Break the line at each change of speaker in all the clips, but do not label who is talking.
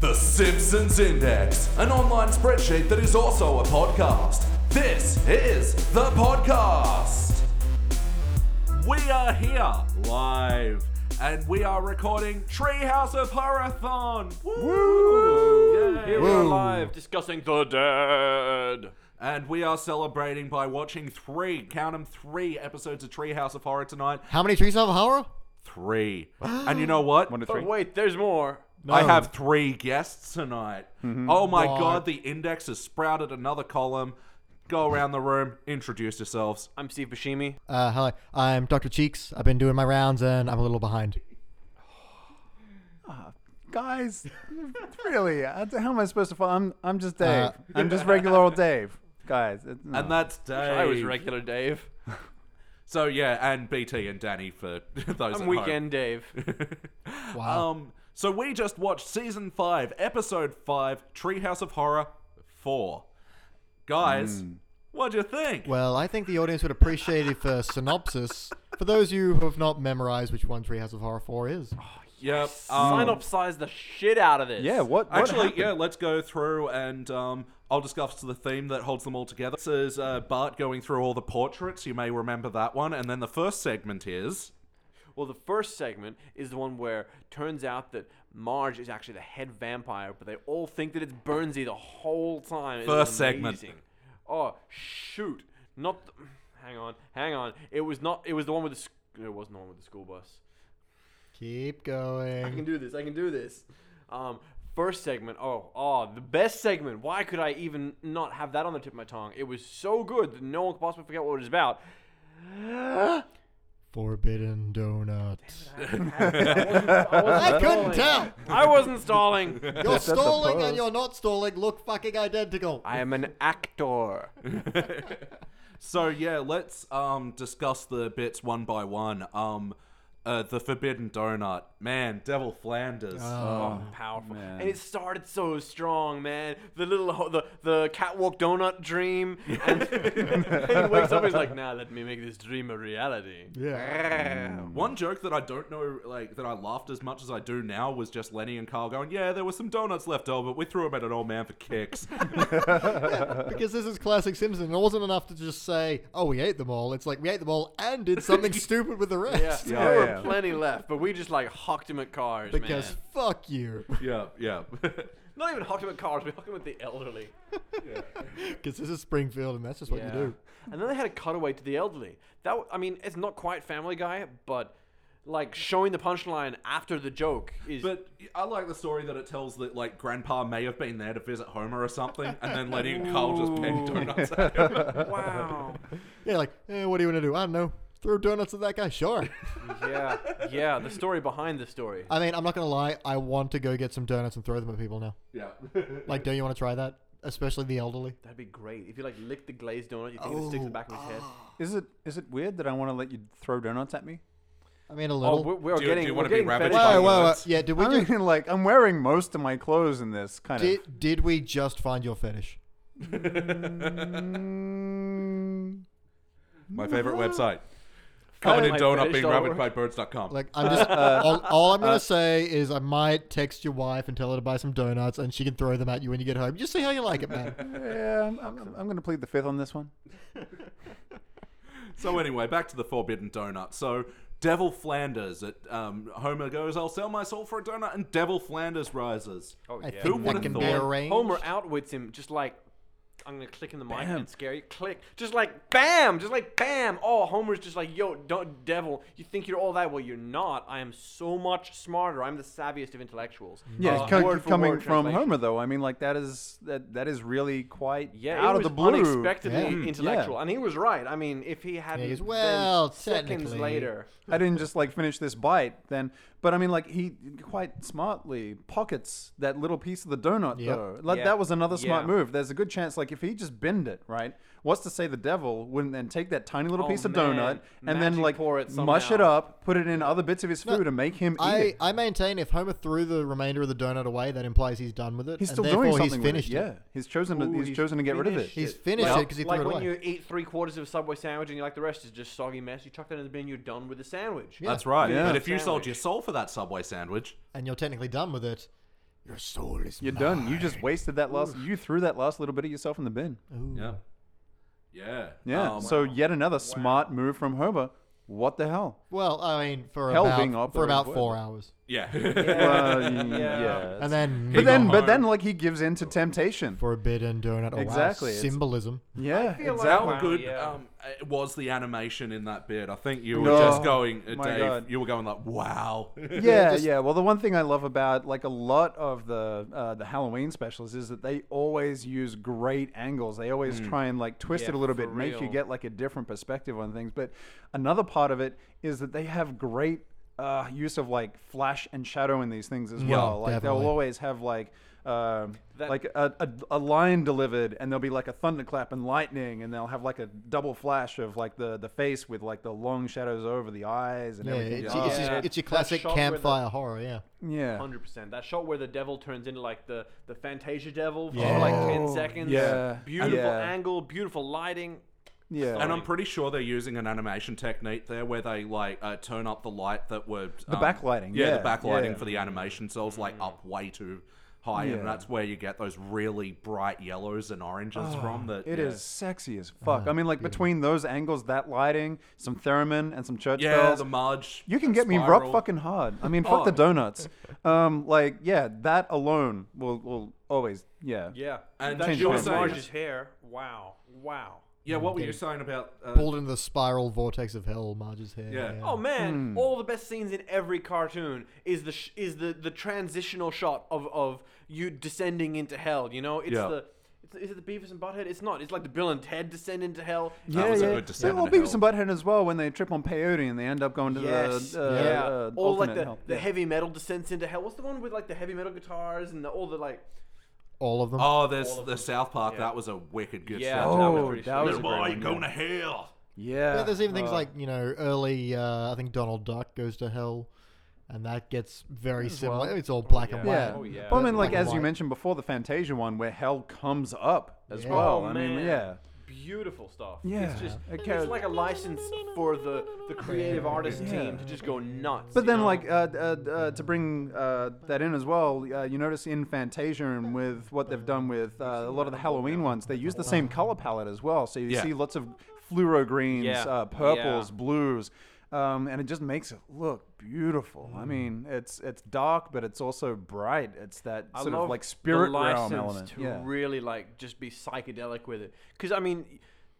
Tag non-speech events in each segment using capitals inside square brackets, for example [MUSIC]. The Simpsons Index, an online spreadsheet that is also a podcast. This is the podcast. We are here live and we are recording Treehouse of Horathon. Woo! Yay.
Here we are live discussing the dead.
And we are celebrating by watching three, count them, three episodes of Treehouse of Horror tonight.
How many trees have a horror?
[GASPS]
Three. and you know what?
Oh, wait, there's more.
I
No.
have three guests tonight.
Mm-hmm.
Oh my
Why?
god, the index has sprouted another column. Go around the room, introduce yourselves.
I'm Steve Buscemi.
Uh, hello, I'm Dr. Cheeks. I've been doing my rounds and I'm a little behind.
guys, [LAUGHS] really, how am I supposed to follow? I'm, I'm just Dave.
Uh,
I'm just regular old Dave, guys. It's, no.
And that's Dave.
Oh. I was regular Dave.
So yeah, and BT and Danny for [LAUGHS] those.
I'm
at
weekend Dave. [LAUGHS]
Um,
Home.
Wow.
Um. So we just watched season five, episode five, Treehouse of Horror four. Guys,
Mm.
what do you think?
Well, I think the audience would appreciate if a synopsis for those of you who have not memorized which one Treehouse of Horror 4 is.
yep.
Sign up size the shit out of this.
yeah, what? what
Actually,
happened?
yeah, let's go through and um, I'll discuss the theme that holds them all together. This is uh, Bart going through all the portraits. You may remember that one. And then the first segment is.
Well, the first segment is the one where turns out that Marge is actually the head vampire, but they all think that it's Bernsey the whole time. It was
First segment.
amazing. Oh shoot! Not. th- hang on, hang on. It was not. It was the one with the. Sc- it wasn't the one with the school bus.
Keep
I can
going.
do this. I can do this. Um, first segment. Oh, oh, the best segment. Why could I even not have that on the tip of my tongue? It was so good that no one could possibly forget what it was about.
Forbidden Donuts.
[LAUGHS] I, wasn't
I couldn't
stalling. [LAUGHS]
tell.
I wasn't [LAUGHS] stalling.
You're
the
stalling and
pose.
you're not stalling look fucking identical.
I am an actor.
So, yeah, let's um, discuss the bits one by one. Um, uh, the Forbidden Donut. Man, Devil Flanders. Uh,
Oh, powerful. And it started so strong, man. The little ho- the the catwalk donut [LAUGHS] dream. And, he wakes up. He's like, Nah, let me make this dream a reality. [LAUGHS]
Yeah.
One joke that I don't know, like, that I laughed as much as I do now was just Lenny and Carl going, Yeah, there were some donuts left over, but we threw them at an old man for
[LAUGHS]
kicks.
Because this is classic Simpson. It wasn't enough to just say, oh, we ate them all. It's like we ate them all and
[LAUGHS]
did something stupid with the
Yeah,
rest.
Yeah,
there were
yeah.
plenty left, but we just like hocked him at cars,
Because
man.
fuck you.
yeah, yeah. [LAUGHS]
Not even hocked him at cars, we hocked him at the elderly.
Because this is Springfield and that's just what you do.
And then they had a cutaway to the elderly. That w- I mean, it's not quite Family Guy, but like showing the punchline after the joke is.
But I like the story that it tells that like Grandpa may have been there to visit Homer or something, and then Lenny and Carl just penned donuts at him.
wow.
[LAUGHS]
Yeah, like, eh, what do you want to do? I don't know. Throw donuts at that guy? Sure. [LAUGHS]
yeah, yeah. The story behind the story.
I mean, I'm not going to lie. I want to go get some donuts and throw them at people now.
yeah.
Like, don't you want to try that? Especially the elderly.
That'd be great if you like lick the glazed donut. You think it
Oh,
sticks to the back of his head.
ah.
Is it is it weird that I want to let you throw donuts at me?
I mean, a
Oh,
little.
we're, we're
Do you-
getting.
do you
we're
wanna be
getting
ravaged
fetish-
by
whoa, whoa, whoa.
donuts.
Yeah, did we,
I
ju-
mean, [LAUGHS] like I'm wearing most of my clothes in this kind of.
did, did we just find your fetish?
Mm,
My favorite website.
Find
Covered in
my
donut
fetish
being
all
rabid
over.
by birds.com.
Like, I'm
[LAUGHS]
just.
Uh,
all, all I'm going to say is I might text your wife and tell her to buy some donuts and she can throw them at you when you get home. Just see how you like it,
[LAUGHS]
man.
yeah, I'm, I'm, I'm going to plead the fifth on this one.
so anyway, back to the forbidden donut. So Devil Flanders at um, Homer goes, I'll sell my soul for a donut, and Devil Flanders rises.
Oh
I
yeah.
Who
think
would've
that can be
thought?
arranged.
Homer outwits him, just like I'm gonna click in the mic and scare you. Click, just like bam, just like bam. Oh, Homer's just like, yo, don't devil. You think you're all that? Well, you're not. I am so much smarter. I'm the savviest of intellectuals.
Yeah,
Uh,
co-
word for
coming
word
from
translation.
Homer though, I mean, like that is that that is really quite
Yeah,
out
it
of the
was
blue.
unexpectedly
Yeah. Mm,
intellectual,
yeah.
and he was right. I mean, if he hadn't,
he's,
been
"Well,
seconds
technically."
later,
I didn't just like finish this bite then, but I mean, like he quite smartly pockets that little piece of the donut
Yep.
though. Like
Yeah.
that was another smart
Yeah.
move. There's a good chance, like if he just binned it right, what's to say the devil wouldn't then take that tiny little
Oh,
piece of
man.
donut and then
Magic
like
pour it
mush it
somehow.
up, put it in other bits of his food, and make him eat
I,
it.
I maintain if Homer threw the remainder of the donut away, that implies he's done with it.
He's
and
still doing
therefore
something
he's finished
with it. Yeah, he's chosen. To,
Ooh,
he's, chosen to get rid of it.
finished
He's finished
like,
it 'cause he
like
threw it
when
away.
you eat three quarters of a Subway sandwich and you like the rest is just soggy mess. You chuck that in the bin. You're done with the sandwich.
Yeah.
That's right.
Yeah.
But if you sold
Sandwich.
your soul for that Subway sandwich,
and you're technically done with it, Your soul is.
You're done. You just wasted that last. You threw that last little bit of yourself in the bin.
Yeah. Yeah.
Yeah.
Oh,
Um,
so yet another smart move from Homer. What the hell?
Well, I mean, for
Hell
about
being up
for
or
about
what?
four hours,
yeah.
[LAUGHS]
Well, y-
Yeah.
yeah.
and then
He
But then,
got
but then,
home.
like he gives in to temptation.
forbidden donut. Oh,
Exactly,
Wow.
it's-
Symbolism.
Yeah,
feel like-
exactly.
How
Wow,
good
yeah.
um, it was the animation in that bit. I think you were
No.
just going, uh,
My
Dave.
God.
You were going like,
[LAUGHS]
"Wow."
[LAUGHS]
yeah, yeah. Well, the one thing I love about like a lot of the uh, the Halloween specials is that they always use great angles. They always try and like twist
Mm. Yeah,
it a little
for
bit, make you
real.
get like a different perspective on things. But another part of it is that they have great uh, use of like flash and shadow in these things as well. Like
definitely.
they'll always have like. Um,
That-
like a, a, a line delivered and there'll be like a thunderclap and lightning and they'll have like a double flash of like the, the face with like the long shadows over the eyes and
Yeah,
everything
it's,
else.
it's,
Yeah. e
your- it's your
That
classic
shot where the-
campfire horror. Yeah.
yeah
Hundred percent. That shot where the devil turns into like the the Fantasia devil for
Yeah.
like
Oh,
ten seconds.
yeah.
Beautiful
Yeah.
angle, beautiful lighting.
Yeah.
And I'm pretty sure they're using an animation technique there where they like uh, turn up the light that were the
backlighting,
Yeah,
yeah,
the backlighting
yeah.
for the animation cells like up way too high,
Yeah.
and that's where you get those really bright yellows and oranges from. That
Oh, It
yeah.
is
Oh,
sexy as fuck. I mean, like between those angles, that lighting, some theremin, and some church
Yeah,
bells,
the Marge.
you can get me
spiral.
rock fucking hard. I mean,
[LAUGHS]
fuck
Oh.
the donuts. Um, like yeah, that alone will will always yeah.
Yeah.
And
that
change
shot of
the landscape.
Marge's hair. Wow. Wow.
Yeah, what were you saying about? Uh,
Pulled into the spiral vortex of hell, Marge's hair.
Yeah.
Oh man,
Hmm.
all the best scenes in every cartoon is the sh- is the the transitional shot of of you descending into hell. You know, it's
Yeah.
the. it's- Is it the Beavis and Butthead? It's not. It's like the Bill and Ted descend into hell.
That
yeah,
was a
yeah.
good descent
Well,
into
Beavis and Butthead as well when they trip on peyote and they end up going to
Yes.
the uh,
yeah.
uh,
all like
alternate
the,
hell.
the
Yeah.
heavy metal descents into hell. What's the one with like the heavy metal guitars and the, all the like?
All of them.
oh, there's the South Park. That was a wicked good.
Yeah,
soundtrack.
that
Oh,
was pretty
that
sweet.
was a
Little boy,
great one,
going to hell.
yeah.
Yeah, there's even things
Uh,
like you know early. Uh, I think Donald Duck goes to hell, and that gets very similar. It's all black and white.
Yeah.
Oh, yeah.
Well, I mean,
Black
like
and
as you
white.
mentioned before, the Fantasia one where hell comes up as
Yeah.
well.
Oh,
I
man.
mean, yeah.
beautiful stuff.
Yeah,
it's just
it
it's
carries-
like a license for the the creative artist
Yeah.
team to just go nuts.
But
you
then,
know?
like, uh, uh, uh, to bring uh, that in as well, uh, you notice in Fantasia and with what they've done with uh, a lot of the Halloween ones, they use the same color palette as well. So you
Yeah.
see lots of fluoro greens,
Yeah.
uh, purples,
Yeah.
blues, um, and it just makes it look beautiful.
Mm.
I mean, it's it's dark, but it's also bright. It's that
I
sort
love
of like spirit
the
realm
license
element.
to
yeah.
really like just be psychedelic with it. Because I mean, y-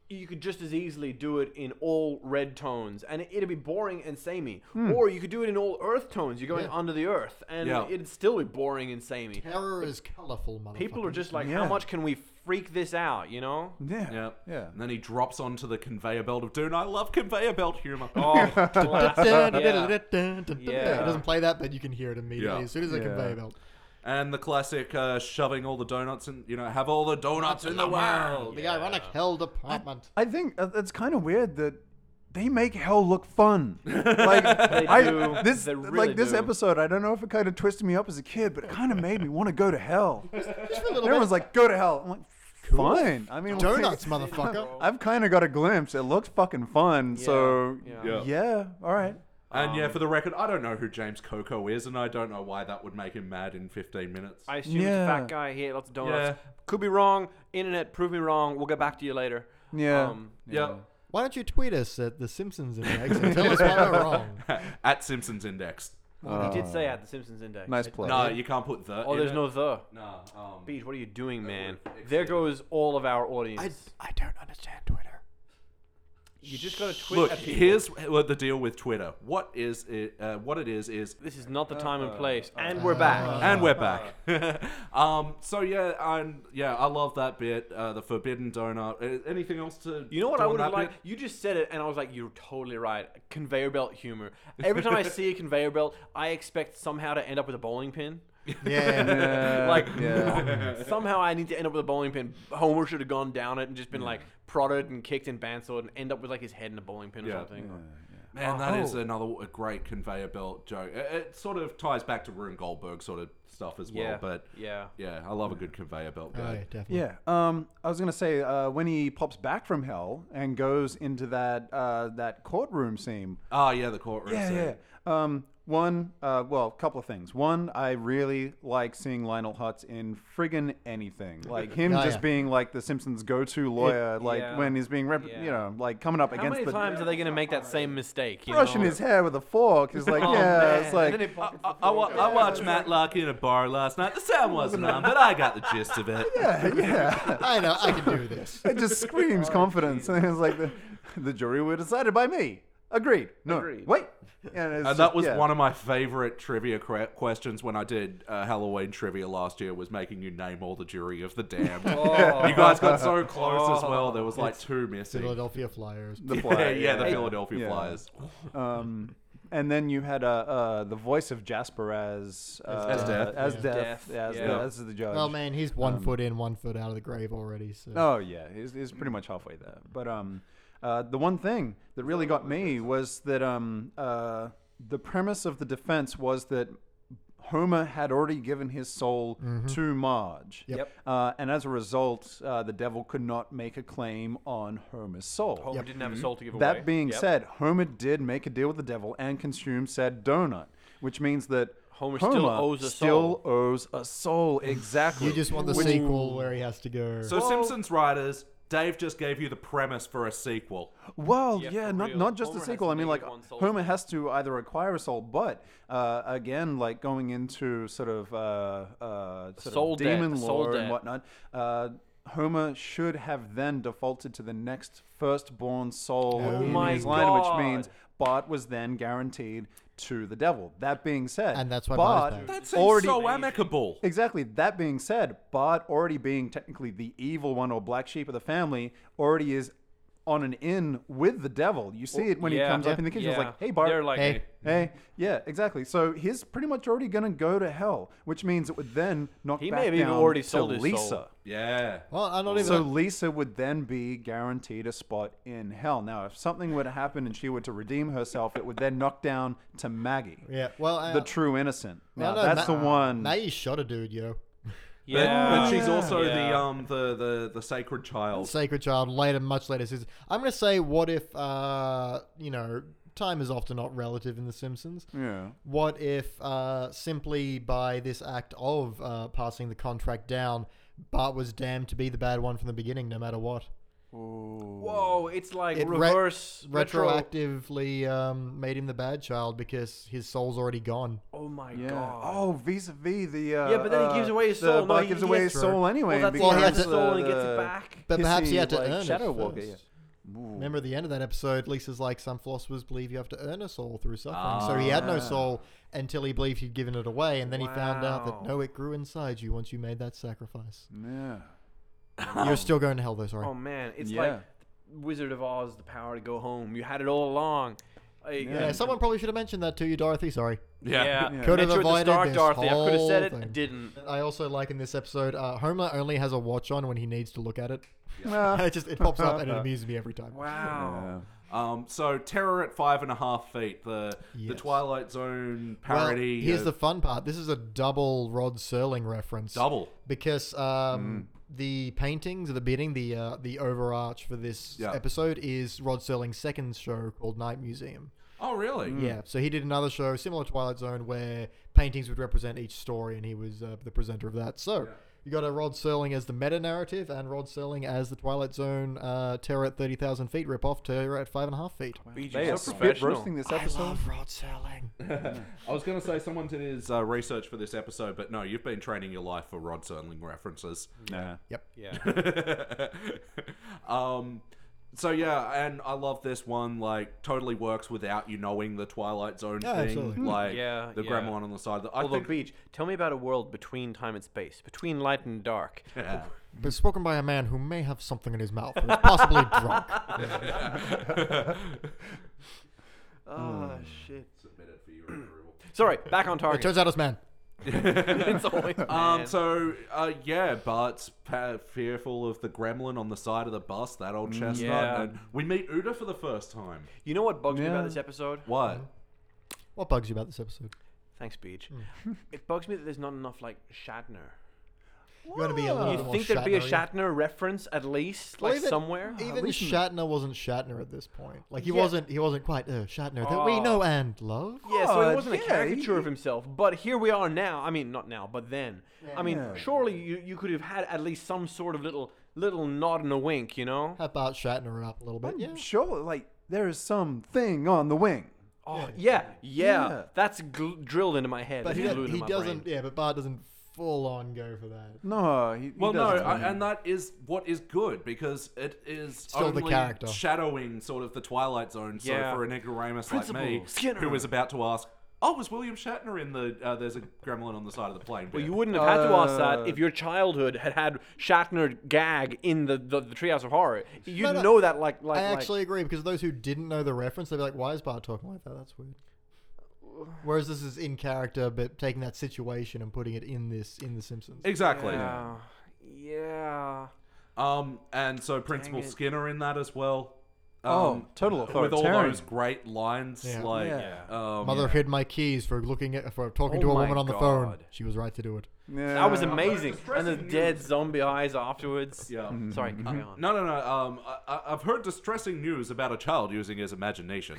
you could just as easily do it in all red tones, and it, it'd be boring and samey.
Hmm.
Or you could do it in all earth tones. You're going
Yeah.
under the earth, and
Yeah.
it'd still be boring and samey.
Terror is colorful, motherfucker.
People are
[LAUGHS]
just like, [LAUGHS]
Yeah.
how much can we freak this out? You
[LAUGHS]
know.
yeah,
Yeah.
yeah.
And then he drops onto the conveyor belt of doom. I love conveyor belt humor.
Oh, classic. yeah.
It
Yeah.
doesn't play that, but you can hear it immediately
Yeah.
as soon as the
Yeah.
conveyor belt.
And the classic uh, shoving all the donuts in, you know, have all the donuts in the world.
The ironic
[LAUGHS]
hell department.
I think uh, it's kind of weird that they make hell
[LAUGHS]
look fun. Like I
do.
this
They really
like this
do.
episode, I don't know if it kind of twisted me up as a kid, but it kind of made me want to go to hell.
[LAUGHS] Just for a little
Everyone's
bit.
like, "Go to hell." I'm like, "Fine." I mean,
donuts,
[LAUGHS] like,
[LAUGHS]
motherfucker.
I've kind of got a glimpse. It looked fucking fun. So
Yeah.
Yeah.
yeah. all right.
And yeah, for the record, I don't know who James Coco is, and I don't know why that would make him mad in 15 minutes.
I assume it's a
Yeah.
fat guy. He ate lots of donuts.
Yeah.
Could be wrong. Internet, prove me wrong. We'll get back to you later.
Yeah.
Um,
yeah.
Why don't you tweet us at the Simpsons Index and tell
[LAUGHS]
us why we're wrong?
At Simpsons Index.
well, he did say at the Simpsons Index.
Uh, Nice
It-
play.
No, you can't put the.
Oh,
in
there's
it.
no the.
No. Um,
Beach, what are you doing, man?
would
There goes all of our audience.
I don't understand Twitter.
you just gotta tweet
look,
at people.
here's what the deal with Twitter. What is it? Uh, what it is is
This is not the time
Uh,
and place, and we're back.
and we're back. [LAUGHS] um, so yeah, I'm yeah, I love that bit. Uh, the forbidden donut. Uh, Anything else to?
You know what
do
I
on
would have
that bit?
liked? You just said it, and I was like, "You're totally right." Conveyor belt humor. Every time I see a conveyor belt, I expect somehow to end up with a bowling pin.
[LAUGHS]
Yeah.
[LAUGHS] like
yeah.
[LAUGHS] somehow I need to end up with a bowling pin. Homer should have gone down it and just been like prodded and kicked and bandsawed and end up with like his head in a bowling pin or
Yeah.
something.
Man, that is
Oh.
another w- a great conveyor belt joke. It, it sort of ties back to Rune Goldberg sort of stuff as well.
Yeah,
But
yeah.
yeah, I love a good conveyor belt
Oh, yeah,
guy.
definitely.
Yeah. Um, I was gonna say uh, when he pops back from hell and goes into that uh, that courtroom scene.
Oh yeah, the courtroom.
Yeah,
scene.
yeah. Um, One, uh, well, a couple of things. One, I really like seeing Lionel Hutz in friggin'
[LAUGHS]
anything. Like him
Oh,
just
yeah.
being like the Simpsons go-to lawyer, like
Yeah.
when he's being, rep-
Yeah.
you know, like coming up
How
against
many
the
times are they going to make that same mistake? You
brushing
know?
his hair with a fork.
[LAUGHS]
Is like,
Oh,
yeah,
man.
it's like
And then he-
I, I, I, wa- I watched Matlock in a bar last night. The sound wasn't on, but I got the gist of it.
[LAUGHS] yeah, yeah.
I know I
[LAUGHS]
can do this.
It just
Oh,
screams confidence, and [LAUGHS] it's like the, the jury were decided by me. Agreed. No,
Agreed.
wait. And, it's
And
just-
that was
yeah.
one of my favorite trivia que- questions when I did uh, Halloween trivia last year. Was making you name all the jury of the damned. [LAUGHS]
Oh.
You guys got so close as well. There was like two missing.
Philadelphia Flyers.
the
Yeah,
flyer,
[LAUGHS] yeah, the
yeah.
Philadelphia
Yeah.
Flyers.
Um, and then you had uh, uh, the voice of Jasper as uh,
As Death.
as
Yeah.
Death,
Death,
as,
yeah.
the, as the judge.
Well, man, he's one
um,
foot in, one foot out of the grave already. So
Oh yeah, he's, he's pretty much halfway there. But um, uh, the one thing that really got me was that um, uh, the premise of the defense was that Homer had already given his soul to Marge.
Mm-hmm. Yep.
Uh, and as a result, uh, the devil could not make a claim on Homer's soul.
Homer didn't have a soul to give away.
That being
Mm-hmm. Yep.
said, Homer did make a deal with the devil and consume said donut, which means that
Homer still owes a
still owes a soul. Exactly.
you just want the
Which-
sequel where he has to go.
So Simpsons writers, Dave just gave you the premise for a sequel.
Well,
Yeah,
yeah,
for
not
real.
not just
Homer
a
has
sequel.
to
I mean,
make
like
one soul
Homer
soul.
has to either acquire a soul, but uh, again, like going into sort of uh, uh, sort
Soul
of
debt,
demon
a soul
lore
debt.
and whatnot. Uh, Homer should have then defaulted to the next firstborn soul
Oh
in
my
his line,
God.
which means Bart was then guaranteed to the devil. That being said,
And that's why Bart
Bart
is back.
That seems
already
so amicable.
Exactly. That being said, Bart already being technically the evil one or black sheep of the family already is on an in with the devil. You see it when
Yeah.
he comes up
Yeah.
in the kitchen. He's
Yeah.
like, "Hey, Bart."
They're like,
Hey.
Hey, yeah, exactly. So he's pretty much already gonna go to hell, which means it would then knock
He may
back
have even
down
already
to
sold his soul.
Lisa.
Yeah.
well, I'm not even.
So Lisa would then be guaranteed a spot in hell. Now, if something were to happen and she were to redeem herself, it would then knock down to Maggie,
yeah. Well, I,
the true innocent.
well,
Now,
no,
that's
Ma-
the one.
Maggie shot a dude, yo.
But,
yeah.
but she's
Yeah.
also the
Yeah.
um the, the, the sacred child.
Sacred Child later, much later. Says, I'm going to say, what if, uh, you know, time is often not relative in The Simpsons.
yeah.
What if uh, simply by this act of uh, passing the contract down, Bart was damned to be the bad one from the beginning, no matter what?
Whoa, it's like
It re-
reverse retro.
Retroactively um, made him the bad child because his soul's already gone.
Oh my
Yeah.
god.
Oh, vis-a-vis the. Uh,
Yeah, but then he gives
uh,
away his
the
soul. No,
Bart
he-
gives
he
away
gets-
his soul anyway.
well, that's
Well, he
he
had
has
to-
his soul and he gets it back.
But perhaps he had to
like,
earn
Shadow
it
Walker,
first.
yeah.
Remember the end of that episode, Lisa's like, some philosophers believe you have to earn a soul through suffering. So he
Ah.
had no soul until he believed he'd given it away, and then he found out that
Wow.
no, it grew inside you once you made that sacrifice.
Yeah.
You're still going to hell though, sorry.
Oh man, it's
Yeah. [LAUGHS]
like Wizard of Oz, the power to go home. You had it all along. Like,
yeah, someone probably should have mentioned that to you, Dorothy. Sorry.
Yeah.
Yeah.
Could have
Metro the
avoided
Stark
this
Dorothy. I could have said
whole
it. I
thing.
didn't.
I also like in this episode, uh, Homer only has a watch on when he needs to look at it. [LAUGHS]
[LAUGHS]
Yeah.
it just it pops up and it amuses me every time.
Wow.
Um, so Terror at five and a half feet, the the
Yes.
Twilight Zone
Well,
parody.
here's
of-
the fun part. This is a double Rod Serling reference.
double.
because um,
Mm.
the paintings at the beginning, the uh, the overarch for this
Yeah.
episode is Rod Serling's second show called Night Museum.
Oh really?
Mm.
Yeah, so he did another show similar to Twilight Zone where paintings would represent each story, and he was uh, the presenter of that. So you got a Rod Serling as the meta narrative, and Rod Serling as the Twilight Zone uh, Terror at thirty thousand feet ripoff, Terror at five and a half feet.
BG,
They
so
are spit
professional.
roasting this
I
episode.
love Rod Serling.
I was going to say someone did his uh, research for this episode, but no, you've been training your life for Rod Serling references.
Nah.
yep.
Yeah. [LAUGHS]
[LAUGHS] um, so yeah, and I love this one. Like, totally works without you knowing the Twilight Zone
Yeah,
thing.
absolutely.
Like,
Hmm. Yeah,
the
yeah.
gremlin on the side. Of the, I
Although
think,
Beach, tell me about a world between time and space, between light and dark.
yeah.
[LAUGHS]
[LAUGHS]
But spoken by a man who may have something in his mouth, or is
[LAUGHS]
possibly drunk.
Hmm.
Oh shit.
Submitted for your approval.
Sorry, back on
It
target.
[LAUGHS] turns out it's man.
it's
[LAUGHS]
always
[LAUGHS] Um,
man.
so uh, yeah, Bart's pa- fearful of the gremlin on the side of the bus, that old
Mm.
chestnut,
Yeah.
and we meet Uda for the first time.
You know what bugs me
Yeah.
about this episode?
What?
What bugs you about this episode?
[LAUGHS] Thanks, Beach. it bugs me that there's not enough like Shatner.
You got to be a little
You
bit more
think there'd be a
Shatner-y.
Shatner reference at least, like
Well, even-
somewhere?
Even
we should-
Shatner wasn't Shatner at this point. Like he
Yeah.
wasn't. He wasn't quite uh, Shatner that we
Oh.
know and love.
Yeah, so
God,
it wasn't
yeah,
a caricature
he-
of himself, but here we are now. I mean, not now, but then. I mean,
Yeah.
surely you, you could have had at least some sort of little little nod and a wink, you know?
How about Shatner it up a little bit?
I'm
Yeah.
sure, like, there is something on the wing.
Oh, yeah, yeah.
Yeah.
That's gl- drilled into my head.
But
and
he,
glued
doesn't-
into
he
my
doesn't.
brain.
Yeah, but Bart doesn't full on go for that.
No, he, he
Well, no,
doesn't.
I, and that is what is good because it is
Still the
only
character.
shadowing sort of the Twilight Zone. So
Yeah.
for an ignoramus like me,
Principal Skinner.
who is about to ask, "Oh, was William Shatner in the? Uh, there's a gremlin on the side of the plane."
Well,
bit?"
you wouldn't have had to ask
Uh,
that if your childhood had had Shatner gag in the, the, the Treehouse of Horror. You'd
No, no.
know that, like, like,
I
like-
actually agree because those who didn't know the reference, they'd be like, "Why is Bart talking like that? That's weird." Whereas this is in character, but taking that situation and putting it in this in The Simpsons.
exactly.
Yeah. yeah.
Um, and so Principal
it.
Skinner in that as well.
Oh,
Um,
total
With all
authoritarian.
those great lines,
Yeah.
like,
Yeah.
um,
Mother hid my keys for looking at, for talking
Oh
to a
my
woman on the phone.
God.
She was right to do it.
Yeah.
That was amazing. And the
distressing
dead
news.
zombie eyes afterwards.
Yeah. Mm-hmm.
Sorry, carry on.
No, no, no. Um, I- I, I've heard distressing news about a child using his
[LAUGHS]
imagination.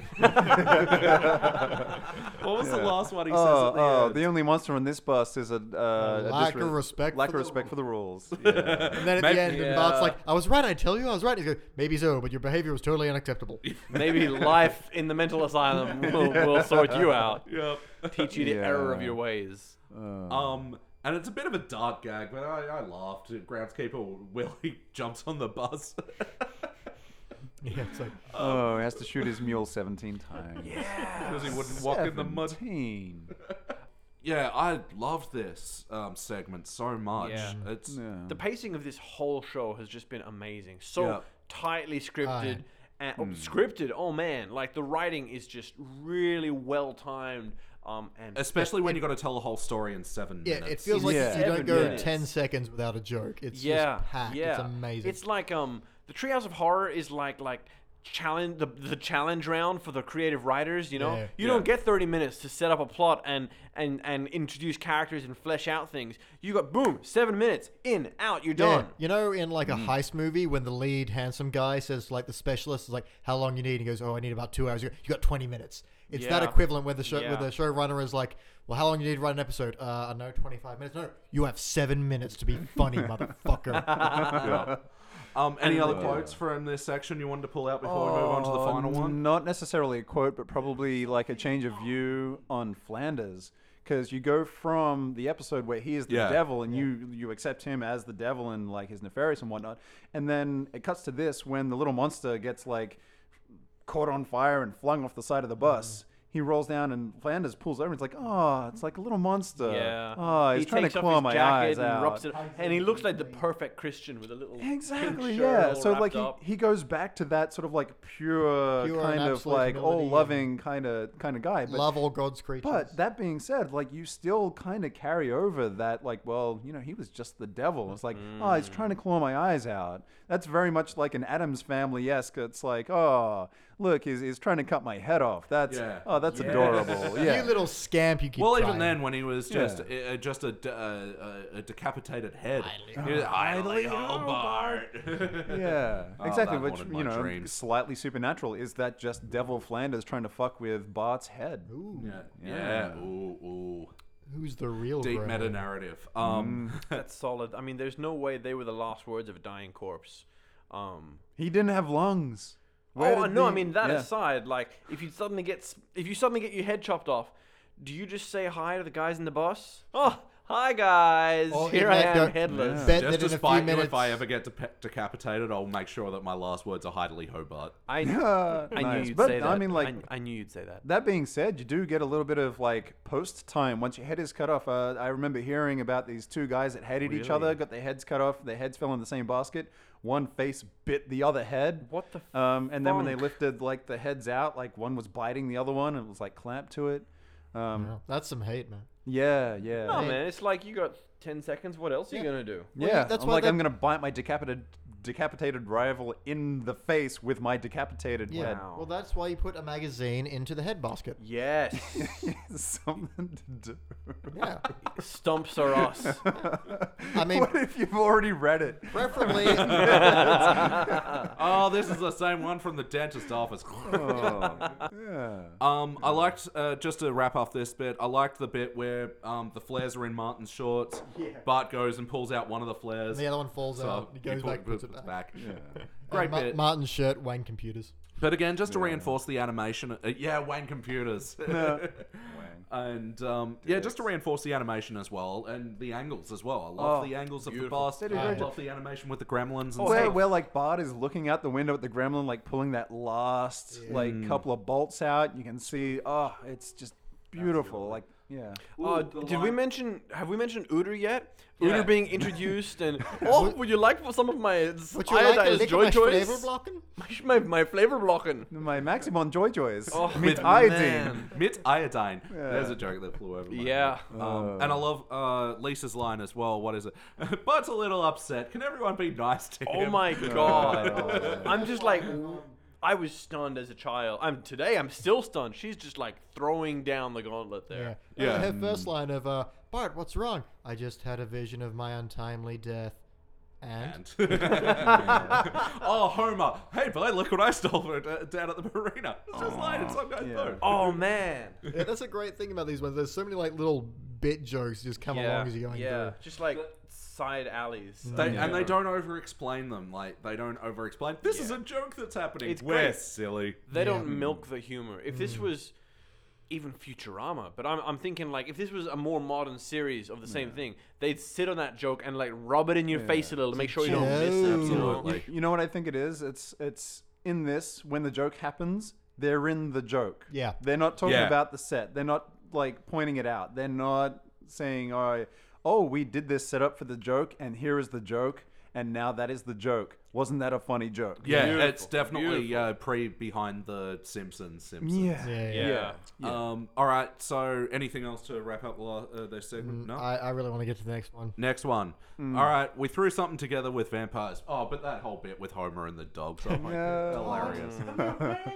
what was the last one he says
Oh,
at the
oh,
uh,
end?
the only monster on this bus is a, uh, a
lack
disre-
of respect
Lack
for
of
the-
respect for the rules.
[LAUGHS]
Yeah.
And then at
Maybe-
the end, and
yeah.
Bart's like, "I was right. I tell you, I was right." He goes, "Maybe so, but your behavior was
[LAUGHS]
totally unacceptable." [LAUGHS]
Mm-hmm.
Maybe life in the mental
[LAUGHS]
asylum will, will sort you out,
Yep.
teach you the
Yeah.
error of your ways.
Um, and it's a bit of a dark gag, but I, I laughed. Groundskeeper Willie [LAUGHS] jumps on the bus. [LAUGHS]
yeah, it's like,
oh, he has to shoot his
[LAUGHS]
mule 17 times.
Because he wouldn't walk in the mud.
17.
Yeah, I loved this um, segment so much.
Yeah.
It's
Yeah.
The pacing of this whole show has just been amazing. So
Yeah.
tightly scripted.
Aye.
And, oh, Scripted, oh man. Like the writing is just really well timed. Um, and
especially when you got to tell a whole story in seven
yeah,
minutes.
it feels like
Yeah.
you don't
Seven
go
minutes.
ten seconds without a joke. It's
yeah,
just packed.
yeah,
It's amazing.
It's like um, the Treehouse of Horror is like like challenge the, the challenge round for the creative writers. You know,
Yeah.
you don't get thirty minutes to set up a plot and and and introduce characters and flesh out things. You got boom, seven minutes in, out, you're
Yeah,
done.
You know, in like a
Mm.
heist movie, when the lead handsome guy says, like, the specialist is like, "How long you need?" He goes, "Oh, I need about two hours." You, go, you got twenty minutes. It's that
Yeah.
equivalent where the show,
Yeah.
where the showrunner is like, "Well, how long you need to write an episode?" Uh, I know, twenty-five minutes. No, you have seven minutes to be
[LAUGHS]
funny, motherfucker.
um, any other quotes from this section you wanted to pull out before we move on to the
Oh,
Uh,
final one?
Not necessarily a quote, but probably like a change of view on Flanders. Because you go from the episode where he is the
Yeah.
devil and you you accept him as the devil and like his nefarious and whatnot, and then it cuts to this when the little monster gets like caught on fire and flung off the side
Mm-hmm.
of the bus. He rolls down and Flanders pulls over. and It's like, oh, it's like a little monster.
Yeah.
Oh, he's
he
trying
takes
to
off
claw
his
my
jacket
eyes
and
out.
rubs it, and he looks like the perfect Christian with a little pink
[LAUGHS]
Exactly.
shirt
Yeah.
all
So like
wrapped
he,
up.
he goes back to that sort of like pure,
Pure and
kind of
absolute
like
humility
all
and-
loving kind of kind of guy. But,
Love all God's creatures.
but that being said, like you still kind of carry over that like well, you know, he was just the devil. It's like, oh, he's trying to
Mm.
claw my eyes out. That's very much like an Adams family esque. It's like, oh, look, he's, he's trying to cut my head off. That's
Yeah.
oh, that's
Yeah.
[LAUGHS]
adorable. Yeah.
you little scamp, you keep.
Well, even
trying.
then, when he was just
Yeah.
uh, just a, de- uh, a, a decapitated head,
Idly.
he was, idly
Idly
Hobart.
Yeah,
Oh,
[LAUGHS] exactly.
that
Which
wanted my
you know,
dreams.
slightly supernatural. Is that just Devil Flanders trying to fuck with Bart's head?
Ooh,
[LAUGHS] yeah, yeah. Ooh, ooh.
who's the real
deep
Graham?
meta narrative. Um,
Mm.
That's solid. I mean, there's no way they were the last words of a dying corpse. Um,
He didn't have lungs.
oh
did
no! I
the-
mean that
Yeah.
aside, like if you suddenly get s- if you suddenly get your head chopped off, do you just say hi to the guys in the bus? Oh, hi guys!
Oh,
Or
Here
in
I
that
am,
go-
headless.
Bet
just
that
to
in a
spite
few
you,
minutes,
if I ever get de- decapitated, I'll make sure that my last words are Heidley Hobart.
[LAUGHS]
I,
Ah,
I
[LAUGHS] nice.
knew you'd
but
say that.
I mean, like
I, I knew you'd say that.
that being said, you do get a little bit of like post time once your head is cut off. Uh, I remember hearing about these two guys that hated each other,
Really?
got their heads cut off. Their heads fell in the same basket. One face bit the other head.
What the
Um, and then when they
funk?
lifted like the heads out, like one was biting the other one, and it was like clamped to it. Um,
Wow, that's some hate, man.
Yeah, yeah.
No
Hey.
man, it's like you got ten seconds. What else are you
Yeah.
gonna do?
Well,
yeah,
that's
I'm
why
like
that-
I'm gonna bite my decapitated decapitated rival in the face with my decapitated
Yeah.
head.
Wow.
Well, that's why you put a
[LAUGHS]
[LAUGHS]
magazine into the head basket.
Yes.
Something to do.
Yeah.
Stumps are [LAUGHS] us.
I mean,
what if you've already read it?
[LAUGHS]
preferably.
[LAUGHS] Oh, this is the same one from the dentist [LAUGHS] office. Um, I liked uh, just to wrap up this bit. I liked the bit where um, the flares are in Martin's
[LAUGHS]
shorts. Bart goes and pulls out one of the flares.
the other one falls out. He goes
pull-
back, puts it back.
Great
Ma-
bit.
Martin's shirt, Wang computers.
But again, just to reinforce the animation, uh, yeah, Wang [LAUGHS] computers.
[LAUGHS]
and um, yeah, just to reinforce the animation as well, and the angles as well. I love
Oh,
the angles of
beautiful.
the
do
past. I
great
love the animation with the gremlins. And
Where,
stuff.
where like Bart is looking out the window at the gremlin, like pulling that last like couple of bolts out. You can see, oh, it's just beautiful. Like, yeah.
Ooh,
Uh,
the
did we
line-
mention? Have we mentioned Uter yet?
Yeah.
Uter being introduced
[LAUGHS]
and oh, would you like some of my s-
Would you like a
iodized
lick of
joy
my
toys?
flavor blocking?
[LAUGHS] my, my flavor blocking.
My Maximon Joy Joys.
Oh,
meets
with
iodine.
man.
[LAUGHS] Mit iodine. There's a joke that flew over. My
Yeah.
head.
Oh.
Um, and I love uh, Lisa's line as well. What is it? [LAUGHS] Bart's a little upset. Can everyone be nice to
Oh
him? [LAUGHS]
my [LAUGHS] god! I'm just like, I was stunned as a child. I'm today. I'm still stunned. She's just like throwing down the gauntlet
Yeah.
there.
Yeah. Mm.
Her first line of uh, Bart, what's wrong? I just had a vision of my untimely death. And,
And- oh, Homer. Hey, bud, look what I stole for, uh, down at the marina. It's just lying in some guy's
Yeah.
boat.
Oh man!
Yeah, that's a great thing about these ones. There's so many like little bit jokes just come along as you're going
yeah,
through. Mm.
just like side alleys.
They, And they don't over-explain them. Like they don't over-explain. This is a joke that's happening.
It's
We're
great.
silly.
They don't milk the humor. If
Mm.
this was even Futurama, but I'm, I'm thinking like if this was a more modern series of the same thing, they'd sit on that joke and like rub it in your face a little to make sure you don't miss it. you know?
Absolutely.
You know what I think it is? It's it's in this when the joke happens, they're in the joke.
Yeah.
They're not talking
Yeah.
about the set. They're not like pointing it out. They're not saying, "All right, oh, we did this setup for the joke, and here is the joke, and now that is the joke. Wasn't that a funny joke?"
Yeah,
Beautiful.
it's definitely
Beautiful.
uh, pre behind the Simpsons. Simpsons.
[LAUGHS]
Yeah.
Yeah.
Yeah.
Um, all right. So, anything else to wrap up the la- uh, this segment?
Mm,
No.
I, I really want to get to the next one.
Next one. All right. We threw something together with vampires. Oh, but that whole bit with Homer and the dogs. Oh my god, hilarious.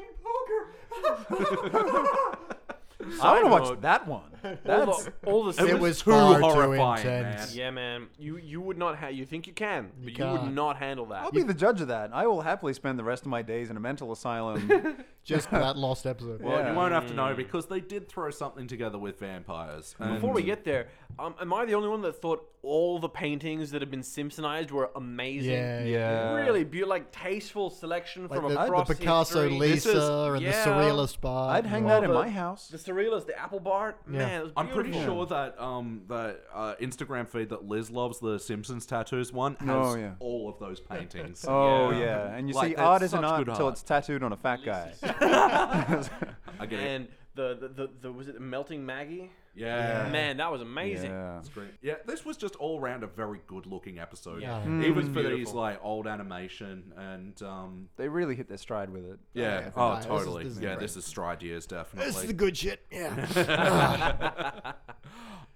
I
Side
want to watch
note,
that one.
All
That's
the, all the
[LAUGHS] It
Sim-
was
too
far
horrifying,
too
[LAUGHS]
intense.
Yeah, man. You you would not have. You think you can, but you,
You
would
can't.
not handle that.
I'll be the judge of that. I will happily spend the rest of my days in a mental asylum.
Just for that lost episode.
Well,
Yeah.
you won't have to know because they did throw something together with vampires. And
Before we get there, um, am I the only one that thought all the paintings that have been Simpsonized were amazing?
yeah.
yeah.
Really beautiful, like tasteful selection
Like
from
the, the
across
Picasso
history.
Lisa
This is-
and
yeah.
the Surrealist Bart.
I'd
and
hang
all
that in
the-
my house.
The Surrealist, the Apple Bart, man, it was
I'm pretty sure
beautiful.
that um that uh, Instagram feed that Liz loves the Simpsons tattoos one has
Oh, yeah.
all of those paintings.
[LAUGHS] Oh
Yeah.
yeah, and you
Like,
see,
that's
art isn't
such
art
good
until
art.
it's tattooed on a fat
[LAUGHS]
[LAUGHS] guy.
I get it.
And the the, the the was it the melting Maggie?
Yeah.
Man, that was amazing.
yeah.
Great. Yeah, this was just all round a very good looking episode.
Yeah.
Even for these
Beautiful.
like old animation and um
They really hit their stride with it.
yeah,
yeah,
oh
no, this is-
totally.
this is
yeah,
great.
this is stride years definitely.
This is the good shit. Yeah.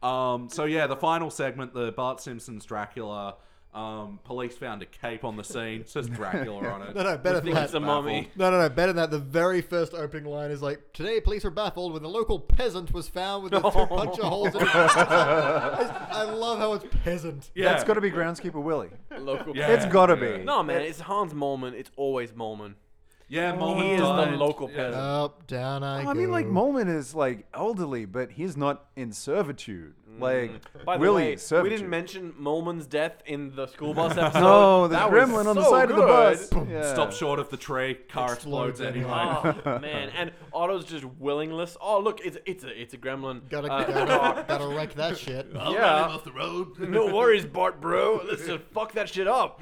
Um, so yeah, the final segment, the Bart Simpson's Dracula. Um, police found a cape on the scene. It says Dracula on it.
no, no, better
I
than
think it's
[LAUGHS] that.
a mummy.
No, no, no. Better than that. The very first opening line is like, "Today, police were baffled when the local peasant was found with a bunch of holes in his." I, I love how it's peasant.
Yeah,
That's got to be groundskeeper Willie.
[LAUGHS] Local.
Yeah.
It's got to be.
No, man, it's Hans Molman. It's always Molman.
yeah. Mullen
He is the
died.
local
Yeah.
peasant.
Up, down, I go.
Oh, I mean, like Molman is like elderly, but he's not in servitude.
Mm.
Like
By the
Willie,
way,
is servitude.
we
[LAUGHS]
didn't mention Molman's death in the school
[LAUGHS]
bus episode.
No, there's
that was
gremlin on the
so
side of the bus.
good.
Yeah.
Stop short of the tree. Car explodes,
Explodes
anyway. [LAUGHS]
Oh man, and Otto's just willingless. Oh look, it's it's a it's a gremlin.
gotta, [LAUGHS]
uh,
gotta, gotta wreck
[LAUGHS]
that shit.
I'm
Yeah.
running off the road.
no worries, Bart, bro. Let's just fuck that shit up.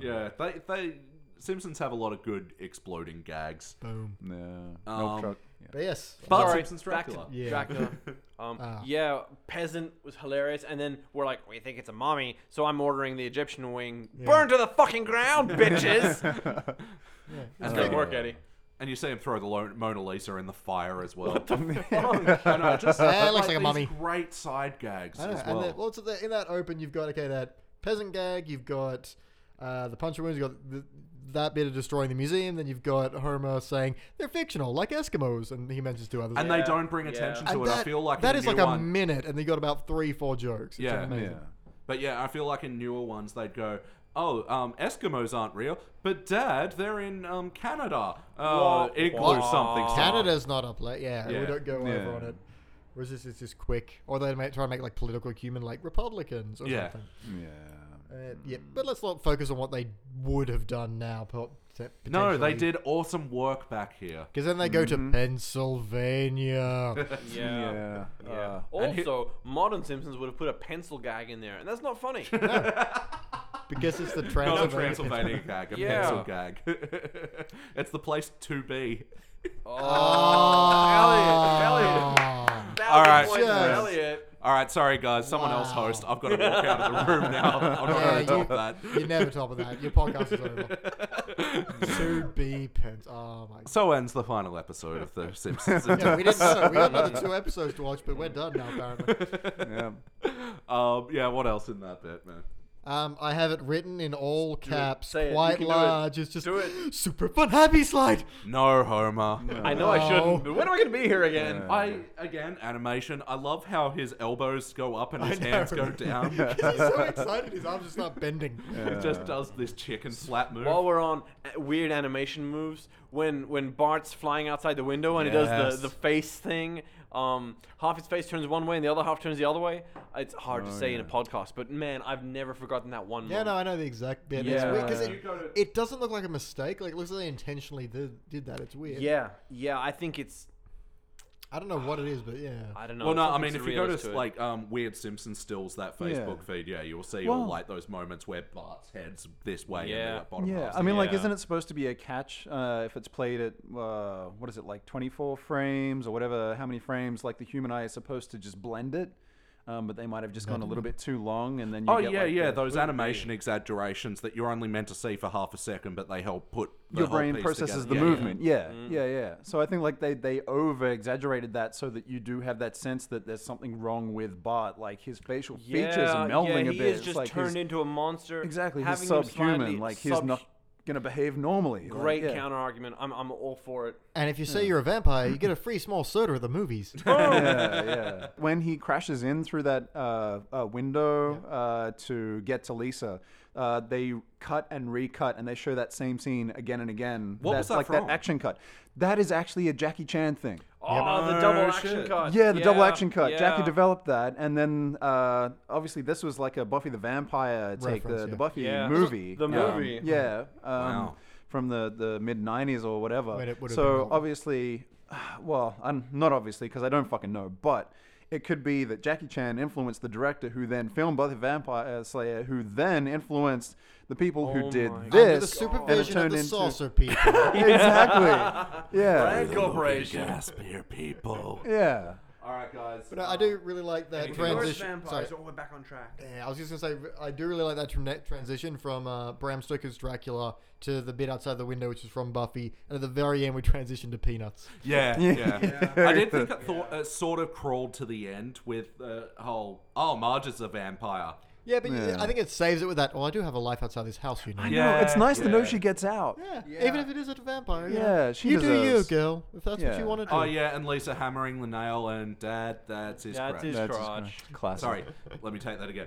yeah, they they Simpsons have a lot of good exploding gags.
Boom.
Yeah.
Um, [LAUGHS]
Milk truck. Yeah.
But yes.
Bart
Sorry,
Simpson's
back to
Dracula. Ah.
Yeah.
[LAUGHS] Dracula. Um, Yeah, peasant was hilarious, and then we're like, we think it's a mommy, so I'm ordering the Egyptian wing. Burn to the
[LAUGHS]
fucking ground, bitches. That's great work, Eddie.
And you see him throw the Lo- Mona Lisa in the fire as well. [LAUGHS]
[LAUGHS] Fuck.
I know, Oh, just
Yeah, it looks like a
these
mummy.
Great side gags
I know,
as
Ah, And
well.
then, well, it's the, in that open, you've got okay that peasant gag. You've got uh, the puncher wounds. You've got the, that bit of destroying the museum. Then you've got Homer saying they're fictional, like Eskimos, and he mentions two others.
and
Yeah.
they don't bring attention
Yeah.
to it. I feel like
that
in
is
the
like
new
a
one,
minute, and they got about three, four jokes. It's
Yeah.
amazing.
[LAUGHS] Yeah.
But yeah, I feel like in newer ones they'd go, "Oh, um, Eskimos aren't real, but Dad, they're in um, Canada, uh,
Wha-
igloo
what?
something."
Canada's not up late. Yeah,
Oh. Yeah.
we don't go
Yeah.
over on it. Whereas this is just quick, or they may try and make like political human like Republicans or
Yeah.
something.
Yeah.
Uh, yeah,
Hmm.
but let's not focus on what they would have done now. po- pot-
No, they did awesome work back here.
Because then they go
Mm-hmm.
[LAUGHS]
[LAUGHS]
to Pennsylvania.
Yeah.
Yeah.
Yeah.
Uh,
and he-
also, modern Simpsons would have put a pencil gag in there, and that's
[LAUGHS]
not funny.
because
[LAUGHS]
it's the
Not a
Transylvania.
Transylvania
[LAUGHS]
gag, a
Yeah.
pencil gag. [LAUGHS] it's the place to be. Oh.
[LAUGHS] Oh.
Elliot,
All right.
Point for
Yes.
Elliot.
All right, sorry guys, someone else
Wow.
host. I've got to walk out
[LAUGHS]
of the room now. I'm not
Yeah,
going to top that.
you, you never top of that. Your podcast is
[LAUGHS]
over. to be Pens. Oh my.
[LAUGHS] So ends the final episode of The Simpsons.
[LAUGHS] Yeah, we didn't know. We got another two episodes to watch, but we're done now apparently.
Uh,
[LAUGHS]
yeah.
um, yeah, what else in that bit, man?
Um, I have it written in all caps,
Say it. You
quite
can do it.
large. It's just
Do it.
super fun happy slide.
No, Homer.
I know I
Oh.
shouldn't, but when am I going to be here again?
Yeah.
I again animation. I love how his elbows go up and his
I know.
hands
[LAUGHS]
go down. [LAUGHS]
'Cause he's
[LAUGHS]
so excited, his arms just start bending.
It just does this chicken slap move.
While we're on uh, weird animation moves, when when Bart's flying outside the window and he does
Yes.
the, the face thing, um, half his face turns one way and the other half turns the other way. It's hard to
Oh,
say in a
yeah.
podcast, but man, I've never forgotten that one.
Yeah, no,
moment.
I know the exact bit.
Yeah.
It's weird because
You
it,
go to-
it doesn't look like a mistake. Like, it looks like they intentionally did, did that. It's weird.
yeah, yeah. I think it's
I don't know what it is, but yeah.
[SIGHS]
I don't know.
well, no, I
something
mean if you go to,
surrealist it.
like um, weird Simpson stills that Facebook feed, yeah, you'll see all
Well-
like those moments where Bart's head's this way and
Yeah.
then, like, bottom
Yeah,
half's
I mean, like,
Yeah.
isn't it supposed to be a catch uh, if it's played at uh, what is it like 24 frames or whatever? How many frames? Like the human eye is supposed to just blend it, um, but they might have just gone a
Mm-hmm.
little bit too long, and then you
Oh
get,
yeah,
like,
yeah,
the-
those animation exaggerations that you're only meant to see for half a second, but they help put the
your
whole
brain
piece
processes
together.
the
Yeah, yeah.
movement. Yeah,
Mm.
yeah, yeah, So I think like they they over exaggerated that so that you do have that sense that there's something wrong with Bart, like his facial features
Yeah,
are melding
yeah,
a
he
bit.
is
It's
just
like
turned
he's-
into a monster.
exactly he's
having him
subhuman.
slightly
Like he's
sub-
not gonna behave normally. like,
Great
yeah.
counter argument. I'm I'm all for it.
and if you say you're a vampire, you get a free small soda at the
[LAUGHS]
movies.
yeah, yeah. When he crashes in through that uh, uh, window uh, to get to Lisa, uh, they cut and recut, and they show that same scene again and again.
What was that
like
from?
that action cut? That is actually a Jackie Chan thing.
Oh, the
Oh,
double action
shit.
cut.
Yeah, the double action cut. Jackie
yeah.
developed that, and then uh, obviously this was like a Buffy the Vampire take, the,
Reference, yeah.
the Buffy
Yeah.
movie,
The
um,
movie.
yeah, um,
Wow.
from the, the mid '90s or whatever.
When it would've been
so
relevant.
obviously, [SIGHS] well, i not obviously because I don't fucking know, but it could be that Jackie Chan influenced the director who then filmed Buffy the Vampire Slayer, who then influenced the people who
Oh
did
my
this,
Under the
and it
supervision of
turned
the
into
saucer people.
[LAUGHS]
[LAUGHS]
exactly, yeah,
Brand corporation.
Gasp here, people.
yeah.
All right, guys.
but I do really like that transition. Sorry.
Oh, we're back on track.
Yeah, I was just gonna say I do really like that tran- transition from uh, Bram Stoker's Dracula to the bit outside the window, which is from Buffy, and at the very end we transition to Peanuts.
Yeah, yeah.
Yeah.
I did think it thought, uh, sort of crawled to the end with the whole, oh, Marge is a vampire.
Yeah, but
Yeah.
I think it saves it with that. Well, I do have a life outside this house, you know.
I know, it's
Yeah,
nice to know
yeah.
she gets out.
Yeah.
Yeah.
even if it is a vampire. you know.
Yeah, she
you do you,
deserves-
girl. If that's what
Yeah.
you want to do.
Oh, yeah, and Lisa hammering the nail, and Dad, that's his
That's
crotch.
his
That's
crotch.
Classic.
Sorry, let me take that again.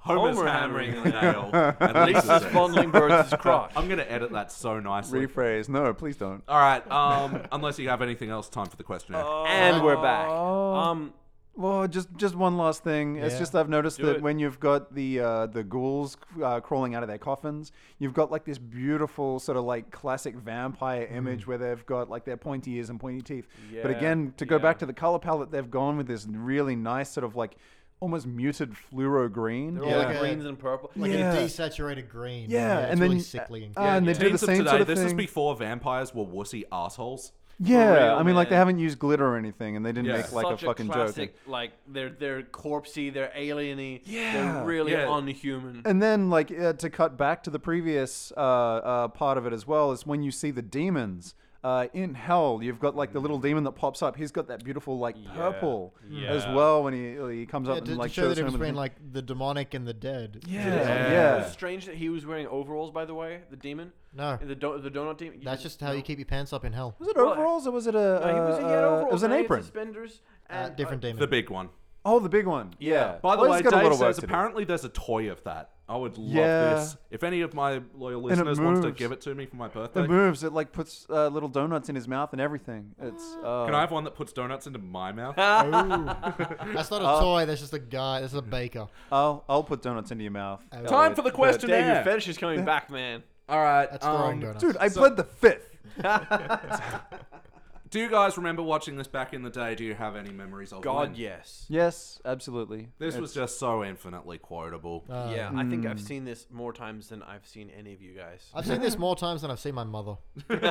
Homer's
Homer
hammering the
hammering the
nail,
[LAUGHS]
and Lisa's
Lisa's fondling Birds' crotch.
[LAUGHS] I'm going to edit that so nicely.
Rephrase. No, please don't.
All right, um, unless you have anything else, time for the questionnaire.
Uh,
and we're back.
Oh.
Um,
Well, just just one last thing. It's
Yeah.
just I've noticed
Do
that
it.
when you've got the uh, the ghouls uh, crawling out of their coffins, you've got like this beautiful sort of like classic vampire
Mm.
image where they've got like their pointy ears and pointy teeth. but
Yeah,
again, to go
yeah.
back to the color palette, they've gone with this really nice sort of like almost muted fluoro green.
they're
Yeah.
all
Like
like
a-
greens and purple.
Like
Yeah.
a desaturated green.
Yeah,
it's
and
really
then
sickly and
uh, and they do the
Teens of
same
today,
sort of
this
thing.
is before vampires were wussy assholes.
yeah,
real,
I mean, like they
man.
haven't used glitter or anything, and they didn't
Yeah.
make like
Such
a fucking
classic,
joke.
Like they're they're corpsey, they're alieny,
Yeah.
they're really
Yeah.
unhuman.
And then, like uh, to cut back to the previous uh, uh, part of it as well, is when you see the demons. Uh, in hell, you've got like the little demon that pops up. He's got that beautiful like
Yeah.
purple as
Yeah.
well when he he comes up
Yeah,
and
to,
like
to show the
shows him
difference
and-
between like the demonic and the dead.
yeah,
Yeah.
yeah.
It was strange that he was wearing overalls, by the way, the demon.
No,
The, do- the donut demon.
that's just how you keep your pants up in hell.
Was it
Well,
overalls or was it a?
No, he was in
uh,
yet overalls.
it was an
man, he had
apron.
Suspenders.
Uh,
And,
different demon.
The big one.
Oh, the big one. Yeah.
By the
Well,
way,
he's got a lot
Dave
of work
says
to do.
apparently there's a toy of that. I would love
Yeah.
this. If any of my loyal
it
listeners wants to
moves.
give it to me for my birthday,
It moves. It like puts uh, little donuts in his mouth and everything. It's. Uh,
can I have one that puts donuts into my
[LAUGHS]
mouth?
Ooh. that's not a toy. That's just a guy. That's a baker.
I'll I'll put donuts into your mouth.
Oh.
Time for the
Dave, your
questionnaire.
fetish is coming back, man.
All right.
That's throwing
um,
donuts.
Dude, I
So-
pled the fifth.
do you guys remember watching this back in the day? Do you have any memories
Oh,
of
God,
when?
yes.
Yes, absolutely.
This
It's-
was just so infinitely quotable.
Uh,
yeah, I think
Hmm.
I've seen this more times than I've seen any of you guys. [LAUGHS]
I've seen this more times than I've seen my mother.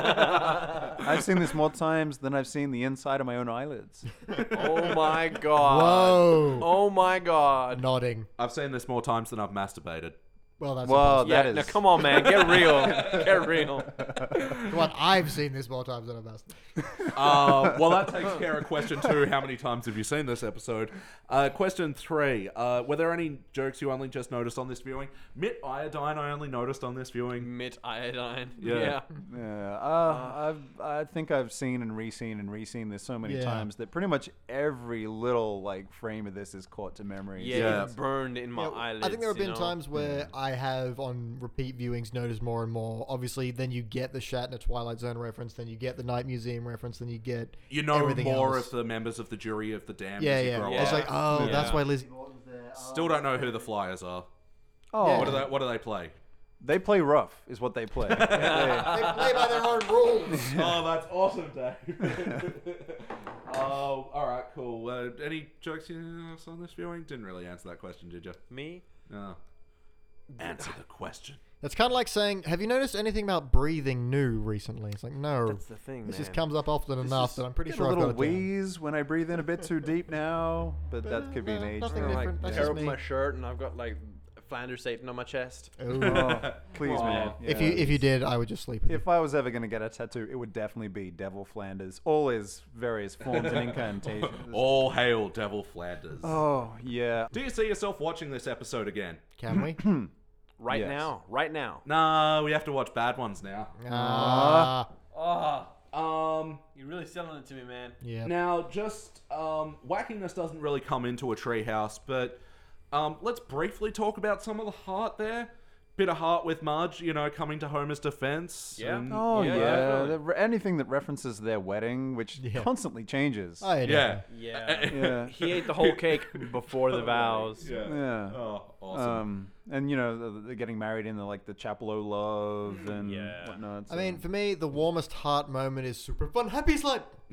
[LAUGHS] I've seen this more times than I've seen the inside of my
[LAUGHS]
own eyelids.
oh my god.
Whoa.
Oh my god.
[LAUGHS] Nodding.
I've seen this more times than I've masturbated.
Well, that's
Well,
impossible.
Yeah,
that is.
now come on, man. Get
[LAUGHS]
real. Get real.
Come on, I've seen this more times than I've asked.
Uh, [LAUGHS] well, that takes care of question two. How many times have you seen this episode? Uh, question three. Uh, were there any jokes you only just noticed on this viewing? Mitt iodine, I only noticed on this viewing.
Mitt iodine.
Yeah.
Yeah.
Yeah, uh, I've, I think I've seen and reseen and reseen this so many
Yeah.
times that pretty much every little like frame of this is caught to memory.
Yeah,
Yeah.
it's burned in my
Yeah,
eyelids.
I think there have
you
been
know? Mm.
times where I have on repeat viewings noticed more and more. Obviously, then you get the Shatner Twilight Zone reference, then you get the Night Museum reference, then you get
You know
everything
more
else.
of the members of the jury of the damned
yeah,
as you
yeah.
grow
Yeah.
It's
up.
like, oh,
Yeah.
that's why Lizzie Borden there. Oh.
Still don't know who the flyers are.
Oh,
Yeah.
What do they, what do they
[LAUGHS]
play?
they play rough, is what they
[LAUGHS]
play. They-
[LAUGHS] They play by their own rules.
[LAUGHS]
oh, that's awesome, Dave. [LAUGHS] Oh, all right, cool. Uh, any jokes you noticed on this viewing? Didn't really answer that question, did you?
Me?
No. Answer the [LAUGHS] question.
That's kind of like saying, have you noticed anything about breathing new recently? It's like, no.
That's the thing,
This just
man.
comes up often enough
Just
that I'm pretty
get
sure
a
I've
little
got it down.
wheeze when I breathe in a bit too deep now, but that could
[LAUGHS]
be an
No,
age.
nothing
thing.
different.
I
That's
tear
just
open
me.
my shirt and I've got like Flanders Satan on my chest. [LAUGHS]
Ooh.
[LAUGHS]
Oh, please, man.
If you
Yeah.
if you did, I would just sleep with you.
If I was ever going to get a tattoo, it would definitely be Devil Flanders, all his various forms and incarnations.
[LAUGHS] All hail Devil Flanders.
Oh, yeah.
Do you see yourself watching this episode again?
[LAUGHS]
Can we?
Right
Yes.
now. Right now.
No, we have to watch bad ones now.
Ah,
Oh,
Um,
you're really selling it to me, man.
yeah.
now just um, wackiness doesn't really come into a treehouse, but um, let's briefly talk about some of the heart there. Bit of heart with Marge, you know, coming to Homer's defense.
Yeah.
and-
Oh,
Yeah,
yeah.
definitely.
The re- Anything that references their wedding, which
Yeah.
constantly changes.
Oh, yeah.
yeah.
[LAUGHS]
definitely.
Yeah.
yeah.
he ate the whole cake before [LAUGHS] the vows.
Yeah.
Yeah.
Oh, awesome.
Um, and, you know, the- they're getting married in the, like, the Chapelo love and
Yeah.
whatnot.
I
so-
mean, for me, the warmest heart moment is super fun. Happy slip.
[LAUGHS]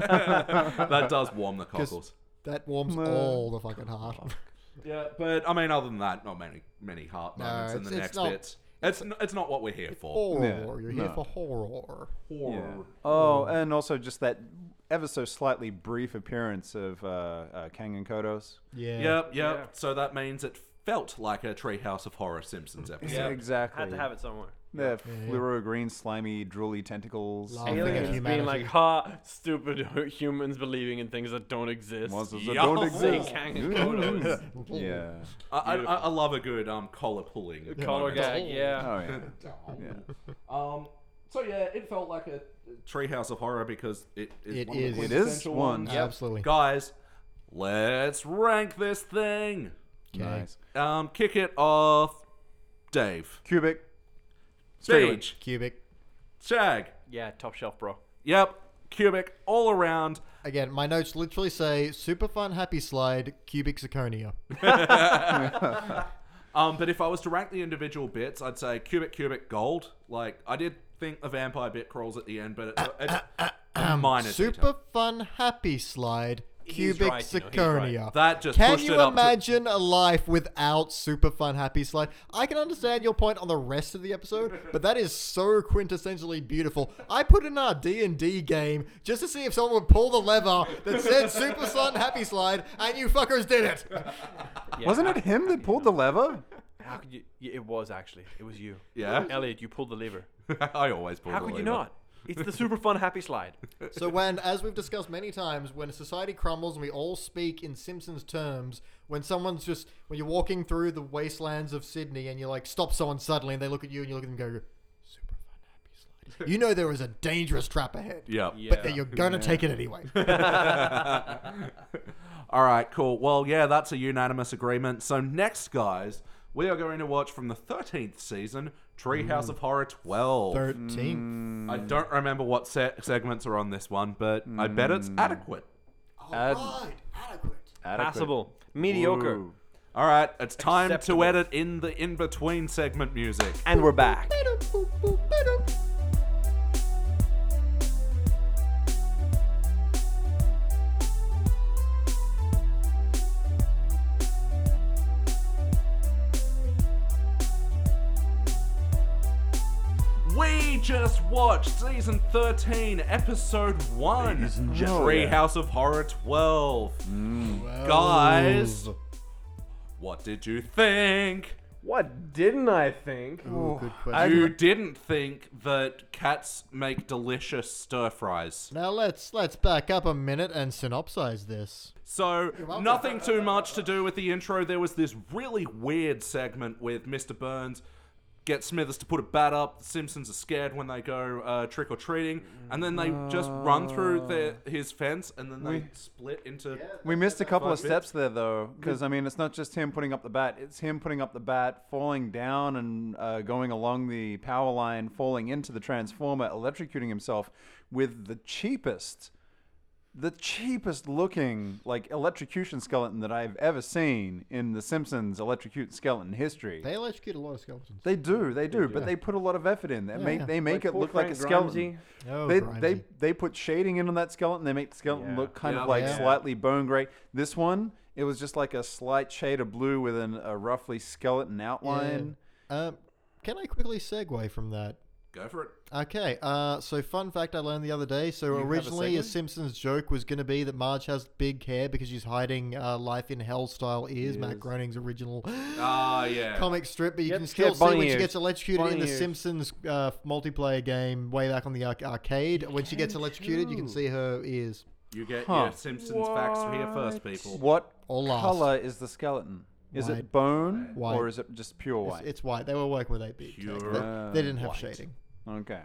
that does warm [LAUGHS] the cockles.
That warms
Nah.
all the fucking heart.
Yeah, but I mean, other than that, not many many heart
No,
moments in the
it's-
next
it's not-
bit. It's n- it's not what we're here for.
[LAUGHS] horror.
Yeah,
You're here
no.
for horror.
Horror.
Yeah. Oh, and also just that ever so slightly brief appearance of uh, uh, Kang and Kodos.
Yeah.
Yep, yep.
Yeah.
So that means it felt like a Treehouse of Horror Simpsons episode.
Yeah.
exactly.
Had to have it somewhere.
Their
yeah.
fluoro green, slimy, drooly tentacles.
Love.
Yeah.
Alien
Aliens being
humanity.
like, ha, stupid [LAUGHS] humans believing in things that don't exist.
Monsters that
Yo,
don't
say
exist.
Kang and
Ooh.
Kodos.
yeah.
I, I, I I love a good um, collar pulling.
Color
moment.
gag, yeah.
Oh yeah.
[LAUGHS] Um. So yeah, it felt like a Treehouse of Horror because it is
It
one of the
is. It is
quintessential
one.
ones.
Yep. Absolutely.
Guys, let's rank this thing.
Nice.
Um, kick it off, Dave.
Cubic.
Stage,
Cubic.
Shag.
Yeah, top shelf, bro.
Yep, cubic all around.
Again, my notes literally say super fun happy slide, cubic zirconia.
Um, but if I was to rank the individual bits, I'd say cubic, cubic, gold. Like I did think the vampire bit crawls at the end, but it's, it's a minor
Super
detail.
fun happy slide, cubic
right, you know, he's
zirconia.
That just
Can
pushed
you
it up. to-
imagine a life without super fun happy slide? I can understand your point on the rest of the episode, but that is so quintessentially beautiful. I put in our D and D game just to see if someone would pull the lever that said super fun happy slide, and you fuckers did it. [LAUGHS]
Yeah,
Wasn't
how-
it him that pulled the lever?
How could you? Yeah, it was actually. It was you.
Yeah.
Elliot, you pulled the lever.
[LAUGHS] I always pull
How
the
could you
lever.
not? It's the super fun happy
[LAUGHS]
slide.
So when, as we've discussed many times, when society crumbles and we all speak in Simpsons terms, when someone's just when you're walking through the wastelands of Sydney and you like stop someone suddenly and they look at you and you look at them and go, super fun happy slide. You know there is a dangerous trap ahead,
Yep.
Yeah.
but that you're gonna take it anyway.
All right, cool. Well, yeah, that's a unanimous agreement. So next, guys, we are going to watch from the 13th season, Treehouse of Horror 12.
Thirteenth.
I don't remember what se- segments are on this one, but I bet it's adequate.
Ad-
Alright, adequate.
Adequate.
Passable. Mediocre.
Ooh.
All right, it's time
Acceptable.
to edit in the in between segment music.
And we're back.
We just watched season 13, episode 1,
Ladies and
Treehouse
gentlemen. Mm.
House of Horror 12. Guys, what did you think?
What didn't I think?
Ooh, good question.
You didn't think that cats make delicious stir fries.
Now let's let's back up a minute and synopsize this.
So,
welcome.
nothing too much to do with the intro. There was this really weird segment with Mr. Burns gets Smithers to put a bat up. The Simpsons are scared when they go uh, trick or treating, and then they just run
Uh.
through their, his fence, and then they split into.
We missed a couple of
Five bits.
steps there, though, because I mean, it's not just him putting up the bat; it's him putting up the bat, falling down, and uh, going along the power line, falling into the transformer, electrocuting himself with the cheapest, the cheapest looking like electrocution skeleton that I've ever seen in the Simpsons electrocute skeleton history.
They electrocute a lot of skeletons.
They do, they do, but they put a lot of effort in. They make
yeah.
they make
Like
it
poor
look like a
Frank
skeleton.
Grimesy.
Oh,
they,
Grimesy.
they they put shading in on that skeleton. They make the skeleton
Yeah.
look kind
Yeah.
of like
Yeah.
slightly bone gray. This one, it was just like a slight shade of blue with an, a roughly skeleton outline.
Um, can I quickly segue from that?
Go for it.
Okay, uh, so fun fact I learned the other day. So originally, a,
segue?
Simpsons joke was going to be that Marge has big hair because she's hiding uh, life in hell style ears, Matt Groening's original
Ah, yeah.
comic strip. But you
Yep.
can
Yeah,
still see
bunny
when she
ears.
gets electrocuted
Bunny
in the
ears.
Simpsons uh, multiplayer game way back on the arc arcade. when she gets electrocuted, you can see her ears.
You get
Huh.
your Simpsons facts here first, people.
What
Or last.
color is the skeleton? Is
White.
it bone
White.
or is it just pure
It's,
white?
it's white. They were working with 8-bit. tech.
Pure
They, they didn't have
white.
shading.
okay.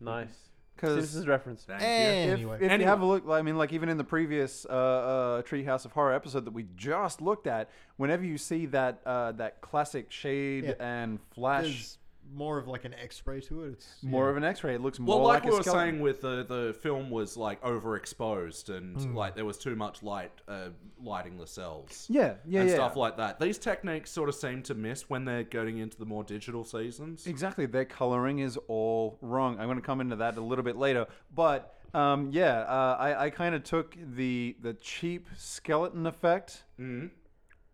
Nice.
'Cause
Simpsons reference.
Thank you.
if,
Anyway.
if you have a look, I mean, like even in the previous uh, uh, Treehouse of Horror episode that we just looked at, whenever you see that uh, that classic shade
Yeah.
and flash,
There's more of like an X-ray to it. It's
more of an X-ray, it looks more
Well, like,
like,
we
a
were
skeleton.
saying with the, the film was like overexposed and
Hmm.
like there was too much light uh, lighting the cells.
Yeah, yeah,
and
yeah.
stuff like that. These techniques sort of seem to miss when they're going into the more digital seasons.
Exactly, their coloring is all wrong. I'm going to come into that a little bit later, but um, yeah, uh, I, I kind of took the the cheap skeleton effect,
Mm-hmm.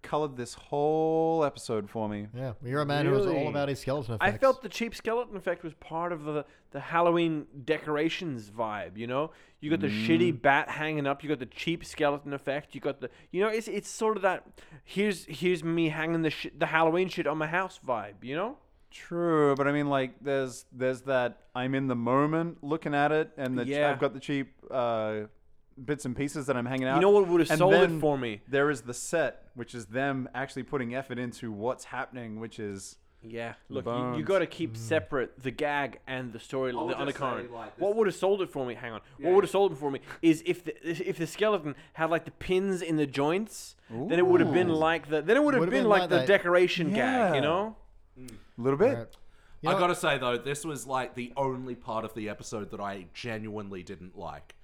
colored this whole episode for me.
Yeah, well, you're a man who was all
Really?
about his skeleton
I
effects.
felt the cheap skeleton effect was part of the, the Halloween decorations vibe, you know? You got the shitty bat hanging up, you got the cheap skeleton effect, you got the you know, it's it's sort of that here's here's me hanging the sh- the Halloween shit on my house vibe, you know?
True, but I mean, like, there's there's that I'm in the moment looking at it, and the
Yeah.
I've got the cheap uh, bits and pieces that I'm hanging out.
know what would've
and
sold it
then
for me?
There is the set, which is them actually putting effort into what's happening, which is
Yeah. Look, you, you
Bones.
got to
Mm.
keep separate the gag and the story,
would
the
just
undercurrent.
say, like, this-
what would have sold it for me? Hang on. What would have sold it for me is if the if the skeleton had like the pins in the joints, then it would have been like the then it would have been,
Would've been
like,
like
the
that.
decoration gag,
Yeah.
you know?
a little bit.
Right.
I
know-
gotta say though, this was like the only part of the episode that I genuinely didn't like.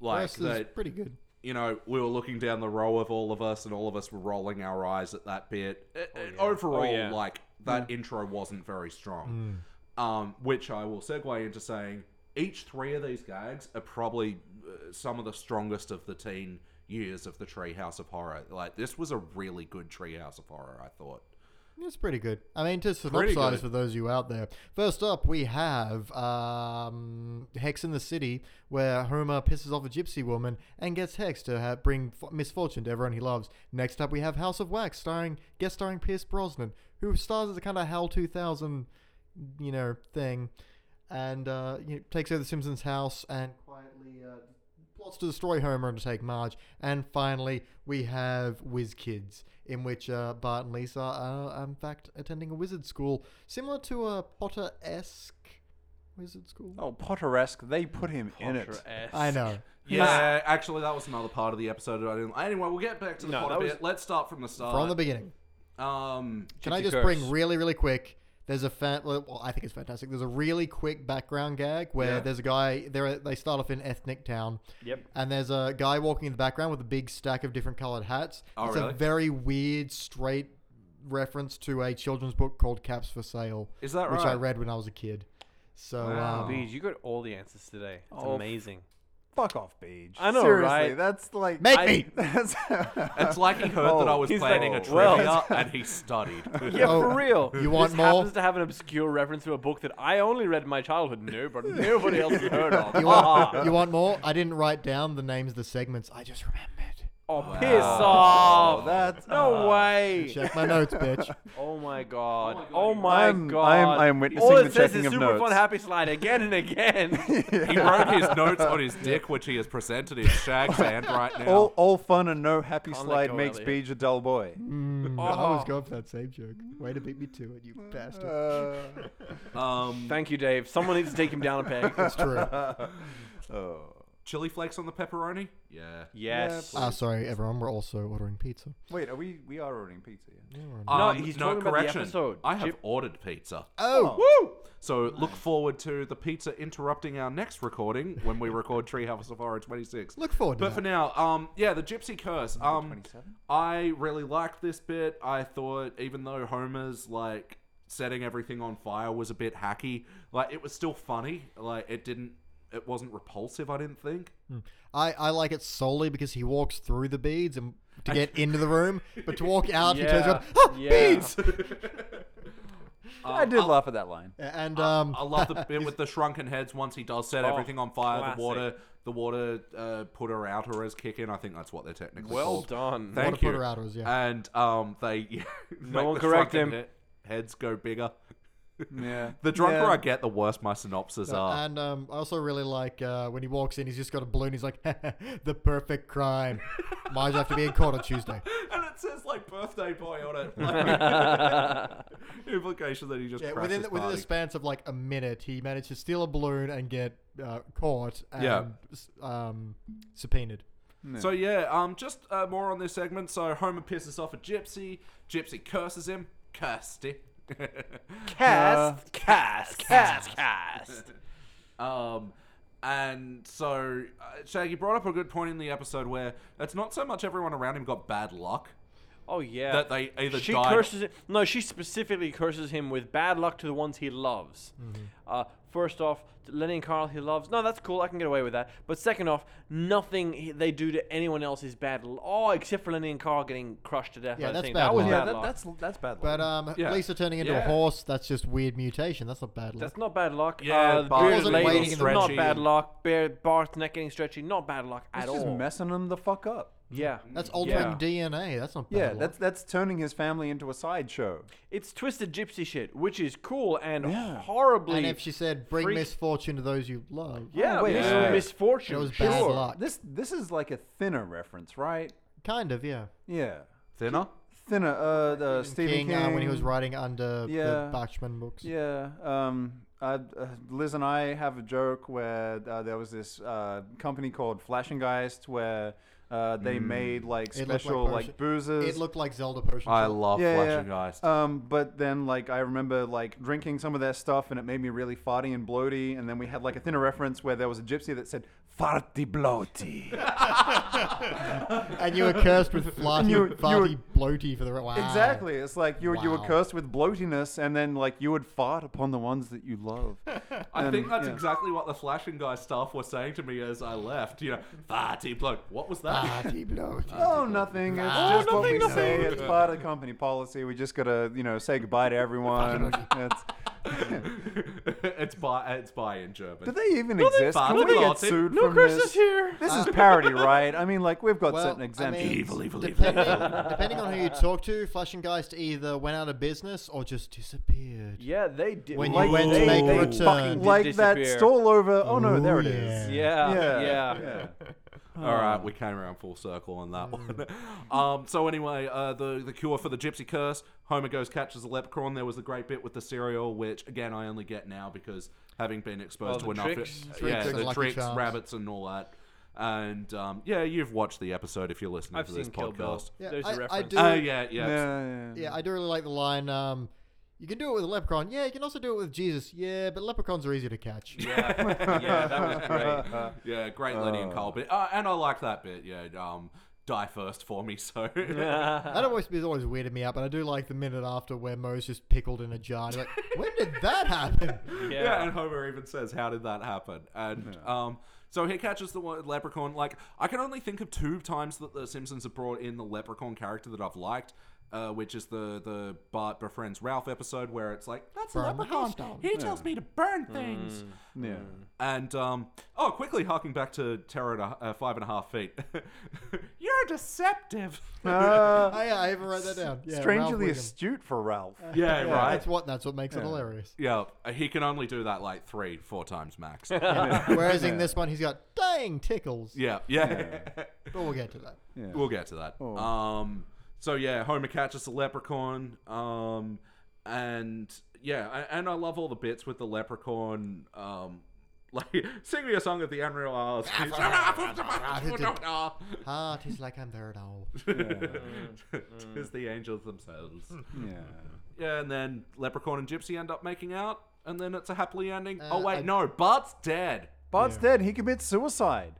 Like
This is
that,
pretty good.
you know, we were looking down the row of all of us, and all of us were rolling our eyes at that bit. Uh, uh, Overall,
Oh, yeah.
like that intro wasn't very strong.
Mm.
Um, which I will segue into saying each three of these gags are probably uh, some of the strongest of the teen years of the Treehouse of Horror. Like this was a really good Treehouse of Horror, I thought.
It's pretty good. I mean, to
Pretty
synopsize
good.
for those of you out there. First up, we have um, Hex in the City, where Homer pisses off a gypsy woman and gets Hex to have, bring f- misfortune to everyone he loves. Next up, we have House of Wax, starring guest starring Pierce Brosnan, who stars as a kind of HAL 2000, you know, thing. and uh, you know, takes over the Simpsons' house and quietly uh, plots to destroy Homer and to take Marge. And finally, we have Whiz Kids, in which uh, Bart and Lisa are, uh, in fact, attending a wizard school similar to a Potter esque wizard school.
Oh, Potteresque. They put him in it.
Potter-esque.
I know.
Yeah, actually, that was another part of the episode. I didn't. Anyway, we'll get back to the
No,
pot a
that was-
bit. Let's start from the start.
From the beginning.
um,
Can I
Gypsy
just bring
Curse.
really, really quick? There's a fan. Well, I think it's fantastic. There's a really quick background gag where
Yeah.
there's a guy. There they start off in ethnic town.
Yep.
And there's a guy walking in the background with a big stack of different colored hats.
Oh,
it's
really?
a very weird straight reference to a children's book called Caps for Sale,
is that right?
which I read when I was a kid. So
Wow.
um,
Beej, you got all the answers today. It's
Oh, f-
amazing.
Fuck off, Beej.
I know,
Seriously,
right?
That's like.
make
I-
me.
[LAUGHS] that's
It's like he heard that I was
Oh, He's
planning
like,
a
well-
trivia and he
[LAUGHS]
studied.
[LAUGHS] Yeah,
Oh,
for real.
you want
this
more?
happens to have an obscure reference to a book that I only read in my childhood. No, but nobody else has heard of.
[LAUGHS] You
Ah. [LAUGHS]
want, you want more? I didn't write down the names of the segments. I just remembered.
Oh, piss off.
That's.
Ah,
no way.
Check my notes,
[LAUGHS]
bitch.
Oh my god. Oh my
I'm-
god.
I'm- I'm witnessing
All
the
it says
checking
is
of
super fun
notes.
happy slide again and again.
He wrote his notes on his dick, which he has presented in Shag's hand right now.
All, all fun and no happy
Can't let
slide
go,
makes
Elliot.
Beej a dull boy.
Mm. Hmm, I
Oh.
was going for that same joke. Way to beat me to it, you
[LAUGHS]
bastard.
Uh,
[LAUGHS]
Um,
Oh. Thank you, Dave. Someone needs to take him down a peg.
That's true.
oh.
chili flakes on the pepperoni? Yeah.
Yes.
Ah, sorry, everyone. We're also ordering pizza.
Wait, are we we are ordering pizza? Yeah.
No,
Um,
he's talking about the episode.
I have
Chip-
ordered pizza.
Oh,
Woo!
So look forward to the pizza interrupting our next recording when we record Treehouse of Horror 26.
Look forward to
But
that.
for now, um, yeah, the Gypsy Curse. Um, I really liked this bit. I thought even though Homer's like setting everything on fire was a bit hacky, like it was still funny. Like it didn't, it wasn't repulsive. I didn't think.
I, I like it solely because he walks through the beads and to
[LAUGHS]
get into the room, but to walk out, he turns
Yeah.
around, ah,
Yeah.
beads!
I did
Uh,
laugh at that line.
And um,
I
[LAUGHS]
love the bit with the shrunken heads. Once he does set
Oh,
everything on fire,
classic.
the water, the water uh, putter outerers kick in. I think that's what they're technically
Well
called.
done.
Thank
Water
you.
putter outers, yeah.
And um, they [LAUGHS] make
one
the
correct
shrunken
him.
he- Heads go bigger.
Yeah.
The drunker
Yeah.
I get, the worse my synopses are.
and um, I also really like uh, when he walks in, he's just got a balloon. He's like, [LAUGHS] the perfect crime. Might have to be in court
[LAUGHS]
on Tuesday.
And it says like birthday boy on it. [LAUGHS] Like, implication that he just
Yeah,
crashed
within the,
his
within the
party.
span of like a minute, he managed to steal a balloon and get uh, caught and
Yeah.
s- um, subpoenaed.
So yeah, um, just uh, more on this segment. So Homer pisses off a gypsy. Gypsy curses him. [LAUGHS] Kirsty.
Cast, cast, cast, cast.
Um, and so uh, Shaggy brought up a good point in the episode where it's not so much everyone around him got bad luck.
Oh yeah.
That they either
she
died-
curses it. No, she specifically curses him with bad luck to the ones he loves. Uh, first off, to Lenny and Carl he loves. No, that's cool. I can get away with that. But second off, nothing he- they do to anyone else is bad. L- oh, except for Lenny and Carl getting crushed to death.
Yeah,
by the
that's
thing.
bad
That was
luck.
yeah,
bad
that,
luck.
that's that's bad.
But
line.
um,
Yeah.
Lisa turning into a
Yeah.
horse, that's just weird mutation. That's not bad luck.
That's not bad luck.
Yeah,
uh, the
Bart
bearded
wasn't
lady,
waiting in the
not
stretchy.
bad luck. Bear, Bart's neck getting stretchy, not bad luck at
He's just
all.
messing him the fuck up.
yeah,
That's altering
Yeah.
DNA. That's not bad.
Yeah,
luck.
that's that's turning his family into a sideshow.
it's twisted gypsy shit, which is cool and
Yeah.
horribly.
And if she said, "Bring
freak-
misfortune to those you love,"
yeah,
Oh, wait,
mis-
yeah.
misfortune.
it was
sure.
bad luck.
This this is like a thinner reference, right?
Kind of, yeah.
Yeah,
Thinner.
thinner. Uh, the Stephen
King,
King,
uh, when he was writing under
Yeah.
the Bachman books.
Yeah. Um, I, uh, Liz and I have a joke where uh, there was this uh, company called Flashengeist where uh, they made like
Hmm. It looked
special like,
potion-
boozes.
It looked like Zelda potion.
I
syrup.
love
yeah,
Oh, Flashing
yeah.
Geist.
Um, but then like I remember like drinking some of their stuff and it made me really farty and bloaty. And then we had like a thinner reference where there was a gypsy that said farty bloaty.
[LAUGHS] and you were cursed
[LAUGHS]
with flarty,
you- you
farty,
were-
bloaty for the re- wow.
Exactly. It's like you you were
Ah. Wow.
cursed with bloatiness, and then like you would fart upon the ones that you
[LAUGHS]
love.
I
And,
think that's
yeah.
exactly what the flashing guy staff were saying to me as I left. You know, fatty bloke. What was that?
Farty,
[LAUGHS]
bloaty.
Oh, nothing. It's
Ah.
just
Oh,
what we
nothing,
say. It's part of company policy. We just gotta, you know, say goodbye to everyone. It's-
[LAUGHS] it's by it's by in German.
Do they even exist?
fuck
Can we
with
get
Austin.
sued
No
from
curses
this?
here.
This is parody, right? I mean, like we've got
Well,
certain
I
exemptions.
mean,
Evil, evil, evil,
depending, depending on who you talk to, Flashengeist either went out of business or just disappeared.
Yeah, they did.
When you
like,
went to
they,
make a
they
return.
fucking did
like that
disappear.
stall over. Oh no,
Ooh,
there it
yeah.
is.
Yeah, yeah.
All
Oh.
right, we came around full circle on
Hmm.
that one. [LAUGHS] Um, so anyway, uh, the the cure for the gypsy curse. Homer goes catches a leprechaun. There was a great bit with the cereal, which again I only get now because having been
All
exposed
the
to enough,
tricks.
yeah,
Tricks and
the
Lucky
tricks,
Charms.
rabbits, and all that. And um, yeah, you've watched the episode if you're listening
I've
to this
seen Kill Bill.
podcast.
Yeah,
There's
I-
a
I
reference.
do-
Oh yeah, yeah. [LAUGHS]
Yeah, yeah.
Yeah, I do really like the line. Um, you can do it with a leprechaun. Yeah, you can also do it with Jesus. Yeah, but leprechauns are easier to catch.
[LAUGHS] yeah, yeah, that was great.
[LAUGHS]
Yeah, great Lenny and Cole bit. Uh, and I like that bit. Yeah, um, die first for me. So
That always has always weirded me out, but I do like the minute after where Moe's just pickled in a jar. and you're
[LAUGHS]
Like, when did that happen? [LAUGHS]
yeah. and Homer even says, "How did that happen?" And um, so he catches the one- leprechaun. Like I can only think of two times that the Simpsons have brought in the leprechaun character that I've liked. Uh, which is the the Bart befriends Ralph episode where it's like that's a
Burn the house
leprechaun.
down." Mm.
He tells me to burn things.
yeah.
And um, oh, quickly harking back to Terror at a- uh, five and a half feet. [LAUGHS] You're
[LAUGHS]
deceptive.
Uh,
Oh, yeah, I even wrote that down. Yeah, Ralph
strangely
Wiggum. Uh.
astute for Ralph.
yeah,
Yeah,
right.
That's what that's what makes it
[LAUGHS]
hilarious.
Yeah, he can only do that like three, four times
[LAUGHS]
max.
Whereas in this one, he's got dang tickles.
yeah, yeah.
But we'll get to that.
we'll get to that.
Oh.
Um, so yeah, Homer catches the leprechaun. Um, and yeah, a- and I love all the bits with the leprechaun. Um, [LAUGHS] like sing me a song of the Unreal Isles.
[LAUGHS]
[LAUGHS]
Heart is like I'm there now.
Tis the angels themselves.
yeah.
Yeah, and then leprechaun and gypsy end up making out, and then it's a happily ending. oh
Uh,
wait,
I-
no, Bart's dead.
Bart's dead. He commits suicide,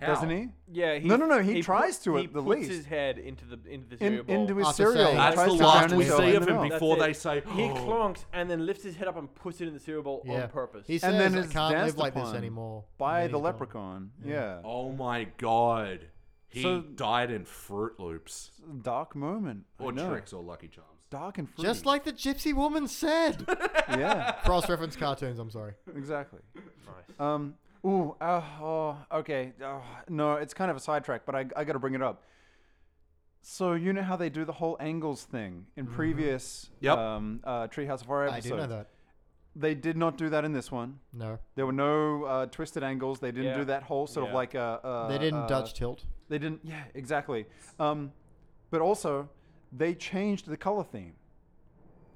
How?
doesn't he?
Yeah, he,
No, no, no, he tries
put-
to
he
at the
puts
least.
his head into the into the
In,
cereal bowl.
into his
After
cereal.
saying-
He
That's
tries
the
to
last
drown
we
himself
see
in
of
the
him
milk.
before
Oh, That's
they
it.
say,
he
"Oh."
clunks and then lifts his head up and puts it in the cereal bowl [LAUGHS]
Yeah.
on purpose.
He says
And then
I
it's
can't live
danced
like this
upon
anymore.
by
Yeah,
the
he's gone.
leprechaun. Yeah.
Oh my god. He
So-
died in Fruit Loops.
Dark moment. I
Or
know.
tricks or Lucky Charms.
Dark and fruity.
Just like the gypsy woman said.
[LAUGHS] yeah.
Cross-reference cartoons. I'm sorry.
[LAUGHS] Exactly. Um. Ooh. Uh, oh. Okay. Oh, no, it's kind of a sidetrack, but I I got to bring it up. So you know how they do the whole angles thing in previous
Yep.
um, uh, Treehouse of Horror
Mm-hmm. I
episodes.
do know that.
They did not do that in this one.
No,
There were no uh, twisted angles. They didn't do
Yeah.
that whole sort
Yeah.
of like a. Uh,
they didn't
uh,
Dutch tilt.
They didn't. Yeah, exactly. Um, but also, they changed the color theme.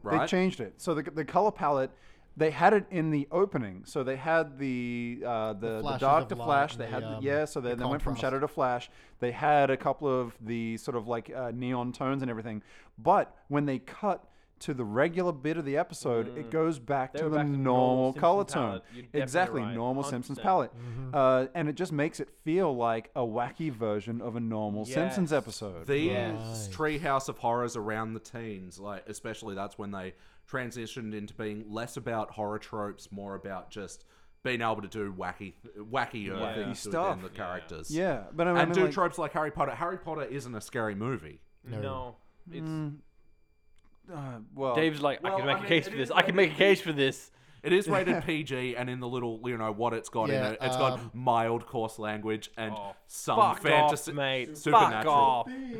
Right?
They changed it. So the, the color palette, they had it in the opening. So they had the uh, the, the,
flashes
dark
of
to
light
flash.
and
They
the,
had
um,
the, yeah. So
the
they, they went from
contrast.
shadow to flash. They had a couple of the sort of like uh, neon tones and everything. But when they cut to the regular bit of the episode, it goes back
They
to
were
the
back to the normal
normal
Simpsons
color tone.
palette. You're definitely
Exactly,
right.
normal Simpsons
100%.
palette, uh, and it just makes it feel like a wacky version of a normal Simpsons
Yes.
episode.
These
Right.
Treehouse of Horrors around the teens, like especially that's when they transitioned into being less about horror tropes, more about just being able to do wacky, wacky
Wacky
things
stuff.
within the characters.
yeah, but I mean,
and do
like,
tropes like Harry Potter. Harry Potter isn't a scary movie.
No.
no, it's
Mm.
uh, well,
Dave's like, I
Well,
can make
I
a
mean,
case
it
for
is
this. I can make a case for this.
It is rated
[LAUGHS]
PG, and in the little, you know, what it's got
Yeah,
in it, it's
um,
got mild, coarse language and
Oh,
some
Fuck
fantasy,
off, mate.
supernatural,
Fuck
[LAUGHS]
off.
and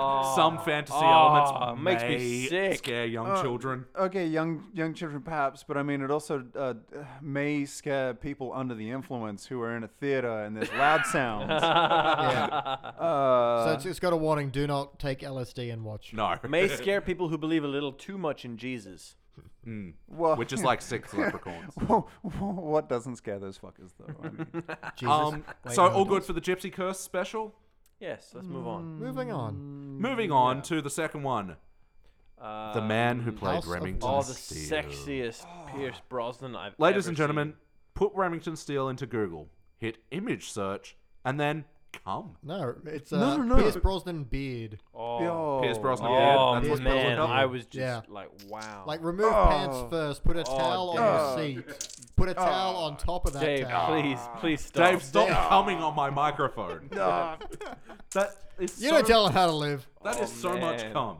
Oh.
some fantasy
Oh,
elements
makes me
may
sick.
scare young
Uh,
children.
okay, young young children perhaps, but I mean, it also uh, may scare people under the influence who are in a theater and there's loud
[LAUGHS]
sounds.
[LAUGHS]
Yeah. so
uh,
it's, it's got a warning: do not take LSD and watch.
[LAUGHS]
No,
May scare people who believe a little too much in Jesus.
well, [LAUGHS]
which is like six leprechauns.
[LAUGHS]
what doesn't scare those fuckers though?
[LAUGHS]
I mean,
Jesus.
Um,
Wait,
so
no,
all
don't.
good for the Gypsy Curse special.
Yes, let's move on.
Moving on.
Moving
Mm,
on to the second one,
Uh,
the man who played
House of
Remington
Oh,
All
the
Steele.
sexiest Pierce Brosnan I've
Oh. Ladies
ever
and gentlemen, put Remington Steele into Google, hit image search, and then
[LAUGHS]
come.
Oh,
No, it's uh,
No, no, no.
Pierce Brosnan beard.
seen. Oh,
yo.
Pierce Brosnan.
oh,
that's what's
man.
called.
I was just
Yeah.
like, wow.
Like remove
Oh.
pants first. Put a towel on the seat. Put a towel on top of that
Dave,
towel.
please, please stop.
Dave, stop coming on my
[LAUGHS]
microphone.
Ah,
That is
You
so,
don't tell him how to live.
[SIGHS]
that is so much
Oh, man.
cum.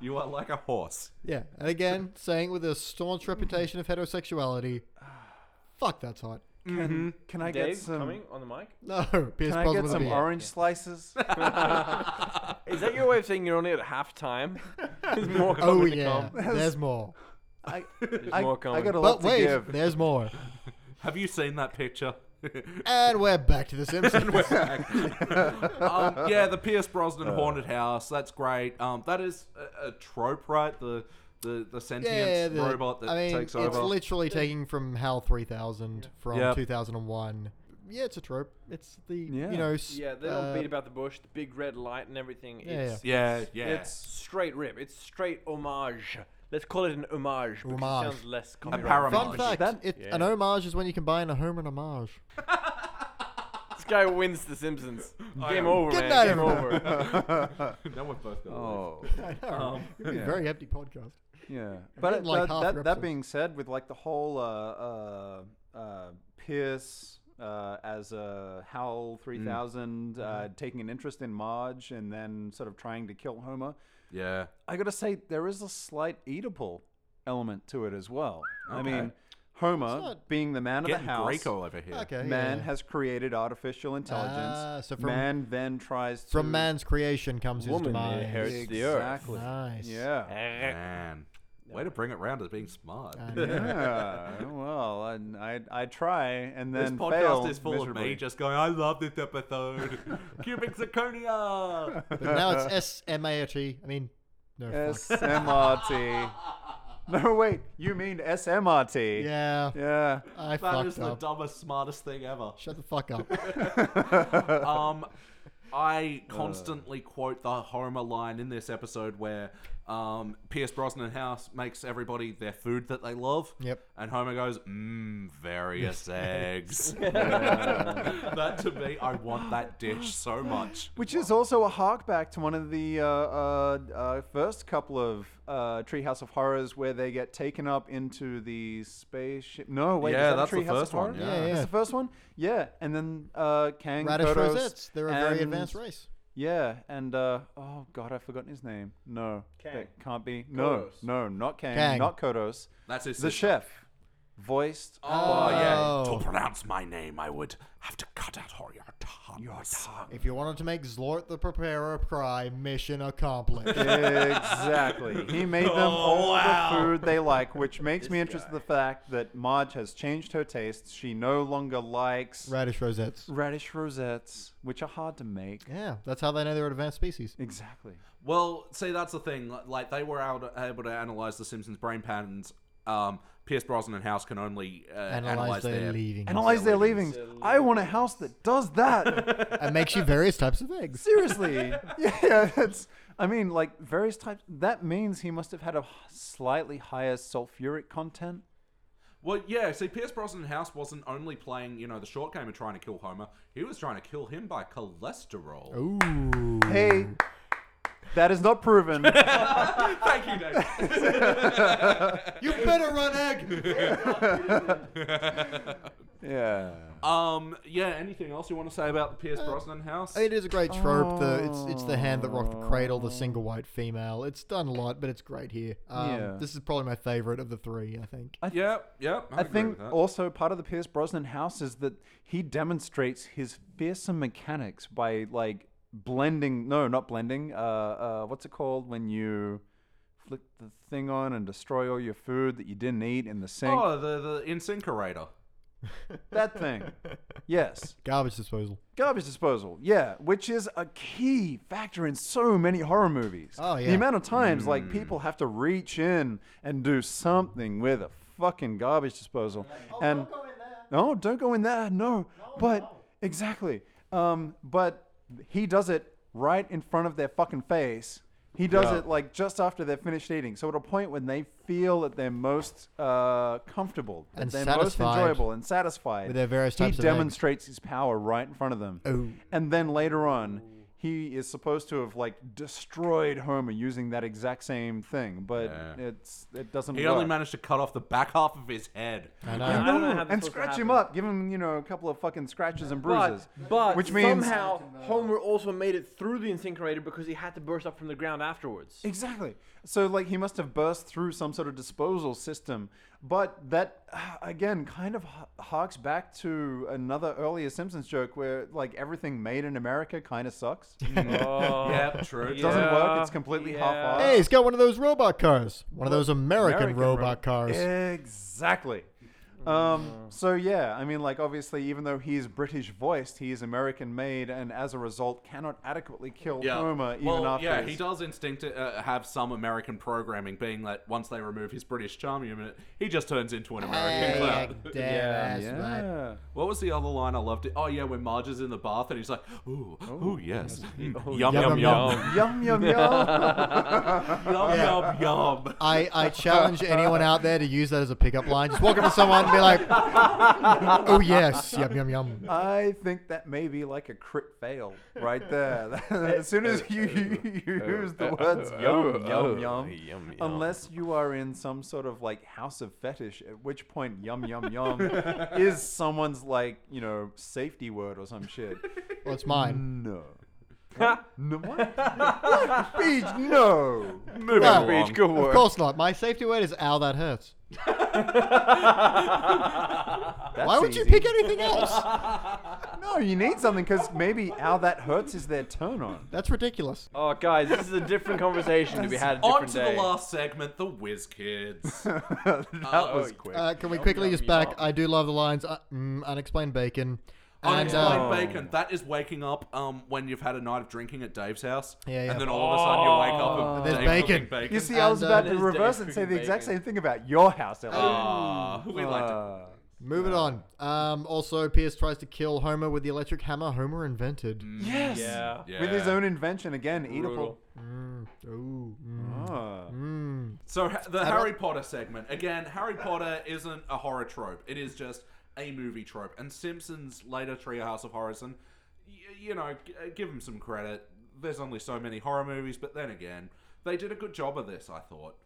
You are like a horse.
Yeah, and again, saying with a staunch reputation of heterosexuality, fuck, that's hot.
Can, can I
Mm-hmm. Dave
get some?
coming on the mic?
No, [LAUGHS] Pierce
Can I
Brosnan
get
with a
some
beard.
[LAUGHS]
orange slices?
Is that your way of saying you're only at
[LAUGHS]
halftime? There's more
Oh
coming to
yeah,
come.
there's
[LAUGHS]
more.
I,
I-
I,
more I coming.
got
got a
But
a lot to
wait,
give.
there's more.
Have you seen that picture? [LAUGHS]
And we're back to the Simpsons.
um, yeah, the Pierce
[LAUGHS]
Brosnan haunted house. That's great. Um, that is a, a trope, right? The the the sentient
yeah, the,
robot that
I mean,
takes
it's
over.
literally taking from HAL 3000 from
Yep.
2001. Yeah, it's a trope. It's the
Yeah.
you know s-
Yeah, the
uh,
little beat about the bush, the big red light and everything.
Yeah,
it's,
yeah, yeah.
It's straight rip. It's straight homage. Let's call it an homage because
Homage.
it sounds less
param-
copyright.
Fun
homage.
fact:
That-
it, an homage is when you combine a home and homage. [LAUGHS]
this guy wins The [LAUGHS] Simpsons. Game
am-
over, man.
Good night,
Game
everyone.
over.
[LAUGHS]
[LAUGHS]
now we've both got.
[LAUGHS] oh,
I know. It'd be a
yeah.
very empty podcast.
yeah. But
didn't like
that-
half
that,
your
that,
episode.
being said, with like the whole uh, uh, uh, Pierce uh, as a
Mm.
Hal 3000
Mm-hmm.
uh, taking an interest in Marge and then sort of trying to kill Homer,
Yeah.
I gotta say there is a slight eatable element to it as well. I
Okay.
mean, Homer
not-
being the man of the
Getting
house.
Greco over here.
Okay,
Man
yeah.
has created artificial intelligence.
Ah, so from-
man then tries to
from man's creation comes his
Woman
demise.
inherits-
exactly.
the earth.
Nice.
Yeah.
Man, way to bring it round to being smart. [LAUGHS]
I know.
[LAUGHS] yeah. Well, I, I I try and
This
then
podcast
fail
is full of
miserably.
me just going, I love this episode.
[LAUGHS]
Cubic
[LAUGHS]
zirconia.
But now it's S M A H E. I mean, no fuck.
[LAUGHS]
SMRT. No, wait. You mean SMRT?
Yeah,
Yeah.
I
That
fucked
is the
up.
dumbest, smartest thing ever.
Shut the fuck up.
Um, I constantly quote the Homer line in this episode where um, Pierce Brosnan House makes everybody their food that they love.
Yep.
And Homer goes, mmm, various eggs. [LAUGHS] that to me, I want that dish so much.
Which is also a hark back to one of the uh, uh, uh, first couple of uh, Treehouse of Horrors where they get taken up into the spaceship. No, wait,
Yeah,
is that
that's
a
the
Treehouse of
first one,
Horrors?
yeah.
Yeah, yeah.
That's the first one. Yeah, and then uh, Kang,
Radish
Kodos,
rosettes. They're a very
and-
advanced race.
Yeah, and uh, oh god, I've forgotten his name. No,
Kang.
that can't be. No,
Kodos.
no, not Kang,
Kang.
not Kodos.
That's his
the
sister.
chef, voiced.
[LAUGHS] Oh, yeah.
Oh.
To pronounce my name, I would have to cut out all your tongues. Your tongue.
If you wanted to make Zlort the Preparer cry, mission accomplished.
exactly. He made them all
wow.
the food they like, which makes me interested in the fact that Marge has changed her tastes. She no longer likes
Radish rosettes.
radish rosettes, which are hard to make.
Yeah, that's how they know they're advanced species.
Exactly.
Well, see, that's the thing. li- Like, they were out, able to analyze the Simpsons' brain patterns. Um, Pierce Brosnan and House can only uh,
Analyze, their, leavings.
Analyze their leavings. I want a house that does that.
and makes you various types of
[LAUGHS]
eggs.
Seriously. Yeah, it's. I mean, like various types. That means he must have had a h- slightly higher sulfuric content.
Well, yeah. See, Pierce Brosnan and House wasn't only playing, you know, the short game of trying to kill Homer. He was trying to kill him by cholesterol.
Ooh.
Hey, that is not
[LAUGHS]
proven.
Thank you, Dave.
You better run egg!
yeah.
Oh.
um, yeah. Anything else you want to say about the Pierce Brosnan House?
[LAUGHS] It is a great trope. The it's it's the hand that rocked the cradle, the single white female. It's done a lot, but it's great here. Um,
Yeah.
This is probably my favorite of the three, I think.
Yep, yep. I,
I
agree
think
with that.
also part of the Pierce Brosnan house is that he demonstrates his fearsome mechanics by like blending. No, not blending. Uh, uh, what's it called when you flick the thing on and destroy all your food that you didn't eat in the sink?
Oh, the the incinerator. [LAUGHS]
That thing. yes,
Garbage disposal.
garbage disposal. Yeah, which is a key factor in so many horror movies.
Oh, yeah.
the amount of times like people have to reach in and do something with a fucking garbage disposal.
oh,
and No, don't go in there. No. but exactly. Um, but he does it right in front of their fucking face. He does
Yeah.
it like just after they're finished eating. So at a point when they feel that they're most uh, comfortable, that
And
they're
satisfied
most enjoyable and satisfied,
with their various types
he
of
demonstrates his power right in front of them.
Oh.
And then later on, he is supposed to have like destroyed Homer using that exact same thing, but
Yeah.
it's it doesn't.
He
work.
only managed to cut off the back half of his head.
I
I
know.
don't know how this
and
supposed to
scratch him
happen.
up, give him you know a couple of fucking scratches and bruises,
But, but
which means
somehow Homer also made it through the incinerator because he had to burst up from the ground [LAUGHS] afterwards.
Exactly. So like he must have burst through some sort of disposal system, but that [SIGHS] ah, again kind of h- harks back to another earlier Simpsons joke where like everything made in America kind of sucks.
Oh,
Yeah, true.
It doesn't work.
Yeah,
It's completely
yeah.
half-assed.
Hey, he's got one of those robot cars. One of those American,
American
robot
robot.
cars.
Exactly. Um, so yeah, I mean, like obviously, even though he's British voiced, he is American made, and as a result, cannot adequately kill Homer even
well,
after.
yeah,
his-
he does instinct to uh, have some American programming, being that once they remove his British charm unit, he just turns into an American clown. [LAUGHS]
[LAUGHS] damn,
Yeah,
that's right.
yeah.
What was the other line I loved? It. Oh yeah, when Marge is in the bath and he's like, "Ooh, ooh, yes, Mm, yum yum yum
yum,
yum
Yum
[LAUGHS]
yum yum.
yum yum."
I, I challenge anyone out there to use that as a pickup line. Just walk up to someone and be like, "Oh yes, yum yum yum."
I think that may be like a crit fail right there. [LAUGHS] as soon as you,
Oh,
you [LAUGHS] use the words yum yum yum,
yum, yum.
unless you are in some sort of like house of fetish, at which point yum
[LAUGHS]
yum yum is someone's like you know safety word or some shit.
Well, it's mine.
No. No, what? What? Beach, no.
Moving
Well,
along.
good
Of course not. My safety word is "ow, that hurts."
That's
Why would you
easy.
pick anything else?
No, you need something because maybe how that hurts is their turn on. [LAUGHS]
That's ridiculous.
Oh, guys, this is a different conversation to be had a different
On to
day.
the last segment, the Whiz Kids.
that was quick.
Uh, can we quickly
yum,
just back?
yum.
I do love the lines. Uh, mm, unexplained bacon. And,
Unexplained
uh,
bacon. That is waking up um, when you've had a night of drinking at Dave's house,
Yeah, yeah.
and then all of a sudden you wake up
Oh.
and
There's
Dave cooking
bacon.
bacon.
you see, I was
and, uh,
about to
This
reverse
day's
and say the
cooking
exact
bacon.
same thing about your house, Elliot.
Ah, we like to
Uh,
Moving on. Um, also, Pierce tries to kill Homer with the electric hammer Homer invented.
yes.
Yeah.
With his
Yeah.
own invention again,
Brutal.
Ooh, mm.
eatable. Ah.
So ha- the Harry Potter segment again. Harry Potter isn't a horror trope. It is just a movie trope. And Simpsons later Treehouse of Horrors, and y- you know, g- uh, give them some credit. There's only so many horror movies, but then again, they did a good job of this. I thought.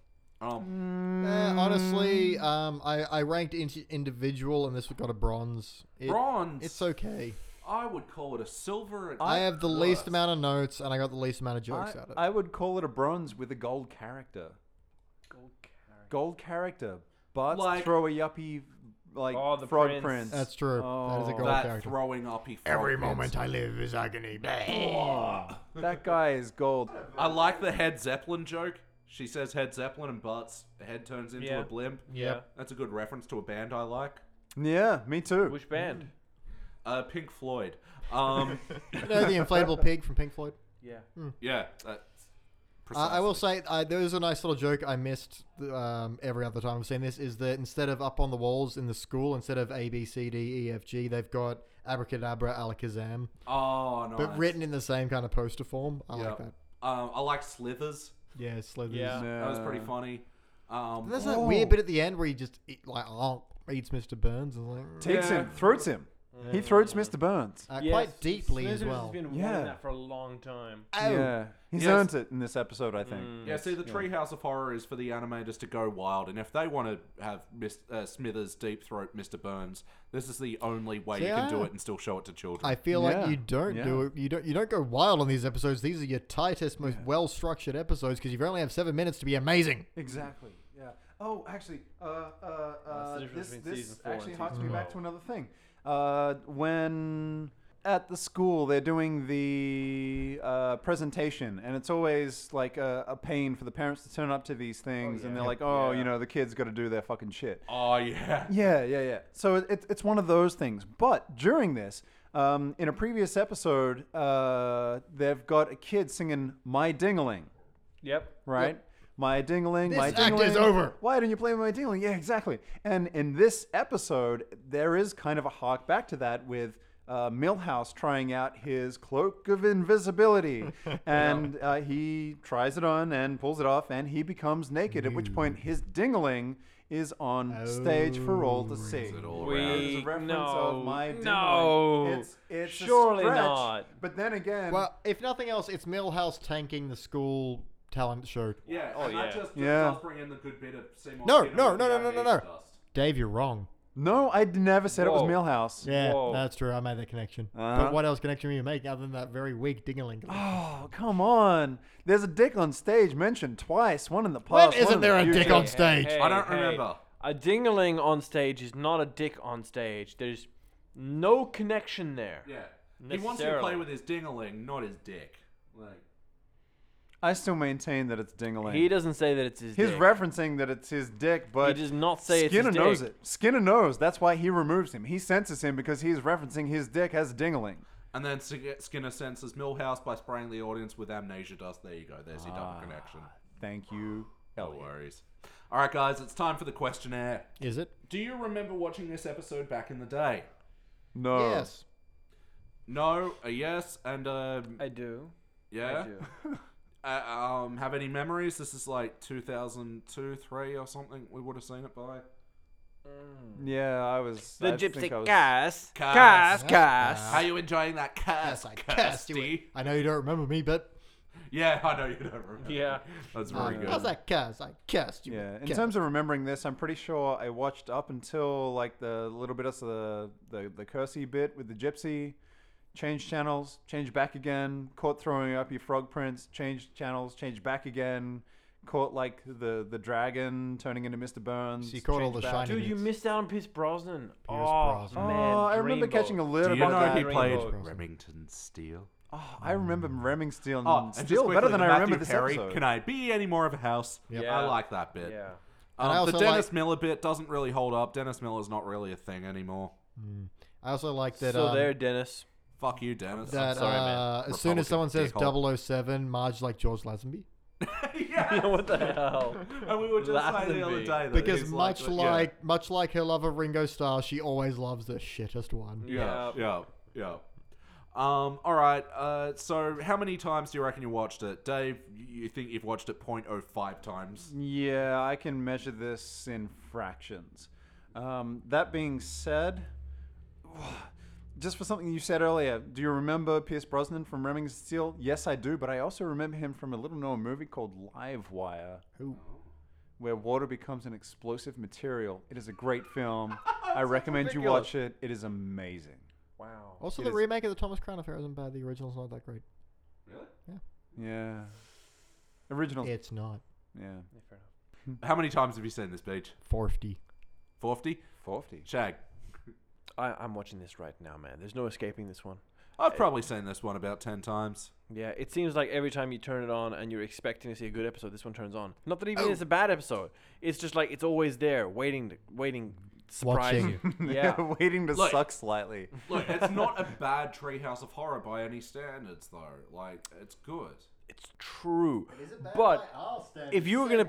Um,
Eh, honestly, um, I, I ranked in- individual, and this got a bronze. It-
Bronze.
It's okay.
I would call it a silver. and-
I have the least amount of notes, and I got the least amount of jokes out of it.
I, I would call it a bronze with a gold character. Gold character. But
Like-
throw a yuppie like
Oh, the
frog prince.
prince.
That's true. that is a
Oh.
gold
that
character.
throwing up. He
I live is agony.
that guy is gold.
I like the head Zeppelin joke. She says head Zeppelin and Bart's head turns into
Yeah.
a blimp.
Yep.
That's a good reference to a band I like.
Yeah, me too.
Which band?
Uh, Pink Floyd.
[LAUGHS]
Um,
You know the inflatable pig from Pink Floyd?
Yeah.
yeah, that's
Uh,
precisely.
I will say I, there was a nice little joke I missed um, every other time I've seen this is that instead of up on the walls in the school, instead of A B C D E F G, they've got abracadabra alakazam,
Oh no.
but written in the same kind of poster form. I like that.
Um, I like Slithers.
Yeah, slithers.
Yeah.
That was pretty
Yeah.
funny. Um,
There's that weird
Oh.
bit at the end where he just eat, like oh, eats Mr. Burns and like
Takes him, throats him. He throats Mr. Burns.
uh, quite deeply as well.
Been
Yeah.
wanting that for a long time.
Yeah. He's
Yes.
earned it in this episode, I think.
Mm.
yeah, see, the Treehouse of Horror is for the animators to go wild, and if they want to have Miss, uh, Smithers deep throat Mr. Burns, this is the only way you can do
Yeah.
it and still show it to children.
I feel
Yeah.
like you don't do
Yeah.
it. You don't. You don't go wild on these episodes. These are your tightest, most well-structured episodes because you only have seven minutes to be amazing.
Exactly. Yeah. Oh, actually, uh, uh,
the
uh,
difference
this,
between season
this
four and
actually
season
harks me back
12.
to another thing. Uh, when at the school they're doing the uh, presentation, and it's always like a, a pain for the parents to turn up to these things, and they're like, "Oh, you know, the kids got to do their fucking shit."
oh yeah.
Yeah, yeah, yeah. So it, it, it's one of those things. But during this, um, in a previous episode, uh, they've got a kid singing "My Dingaling."
Yep.
right? My dingling, my
This act
dingling.
is over.
Why didn't you play my dingling? Yeah, exactly. And in this episode, there is kind of a hark back to that with uh, Milhouse trying out his cloak of
[LAUGHS]
invisibility, and uh, he tries it on and pulls it off, and he becomes naked. At which point, his dingaling is on
Oh,
stage for all to see.
it all
That
around.
is
We-
a reference
no,
of my dingaling.
no.
it's, it's a
Surely
stretch,
not.
But then again,
Well, if nothing else, it's Millhouse tanking the school talent show.
Yeah,
Oh,
and
yeah.
that just
Yeah.
does bring in the good bit of Seymour
No,
Skinner
no,
with the
no, no, no, no,
amnesia
no.
dust.
Dave, you're wrong.
no, I d- never said it
Whoa.
was Milhouse.
Yeah,
Whoa.
that's true. I made that connection.
Uh-huh.
But what else connection were you making other than that very weak dingaling?
Oh, come on. There's a dick on stage mentioned twice, one in the
When
past. one
isn't
in the
there a dick
future.
on stage?
I don't remember.
A dingaling on stage is not a dick on stage. There's no connection there.
Yeah. He wants you to play
Necessarily.
with his dingaling, not his dick. Like,
I still maintain that it's Dingaling.
He doesn't say that it's his.
He's
dick.
referencing that it's his dick, but
does not say it's his
Skinner knows
dick.
it. Skinner knows. That's why he removes him. He censors him because he's referencing his dick as Dingaling.
and then Sig- Skinner senses Millhouse by spraying the audience with amnesia dust. There you go. There's your double connection.
Thank you.
No worries. All right, guys, it's time for the questionnaire.
Is it?
Do you remember watching this episode back in the day?
No.
Yes.
No, a yes, and a
I do.
yeah.
I do.
[LAUGHS] Uh, um, have any memories? This is like 2002, 3 or something. We would have seen it by.
Yeah, I was.
The
I think
gypsy
I was-
cast.
Cast.
Cast. Cast.
How you enjoying that cast? Kirsty?
I know you don't remember me, but
Yeah, I know you don't remember.
Yeah.
That's very good.
how's that cast? I cast you.
Yeah. In
cuss.
terms of remembering this, I'm pretty sure I watched up until like the little bit of the the, the cursey bit with the gypsy, changed channels, changed back again, caught throwing up your frog prints, changed channels, changed back again, caught like the the dragon turning into Mr. Burns.
So you caught all
changed
the
back.
shiny
Dude, you
bits.
missed out on Pierce Brosnan. oh,
Brosnan.
man.
Oh, I remember
Dreamboat.
catching a
Do
little
you
bit
know
of
he
that.
played
Rainbow.
Remington Steele?
Oh, I remember Remington Steel
Mm,
and
Oh, and
Steel
just
better
quickly,
than
the
I remember
Matthew
this
Perry,
episode.
Can I be any more of a house?
Yep.
I
Yeah.
like that bit.
Yeah.
And I
Um, the
also
Dennis
like-
Miller bit doesn't really hold up. Dennis Miller's not really a thing anymore.
I also like that.
so
um,
there, [LAUGHS] Dennis.
Fuck you, Dennis. I'm
that
sorry, man.
uh, as soon as someone says
Republican
007, Marge like George Lazenby.
dickhole. [LAUGHS] yeah.
what [LAUGHS] the hell?
And we were just saying the other
Lazenby.
day that
Because
he's
much
yeah.
like, much like her lover Ringo Starr, she always loves the shittest one.
yeah, yeah, yeah. Um, all right. Uh, so how many times do you reckon you watched it, Dave? You you think you've watched it 0.05 times?
Yeah, I can measure this in fractions. Um, that being said, [SIGHS] just for something you said earlier, do you remember Pierce Brosnan from Remington Steel? Yes, I do, but I also remember him from a little known movie called Live Wire,
Ooh.
where water becomes an explosive material. It is a great [LAUGHS] film. I recommend you watch it. It is amazing.
Wow.
Also,
It
the
is-
remake of the Thomas Crown Affair isn't bad. The original's not that great.
Really?
Yeah. Original.
It's not.
yeah.
How many times have you seen this beach?
40.
50?
[LAUGHS] 40.
Shag.
I, I'm watching this right now, man. There's no escaping this one.
I've probably seen this one about 10 times.
Yeah, it seems like every time you turn it on and you're expecting to see a good episode, this one turns on. Not that even it's a bad episode. It's just like it's always there, waiting, to, waiting, to surprise
Watching.
[LAUGHS]
you. Yeah.
Waiting to
Look.
suck slightly.
Look, it's not [LAUGHS] a bad Treehouse of Horror by any standards, though. Like, it's good.
It's true. but if you were gonna-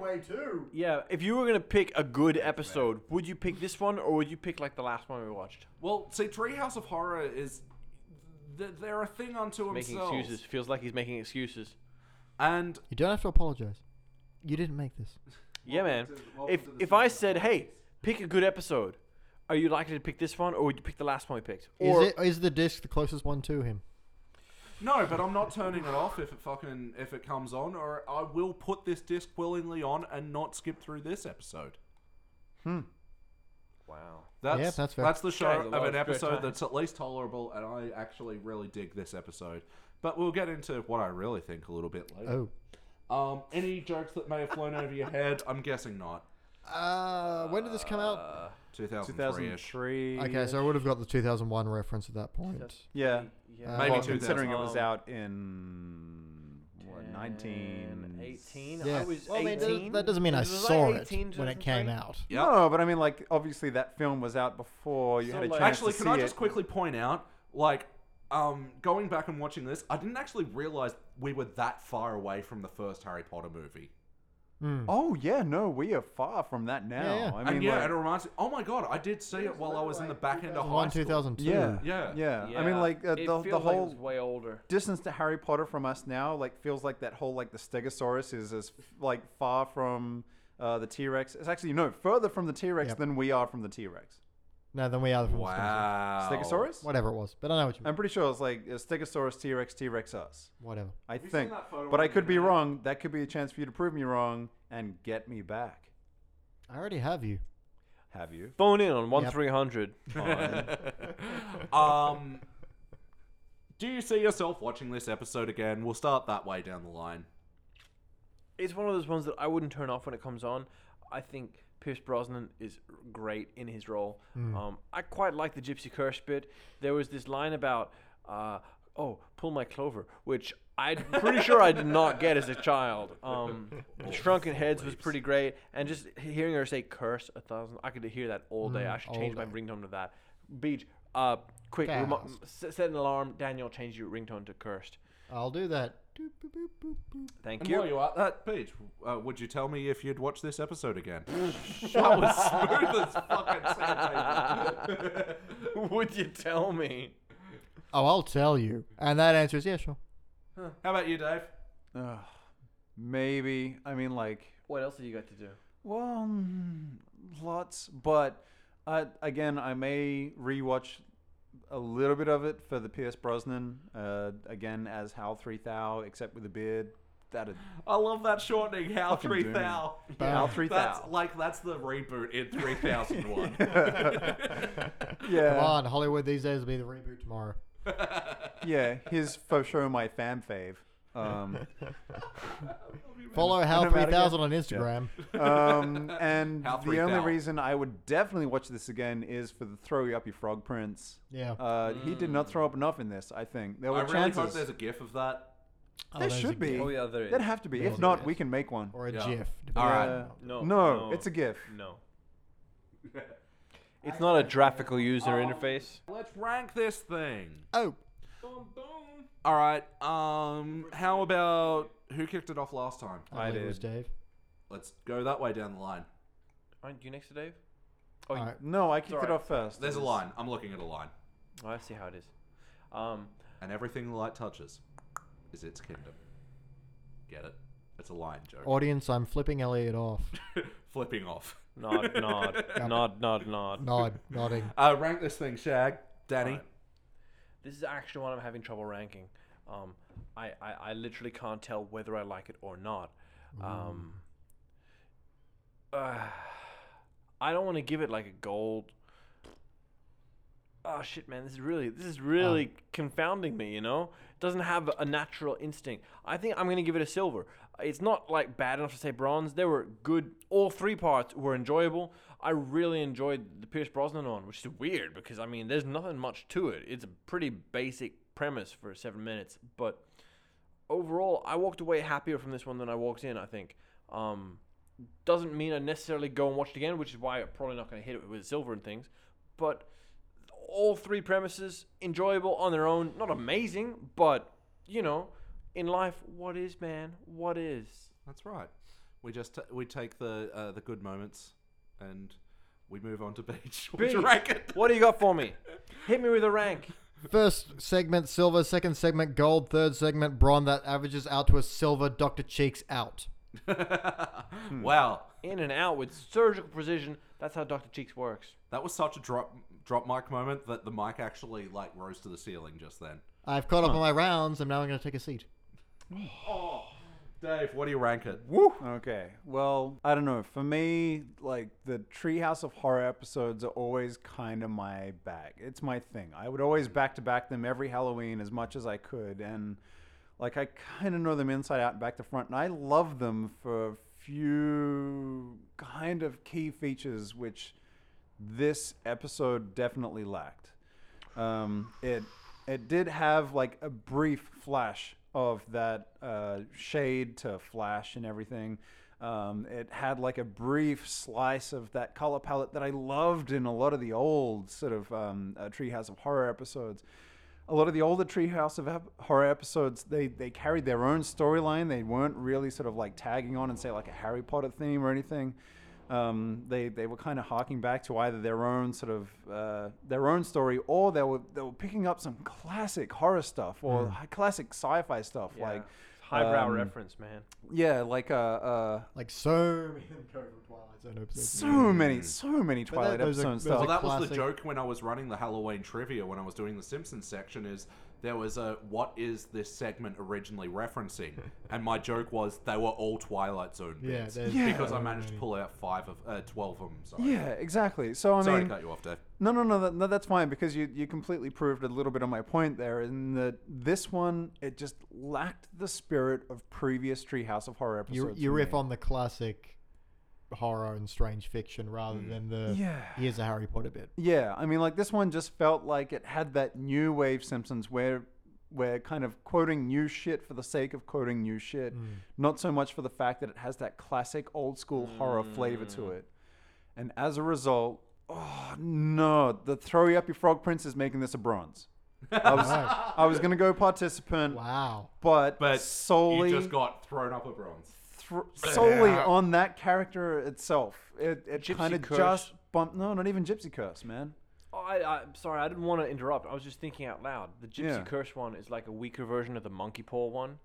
yeah, if you were gonna pick a good episode, would you pick this one or would you pick like the last one we watched?
Well, see, Treehouse of Horror is. th- They're a thing unto
Making
themselves.
excuses. Feels like he's making excuses.
And
You don't have to apologize. You didn't make this.
Yeah, man.
to- welcome
If
to the
if I
season
said, hey, pick a good episode, are you likely to pick this one or would you pick the last one we picked? Or
Is, it, is the disc the closest one to him?
No, but I'm not turning it off if it fucking if it comes on, or I will put this disc willingly on and not skip through this episode.
Hmm.
wow.
That's
Yeah, that's
that's,
fair.
the show
Okay, a
of
lot of
an
spare
episode
time.
that's at least tolerable, and I actually really dig this episode. But we'll get into what I really think a little bit later.
Oh.
Um, any jokes that may have flown over your head? I'm guessing not.
Uh, when did this come out?
2003 ish.
2003.
Okay, so I would have got the 2001 reference at that point.
Yeah.
Yeah.
Maybe
Uh, well,
2000.
considering it was out in what, 19
18.
Yeah.
I was
Well, I mean,
18.
that- that doesn't mean I
Was
saw it
18,
when it came
2003?
out.
Yeah.
No, but I mean, like, obviously that film was out before you
So,
had a
like-
chance
Actually,
to
can
see
I just
it.
quickly point out, like, um, going back and watching this, I didn't actually realize we were that far away from the first Harry Potter movie.
Oh yeah, no, we are far from that now.
yeah.
I mean,
and yeah,
like-
it reminds me. Oh my god, I did see it while I was in the back end of high
One
school.
two thousand two.
yeah,
Yeah.
yeah, I mean, like uh,
it
the,
feels
the
like it
whole
was way older.
distance to Harry Potter from us now, like feels like that whole like the Stegosaurus is as like far from uh, the T Rex. It's actually no further from the T Rex
Yep.
than we are from the T Rex.
No, then we are from Stegosaurus.
Wow.
Stegosaurus?
Whatever it was, but I know what you mean.
I'm pretty sure it's like uh, Stegosaurus, T Rex, T Rex us.
Whatever.
I
seen
think,
that photo
but I
on the
could be
internet?
wrong. That could be a chance for you to prove me wrong and get me back.
I already have you.
Have you?
Phone in on one
Yep.
three hundred.
[LAUGHS] um, do you see yourself watching this episode again? We'll start that way down the line.
It's one of those ones that I wouldn't turn off when it comes on. I think Pierce Brosnan is great in his role.
Hmm.
Um, I quite like the Gypsy Curse bit. There was this line about, uh, "Oh, pull my clover," which I'm pretty sure I did not get as a child.
[LAUGHS]
Um,
Oh,
Shrunken Heads was pretty great, and just hearing her say "curse" a thousand, I could hear that all day. I should
Hmm. all
change my
day.
ringtone to that. Beach, uh, quick, remo-
Fast.
s- set an alarm. Daniel, change your ringtone to "cursed."
I'll do that. Doop, boop, boop, boop, boop.
Thank
And
you.
while you are at that, Peach, uh, would you tell me if you'd watch this episode
[LAUGHS]
again?
that was
Smooth as fucking sandpaper.
[LAUGHS] Would you tell me?
Oh, I'll tell you. And that answer is yeah, sure.
How about you, Dave?
Ugh, maybe. I mean, like,
What else have you got to do?
well, mm, lots. But uh, again, I may rewatch a little bit of it for the Pierce Brosnan. Uh, again, as Hal Three Thou, except with a beard. That'd
I love that shortening. How
Fucking
three
do.
thou?
Bam.
How three
That's
thou.
like that's the reboot in three thousand
[LAUGHS]
one.
[LAUGHS] yeah,
Come on, Hollywood these days will be the reboot tomorrow.
[LAUGHS] yeah. His for sure my fan fave. Um,
Follow Hal
I'm outta here.
three thousand on Instagram.
um,
[LAUGHS]
and
How
the
three
only
thou.
reason I would definitely watch this again is for the throw you up your frog prints.
Yeah.
Uh, He did not throw up enough in this. I think there
Mm. I
were
really
chances.
hope there's a gif of that.
Oh,
there
there's a
should be.
GIF.
Oh, yeah, there is.
There'd have to be.
There's
If
a
not,
GIF.
we can make one.
Or a
Yeah.
GIF.
All right.
Uh,
No,
no,
no.
it's a GIF.
No. [LAUGHS] It's not a graphical user interface.
Let's rank this thing.
Oh,
All right. Um, how about who kicked it off last time?
I,
I
believe it was
did.
Dave.
Let's go that way down the line.
Aren't you next to Dave? Oh, you,
All right.
No, I kicked
alright.
it off first.
There's a
It was-
line. I'm looking at a line,
oh, I see how it is. Um,
and everything the light touches is its kingdom. Get it? It's a line joke.
Oh.
Audience, I'm flipping Elliot off.
Flipping off.
[LAUGHS] nod, nod, nod, nod, nod.
Nod, nodding.
Uh, rank this thing, Shag. Danny.
Alright. This is actually one I'm having trouble ranking. Um, I, I, I literally can't tell whether I like it or not.
Mm.
Um, uh, I don't want to give it like a gold. Oh shit, man! This is really this is really confounding me. You know, it doesn't have a natural instinct. I think I'm gonna give it a silver. It's not like bad enough to say bronze. There were good. All three parts were enjoyable. I really enjoyed the Pierce Brosnan one, which is weird because I mean, there's nothing much to it. It's a pretty basic premise for seven minutes, but overall, I walked away happier from this one than I walked in. I think. Um, doesn't mean I necessarily go and watch it again, which is why I'm probably not going to hit it with silver and things. But all three premises enjoyable on their own, not amazing, but you know, in life, what is man? What is?
That's right. We just t- we take the uh, the good moments and we move on to [LAUGHS] beach. Which
Beach.
rank
[LAUGHS]
it?
What do you got for me? Hit me with a rank.
First segment silver, second segment gold, third segment bronze. That averages out to a silver. Doctor Cheeks out.
Hmm.
Wow,
In and out with surgical precision. That's how Dr. Cheeks works.
that was such a drop drop mic moment that the mic actually like rose to the ceiling just then.
I've caught up on my rounds. I'm now going to take a seat.
Oh, Dave, what do you rank it?
Woo! Okay. Well, I don't know. For me, like the Treehouse of Horror episodes are always kind of my bag. It's my thing. I would always back to back them every Halloween as much as I could, and like I kind of know them inside out, and back to front, and I love them for a few kind of key features which this episode definitely lacked. Um, it it did have like a brief flash of that uh, shade to flash and everything. Um, it had like a brief slice of that color palette that I loved in a lot of the old sort of um, uh, Treehouse of Horror episodes. a lot of the older Treehouse of Ep- Horror episodes, they they carried their own storyline. They weren't really sort of like tagging on and say like a Harry Potter theme or anything. Um, they they were kind of harking back to either their own sort of uh, their own story, or they were they were picking up some classic horror stuff or hi- classic sci-fi stuff
Yeah.
like
highbrow
um,
reference, man.
yeah, like uh, uh,
Like so many go from Twilight Zone episodes.
so many so many Twilight
those are-
episode
those
stuff.
are
Well, that was the
classic-
joke when I was running the Halloween trivia when I was doing the Simpsons section. Is there was a what is this segment originally referencing? and my joke was they were all Twilight Zone
Yeah,
bits
there's
because
so
I managed to
many.
pull out five of uh, twelve of them. Sorry.
yeah, exactly. So I
Sorry
mean,
to cut you off, Dave.
No, no, no, that, no. That's fine because you you completely proved a little bit of my point there. In that this one, it just lacked the spirit of previous Treehouse of Horror episodes.
You, you
for
riff
me.
on the classic horror and strange fiction rather than the
Yeah.
here's a Harry Potter bit.
Yeah, I mean, like this one just felt like it had that new wave Simpsons where we're kind of quoting new shit for the sake of quoting new shit,
Mm.
not so much for the fact that it has that classic old school horror flavor to
Mm.
it. And as a result, oh no, the throw you up your frog prince is making this a bronze. I
[LAUGHS]
was,
Wow.
I was gonna go participant.
Wow.
but,
But
solely
you just got thrown up a bronze. [LAUGHS]
thr- solely on that character itself. It, it
Gypsy
kind of
curse.
just bumped. No, not even Gypsy Curse, man.
Oh, I, I, am sorry, I didn't want to interrupt. I was just thinking out loud. The Gypsy
Yeah.
Curse one is like a weaker version of the Monkey Paw one.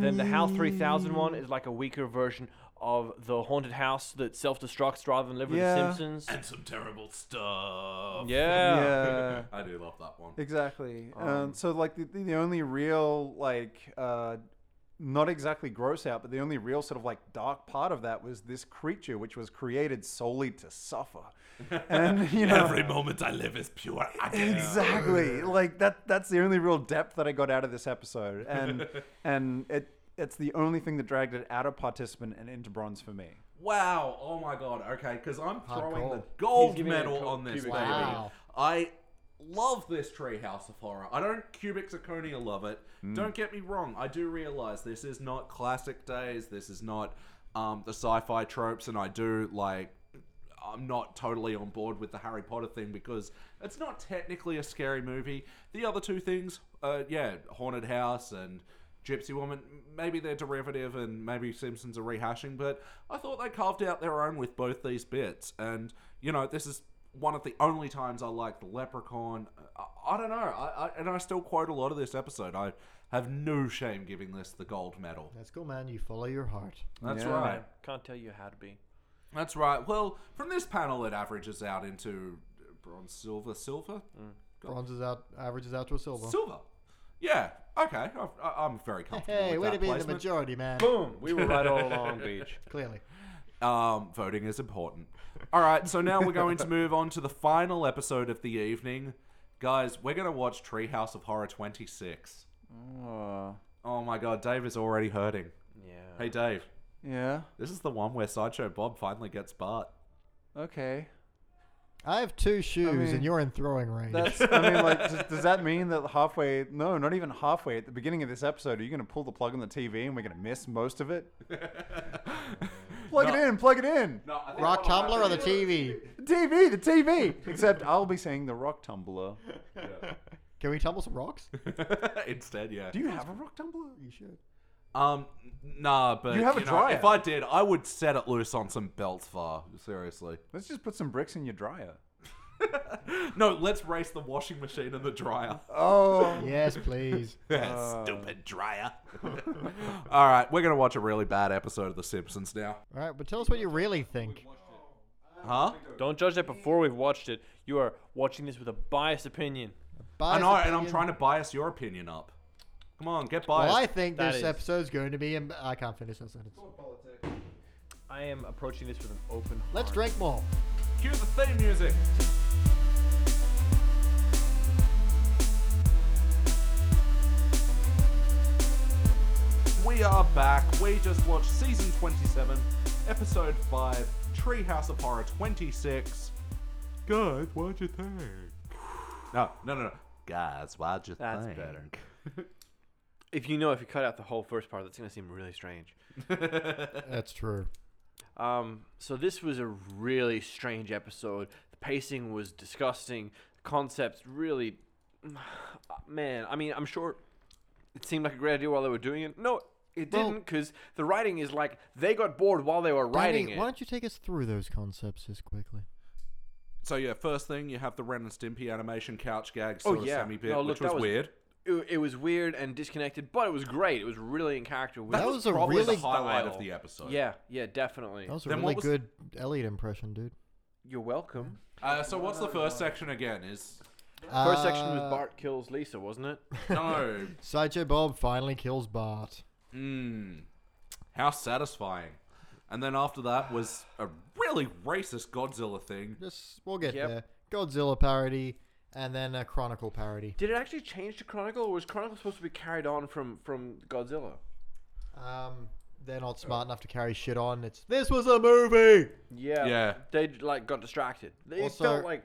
then the Howl 3000 one is like a weaker version of the haunted house that self-destructs rather than live with
Yeah.
the Simpsons.
And some terrible stuff.
[LAUGHS] Yeah.
Yeah.
I do love that one.
Exactly. Um, so like the, the only real like uh, not exactly gross out, but the only real sort of like dark part of that was this creature which was created solely to suffer. And you know
Every moment I live is pure agony.
Exactly. Like that that's the only real depth that I got out of this episode. And and it it's the only thing that dragged it out of participant and into bronze for me.
Wow! Oh my god! Okay, because I'm throwing the
Hardcore.
gold
He's giving it a
medal
co-
on this
cubic
baby.
Wow.
I love this Treehouse of Horror. I don't cubic zirconia love it. Don't get me wrong. I do realize this is not classic days. This is not um, the sci-fi tropes, and I do like. I'm not totally on board with the Harry Potter thing because it's not technically a scary movie. The other two things, uh, yeah, haunted house and Gypsy Woman, maybe they're derivative and maybe Simpsons are rehashing, but I thought they carved out their own with both these bits. And, you know, this is one of the only times I liked the Leprechaun. I, I don't know. I, I, and I still quote a lot of this episode. I have no shame giving this the gold medal.
That's cool, man. You follow your heart.
That's
Yeah.
right.
Can't tell you how to be.
That's right. Well, from this panel, it averages out into bronze, silver, silver?
Mm. Bronzes out, averages out to a silver.
Silver. Yeah. Okay. I, I, I'm very comfortable
hey,
with
way
that
to be in the
placement.
majority, man.
Boom! We were right [LAUGHS] all along, Beach.
Clearly.
Um, voting is important. All right, so now we're
[LAUGHS]
going to move on to the final episode of the evening. Guys, we're going to watch Treehouse of Horror 26.
Uh,
Oh my god, Dave is already hurting.
Yeah.
Hey, Dave,
yeah.
this is the one where Sideshow Bob finally gets Bart.
Okay.
I have two shoes
mean,
and you're in throwing range.
That's, I mean, like, does, does that mean that halfway? No, not even halfway. At the beginning of this episode, are you going to pull the plug on the TV and we're going to miss most of it? plug it in, plug it in.
No, I think [LAUGHS]
Rock tumbler or the TV?
The TV, the TV. Except I'll be saying the rock tumbler.
Can we tumble some rocks?
[LAUGHS] Instead, yeah.
Do you have a rock tumbler?
You should.
Um, n- nah, but
You have a
know,
dryer.
if I did, I would set it loose on some belt far. Seriously. [LAUGHS]
Let's just put some bricks in your dryer.
No, let's race the washing machine and the dryer. [LAUGHS]
[LAUGHS] Oh,
Yes, please.
Stupid dryer. [LAUGHS] All right, we're gonna watch a really bad episode of The Simpsons now.
All right, but tell us what you really think.
Huh?
Don't judge that before we've watched it. You are watching this with a biased opinion.
I
Biased
know, and I'm
opinion.
trying to bias your opinion up. Come on, get biased.
Well, I think
That
this
is-
episode's going to be. Im- I can't finish that sentence.
I am approaching this with an open.
Let's
heart.
drink more.
Cue the theme music. We are back. We just watched season 27, episode 5, Treehouse of Horror 26. Guys, what'd you think? No, no, no, no. Guys, what'd you
That's
think?
better. If you know, if you cut out the whole first part, that's gonna seem really strange.
That's true.
Um, so this was a really [SIGHS] strange episode. The pacing was disgusting. The concepts really man, I mean, I'm sure it seemed like a great idea while they were doing it. No, it
Well-
didn't, because the writing is like they got bored while they were writing
Danny,
it.
why don't you take us through those concepts just quickly?
So yeah, first thing you have the Ren and Stimpy animation couch gag
Oh,
sort
yeah.
of semi bit,
No, look,
which
that
was,
was-
weird.
It, it was weird and disconnected, but it was great. It was really in character. with
That
the
was a
Probably
really-
the highlight of
style.
the episode.
Yeah, yeah, definitely.
That was a
Then what
really
was-
good Elliot impression, dude.
You're welcome.
Uh, so what's the first section again? Is
First section was
Uh,
Bart kills Lisa, wasn't
[LAUGHS]
it?
no.
Sideshow Bob finally kills Bart.
Mmm. How satisfying. And then after that was a really racist Godzilla thing.
Just we'll get
Yep.
there. Godzilla parody, and then a Chronicle parody.
Did it actually change to Chronicle, or was Chronicle supposed to be carried on from from Godzilla?
Um, they're not smart enough to carry shit on. It's this was a movie.
Yeah.
Yeah.
They like got distracted. They
Also-
felt like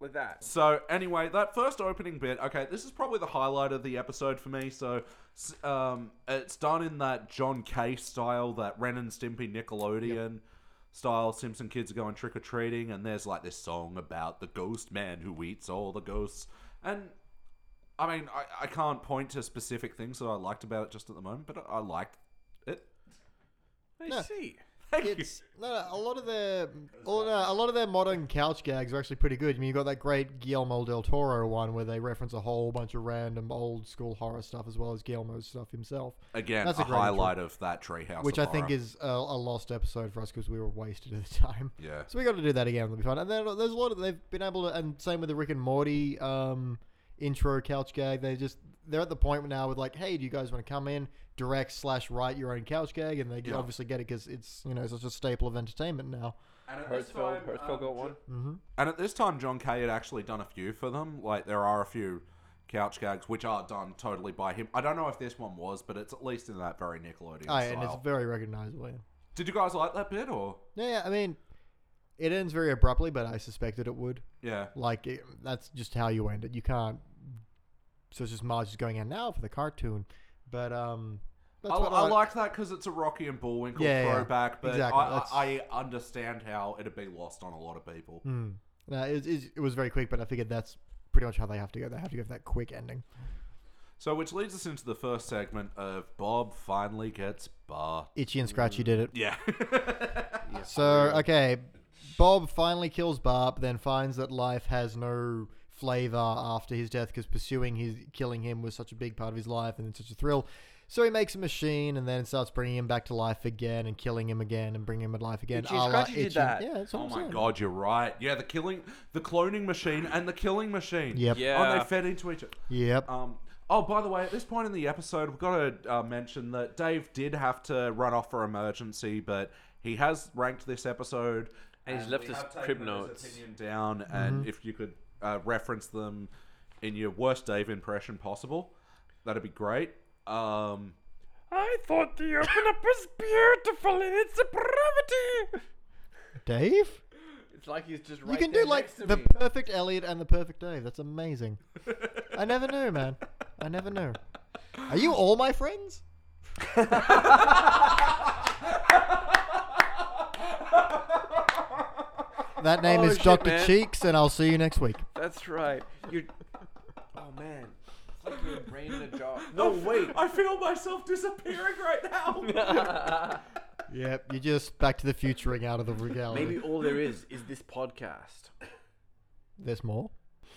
like that.
So anyway, that first opening bit. Okay, this is probably the highlight of the episode for me. So, s- um, it's done in that John K style, that Ren and Stimpy Nickelodeon style. Simpson kids are going trick or treating, and there's like this song about the ghost man who eats all the ghosts. And I mean, I, I can't point to specific things that I liked about it just at the moment, but I, I liked it.
I
No.
see.
Thank you.
It's no, no, a lot of their all, no, a lot of their modern couch gags are actually pretty good. I mean, you got that great Guillermo del Toro one where they reference a whole bunch of random old school horror stuff as well as Guillermo's stuff himself,
Again,
That's
a,
a great
highlight of that treehouse,
which
of
I think
horror.
is a, a lost episode for us because we were wasted at the [LAUGHS] time.
Yeah.
So we got to do that again. It'll be fun. And then uh, there's a lot of they've been able to, and same with the Rick and Morty um, intro couch gag. They just they're at the point now with like, hey, do you guys want to come in, direct slash write your own couch gag? And they
Yeah.
obviously get it because it's you know such a staple of entertainment now.
And at this
Hertzfeld,
time,
Hertzfeld
um,
got one.
And at this time, John Kay had actually done a few for them. Like there are a few couch gags which are done totally by him. I don't know if this one was, but it's at least in that very Nickelodeon
Aye,
style.
and it's very recognizable. Yeah.
Did you guys like that bit or?
Yeah, yeah, I mean, it ends very abruptly, but I suspected it would.
Yeah.
Like it, that's just how you end it. You can't. So it's just Marge is going in now for the cartoon, but um, that's
I,
what
I like that because it's a Rocky and Bullwinkle
Yeah, yeah.
throwback, but
Exactly,
I,
that's-
I, I understand how it'd be lost on a lot of people.
Hmm. No, it, it, it was very quick, but I figured that's pretty much how they have to go. They have to go for that quick ending.
So, which leads us into the first segment of Bob finally gets bar.
Itchy and Scratchy did it. [LAUGHS]
Yeah.
So okay, Bob finally kills Barb, then finds that life has no flavor after his death because pursuing his killing him was such a big part of his life and it's such a thrill. So he makes a machine and then starts bringing him back to life again and killing him again and bringing him to life again.
Itchy and
a la
Scratchy did
Itchy and-
that.
Yeah, that's what
oh
I'm
my
saying.
god, you're right. Yeah, the killing, the cloning machine, and the killing machine.
Yep.
Oh,
Yeah.
they fed into each other.
Yep.
Um, oh, by the way, at this point in the episode, we've got to uh, mention that Dave did have to run off for emergency, but he has ranked this episode.
And he's left
we
us
have taken
crib
his
notes.
opinion down,
Mm-hmm.
and if you could uh, reference them in your worst Dave impression possible, that'd be great. Um,
I thought the open-up was beautiful in its depravity.
Dave,
It's like he's just right
you can
there
do like
next to
the
me.
perfect Elliot and the perfect Dave. That's amazing. I never knew, man. I never knew. Are you all my friends? That name
Oh,
is
shit,
Dr.
man.
Cheeks, and I'll see you next week.
That's right. You. Oh man. It's like your brain in a jar. No wait.
I feel myself disappearing right
[LAUGHS]
now.
Yep, you're just back to the futuring out of the regality.
Maybe all there is is this podcast.
There's more.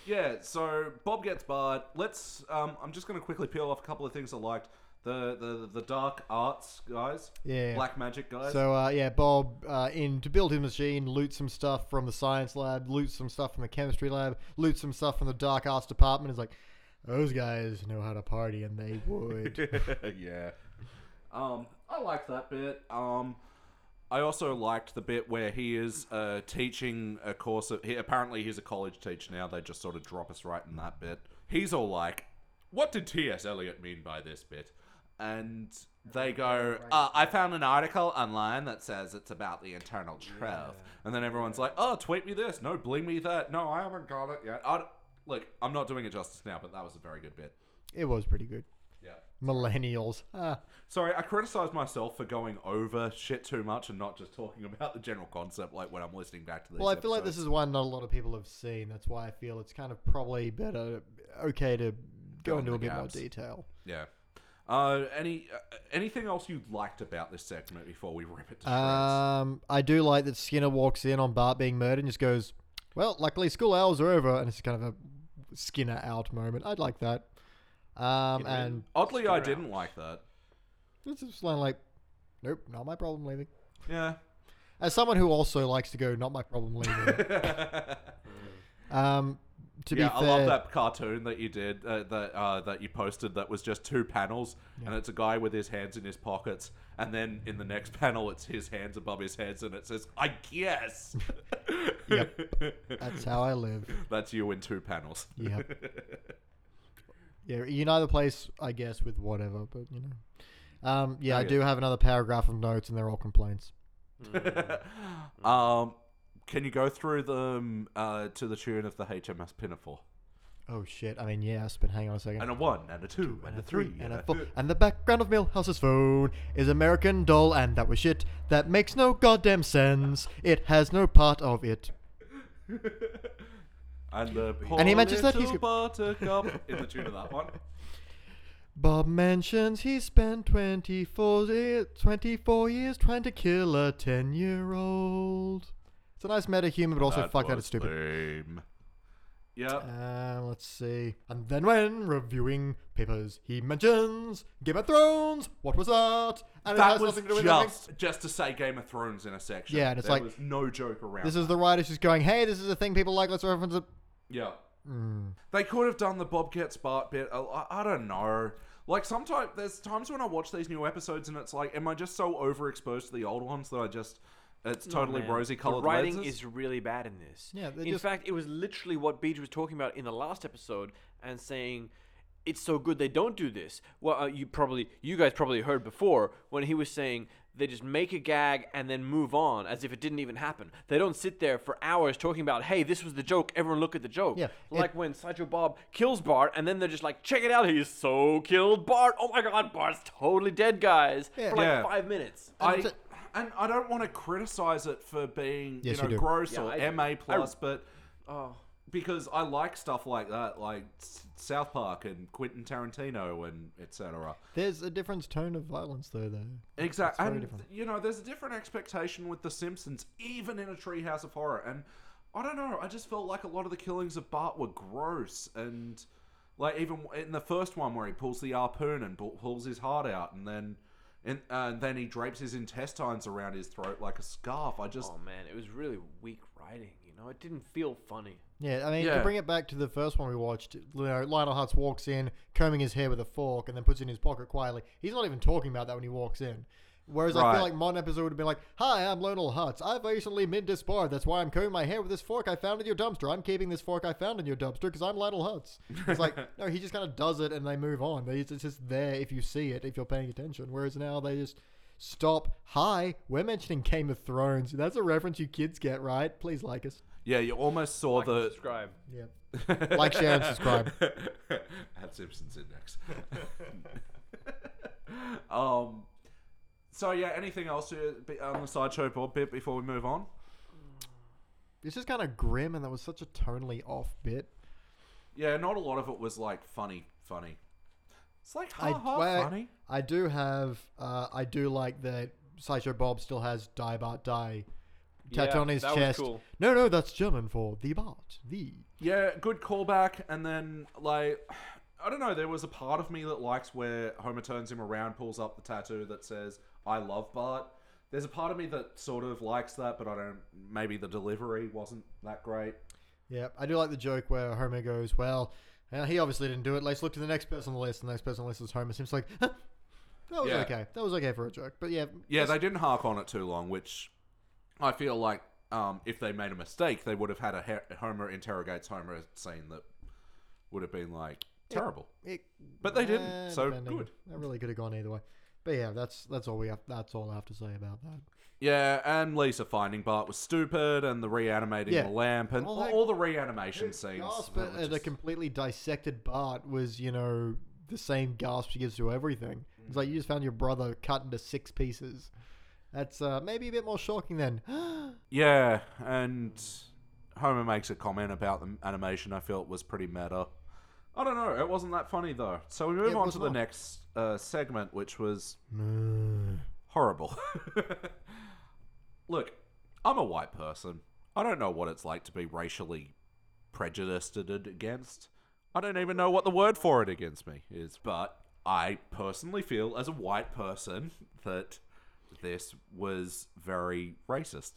Yeah, so Bob gets barred. Let's. Um, I'm just going to quickly peel off a couple of things I liked. The the the dark arts guys.
Yeah.
Black magic guys.
So uh, yeah, Bob uh, in to build his machine, loot some stuff from the science lab, loot some stuff from the chemistry lab, loot some stuff from the dark arts department. Is like, those guys know how to party, and
[LAUGHS]
they would.
yeah. Um, I liked that bit. Um, I also liked the bit where he is uh, teaching a course. Of, he, apparently, he's a college teacher now. They just sort of drop us right in that bit. He's all like, "What did T.S. Eliot mean by this bit?" And they go, uh, "I found an article online that says it's about the internal truth." And then everyone's like, "Oh, tweet me this. No, bling me that. No, I haven't got it yet." I, look, I'm not doing it justice now, but that was a very good bit.
it was pretty good.
Yeah.
Millennials. Ah.
Sorry, I criticized myself for going over shit too much and not just talking about the general concept like when I'm listening back to these.
Well, I feel like this is one not a lot of people have seen. That's why I feel it's kind of probably better okay to go
Fill in
into
the
a bit more
gaps.
detail.
Yeah. Uh, any uh, anything else you liked about this segment before we rip it to shreds?
Um, I do like that Skinner walks in on Bart being murdered and just goes, "Well, luckily school hours are over," and it's kind of a Skinner out moment. I'd like that. Um, and
Oddly, I didn't like that.
it's just like, like, nope, not my problem leaving.
Yeah.
As someone who also likes to go, not my
[LAUGHS]
problem leaving. [LAUGHS] um, to
yeah,
be
I
fair,
love that cartoon that you did uh, that uh, that you posted that was just two panels, and it's a guy with his hands in his pockets, and then in the next [LAUGHS] panel it's his hands above his heads, and it says, "I
[LAUGHS]
guess."
that's how I live.
[LAUGHS] That's you in two panels.
Yep. yeah, unite the place, I guess, with whatever, but you know. Um, yeah, I
Okay.
do have another paragraph of notes, and they're all complaints.
um, can you go through them uh, to the tune of the HMS Pinafore?
Oh shit! I mean, yes, but hang on a second.
And a one, and a two, and a three,
and a four. And the background of Millhouse's phone is American Doll, and that was shit. That makes no goddamn sense. It has no part of it.
And the
And he mentions that he's-
little buttercup in the tune of that one.
Bob mentions he spent 24, ye- 24 years trying to kill a 10 year old. It's a nice meta humor, but [LAUGHS] also fuck that,
was
it's stupid.
lame. Yep.
Uh, let's see. And then when reviewing papers, he mentions Game of Thrones. What was that? And it
that
has
was
nothing to do with
just
anything.
just to say Game of Thrones in a section.
Yeah, and it's
There
like-
was no joke around.
This is the writers just going, hey, this is a thing people like. Let's reference it.
yeah.
Hmm.
They could have done the Bob gets Bart bit. I, I- I don't know. Like sometimes there's times when I watch these new episodes and it's like, am I just so overexposed to the old ones that I just it's totally
Oh, man.
rosy colored
The writing
lenses?
is really bad in this.
Yeah, they
in
just-
fact, it was literally what Beach was talking about in the last episode and saying it's so good they don't do this. Well, uh, you probably you guys probably heard before when he was saying they just make a gag and then move on as if it didn't even happen. They don't sit there for hours talking about, "Hey, this was the joke. Everyone look at the joke."
Yeah,
like when Sideshow Bob kills Bart and then they're just like, "Check it out. He's so killed Bart. Oh my god, Bart's totally dead, guys."
Yeah.
For like
Yeah.
5 minutes.
I
it's a-
and I don't want to criticize it for being
Yes,
you
you
know
do.
gross
Yeah,
or
I do.
MA
I-
plus, but oh, because I like stuff like that, like S- South Park and Quentin Tarantino and etc.
There's a different tone of violence, though, though.
Exactly,
very
and
different.
you know, there's a different expectation with The Simpsons, even in a Treehouse of Horror. And I don't know, I just felt like a lot of the killings of Bart were gross, and like even in the first one where he pulls the harpoon and bu- pulls his heart out, and then and, uh, and then he drapes his intestines around his throat like a scarf. I just
Oh man, it was really weak writing. You know, it didn't feel funny.
Yeah, I mean,
Yeah.
to bring it back to the first one we watched, you know, Lionel Hutz walks in, combing his hair with a fork, and then puts it in his pocket quietly. He's not even talking about that when he walks in. Whereas I
Right.
feel like modern episode would have been like, "Hi, I'm Lionel Hutz. I've recently been disbarred. That's why I'm combing my hair with this fork I found in your dumpster. I'm keeping this fork I found in your dumpster because I'm Lionel Hutz."
[LAUGHS]
It's like, no, he just kind of does it and they move on. They- It's it's just there if you see it, if you're paying attention. Whereas now they just stop. Hi, we're mentioning Game of Thrones. That's a reference you kids get, right? Please like us.
yeah, you almost saw
Like and
the
subscribe.
Yeah.
[LAUGHS]
like, share, and subscribe.
at Simpsons Index. [LAUGHS] um. So yeah, anything else to be on the sideshow board bit before we move on?
It's just kind of grim, and that was such a tonally off bit.
Yeah, not a lot of it was like funny, funny. It's like ha
I,
ha
well, I-
Uh-huh. funny.
I do have, uh, I do like that Sideshow Bob still has Die Bart Die tattooed
Yeah,
on his
that was
chest.
cool.
No, no, that's German for the Bart. The
Yeah, good callback. And then like, [SIGHS] I don't know. There was a part of me that likes where Homer turns him around, pulls up the tattoo that says "I love Bart." There's a part of me that sort of likes that, but I don't. Maybe the delivery wasn't that great.
yeah, I do like the joke where Homer goes, "Well, uh, he obviously didn't do it. Let's look to the next person on the list." And the next person on the list is Homer. Seems like huh, that was
Yeah.
okay. That was okay for a joke, but yeah,
Yeah, they didn't hark on it too long, which I feel like um, if they made a mistake, they would have had a Her- Homer interrogates Homer scene that would have been like terrible.
it-
But they didn't,
eh,
so
depending.
good.
That really could have gone either way. But yeah, that's that's all we have. That's all I have to say about that.
Yeah, and Lisa finding Bart was stupid, and the reanimating
Yeah.
the lamp, and
Well,
all,
like-
all the reanimation scenes.
gasp
were
at, at a
just-
completely dissected Bart was, you know, the same gasp she gives to everything. It's like you just found your brother cut into six pieces. That's uh, maybe a bit more shocking [GASPS] then.
yeah, and Homer makes a comment about the animation. I felt was pretty meta. I don't know. It wasn't that funny though. So we move
It
on
was
to the
not.
next uh, segment, which was horrible. [LAUGHS] Look, I'm a white person. I don't know what it's like to be racially prejudiced against. I don't even know what the word for it against me is, but I personally feel, as a white person, that this was very racist.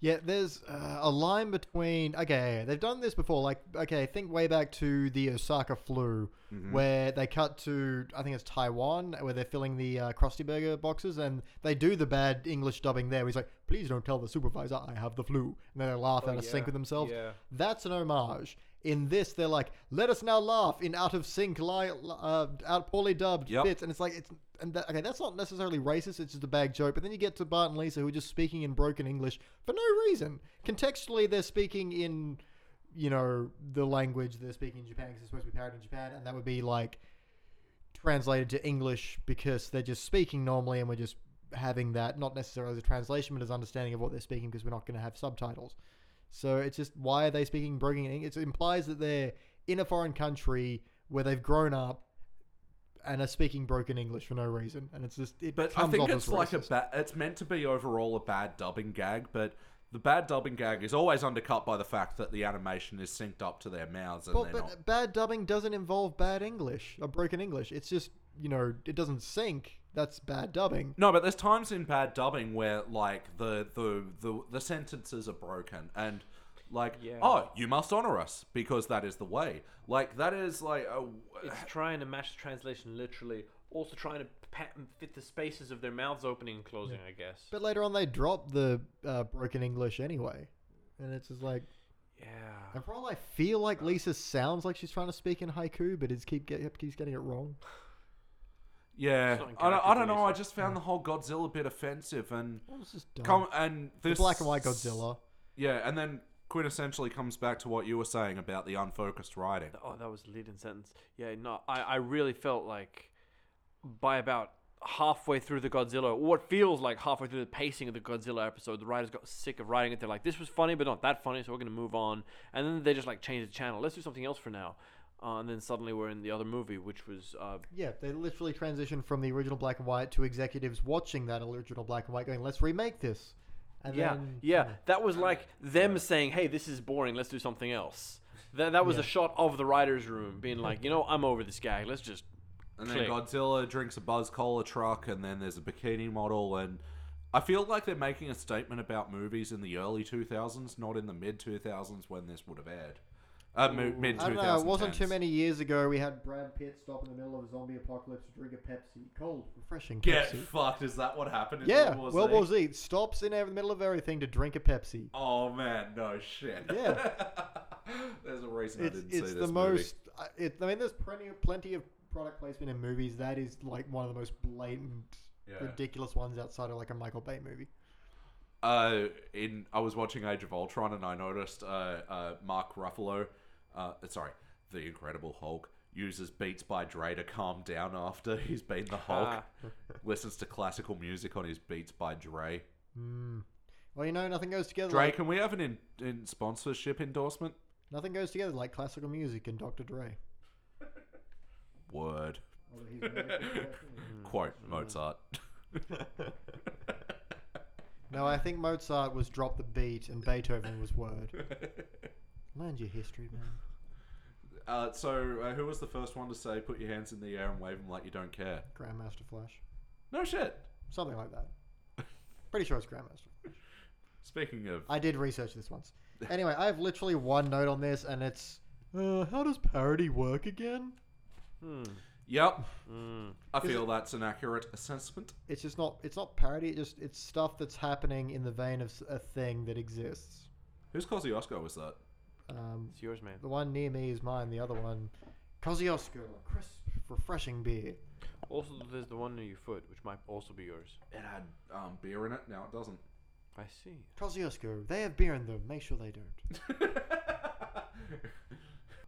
Yeah, there's uh, a line between. Okay, they've done this before. Like, okay, think way back to the Osaka flu,
Mm-hmm.
where they cut to, I think it's Taiwan, where they're filling the uh, Krusty Burger boxes, and they do the bad English dubbing there. Where he's like, please don't tell the supervisor I have the flu. And then they laugh out of sync
Oh, yeah,
with themselves.
yeah.
That's an homage. In this, they're like, let us now laugh in out of sync, li- uh, out poorly dubbed
Yep.
bits. And it's like, it's and that, okay, that's not necessarily racist. It's just a bad joke. But then you get to Bart and Lisa, who are just speaking in broken English for no reason. Contextually, they're speaking in, you know, the language they're speaking in Japan because it's supposed to be parodied in Japan, and that would be like translated to English because they're just speaking normally, and we're just having that not necessarily as a translation, but as understanding of what they're speaking because we're not going to have subtitles. So it's just why are they speaking broken English? It implies that they're in a foreign country where they've grown up and are speaking broken English for no reason, and it's just it
But I
comes
think
off
it's
as
like a
racist.
ba- it's meant to be overall a bad dubbing gag, but the bad dubbing gag is always undercut by the fact that the animation is synced up to their mouths and
Well,
they're
but
not.
bad dubbing doesn't involve bad English or broken English. It's just you know it doesn't sync. That's bad dubbing.
No, but there's times in bad dubbing where like the the the, the sentences are broken and like
Yeah.
oh you must honor us because that is the way. Like that is like a,
It's
[SIGHS]
trying to match the translation literally, also trying to pat and fit the spaces of their mouths opening and closing, I guess.
But later on, they drop the uh, broken English anyway, and it's just like.
yeah.
And for all I feel like
Uh.
Lisa sounds like she's trying to speak in haiku, but it's keep get, keeps getting it wrong.
yeah.
It's not in
I don't, I
character,
don't know. I
Lisa.
just found the whole Godzilla bit offensive and
Well, it's just dumb.
com- and
The
this
black and white Godzilla.
Yeah, and then quintessentially comes back to what you were saying about the unfocused writing.
Oh, that was the leading sentence. Yeah, no, I, I really felt like by about halfway through the Godzilla, what feels like halfway through the pacing of the Godzilla episode, the writers got sick of writing it. They're like, this was funny, but not that funny, so we're going to move on. And then they just like changed the channel. Let's do something else for now. Uh, and then suddenly we're in the other movie, which was uh,
Yeah, they literally transitioned from the original black and white to executives watching that original black and white going, let's remake this. And
Yeah,
then,
yeah. That was like them saying, "Hey, this is boring. Let's do something else." That that was a shot of the writers' room being like, "You know, I'm over this guy. Let's just."
And then
Click.
Godzilla drinks a Buzz Cola truck, and then there's a bikini model. And I feel like they're making a statement about movies in the early 2000s, not in the mid 2000s when this would have aired. Uh, mid 2000s.
I don't know. It wasn't too many years ago. We had Brad Pitt stop in the middle of a zombie apocalypse to drink a Pepsi, cold, refreshing
Get
Pepsi.
fucked. Is that what happened? In
yeah,
World War
World War
Z?
Z stops in the middle of everything to drink a Pepsi.
Oh man, no shit.
Yeah.
[LAUGHS] there's a reason I
It's,
didn't
it's
see
the
this movie.
most. I- It, I mean, there's plenty of, plenty of product placement in movies. That is like one of the most blatant,
Yeah.
ridiculous ones outside of like a Michael Bay movie.
uh, in I was watching Age of Ultron and I noticed uh, uh, Mark Ruffalo, uh, sorry, the Incredible Hulk uses Beats by Dre to calm down after [LAUGHS] he's been the
Ah.
Hulk. [LAUGHS] Listens to classical music on his Beats by Dre.
Well, you know, nothing goes together.
Dre,
Like,
can we have an in, in sponsorship endorsement?
nothing goes together like classical music and Dr. Dre.
Word.
Although he's [LAUGHS] American.
Quote
Hmm.
Mozart. [LAUGHS]
no, I think Mozart was drop the beat and Beethoven was word. Learned your history, man.
Uh, so, uh, who was the first one to say, "Put your hands in the air and wave them like you don't care"?
Grandmaster Flash,
No shit.
something like that. Pretty sure it's Grandmaster.
Speaking of
I did research this once. Anyway, I have literally one note on this, and it's uh, how does parody work again?
Yep.
Hmm.
I feel that's an accurate assessment.
It's just not. It's not parody. It just it's stuff that's happening in the vein of s- a thing that exists.
Whose Kosciuszko was that?
Um,
[LAUGHS] It's yours, man.
The one near me is mine. The other one, Kosciuszko, crisp, refreshing beer.
Also, there's the one near your foot, which might also be yours.
It had um, beer in it. Now it doesn't.
I see.
Kosciuszko, they have beer in them. Make sure they don't.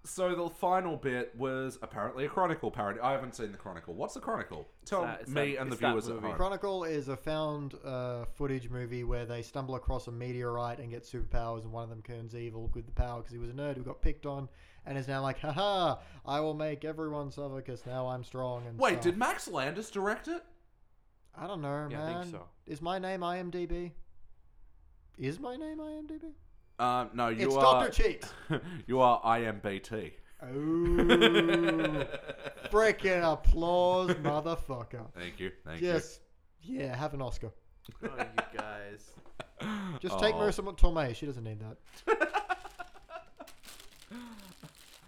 So the final bit was apparently a Chronicle parody. I haven't seen the Chronicle. What's the Chronicle? Tell
that- it's
me
that-
and the
it's that
viewers at
movie.
home.
Chronicle is a found uh, footage movie where they stumble across a meteorite and get superpowers, and one of them turns evil with the power because he was a nerd who got picked on, and is now like, haha, I will make everyone suffer because now I'm strong. And
Wait,
stuff."
did Max Landis direct it?
I don't know,
Yeah, I
man.
think so.
Is my name IMDb? Is my name IMDb?
Um, no, you
it's
are.
Doctor Cheeks.
[LAUGHS] you are IMBT. [LAUGHS]
Oh, freaking applause, motherfucker!
Thank you. Thank
Yes, yeah, have an Oscar.
[LAUGHS] Oh, you guys.
Just take
Oh.
Marissa Tomei. She doesn't need that.
you.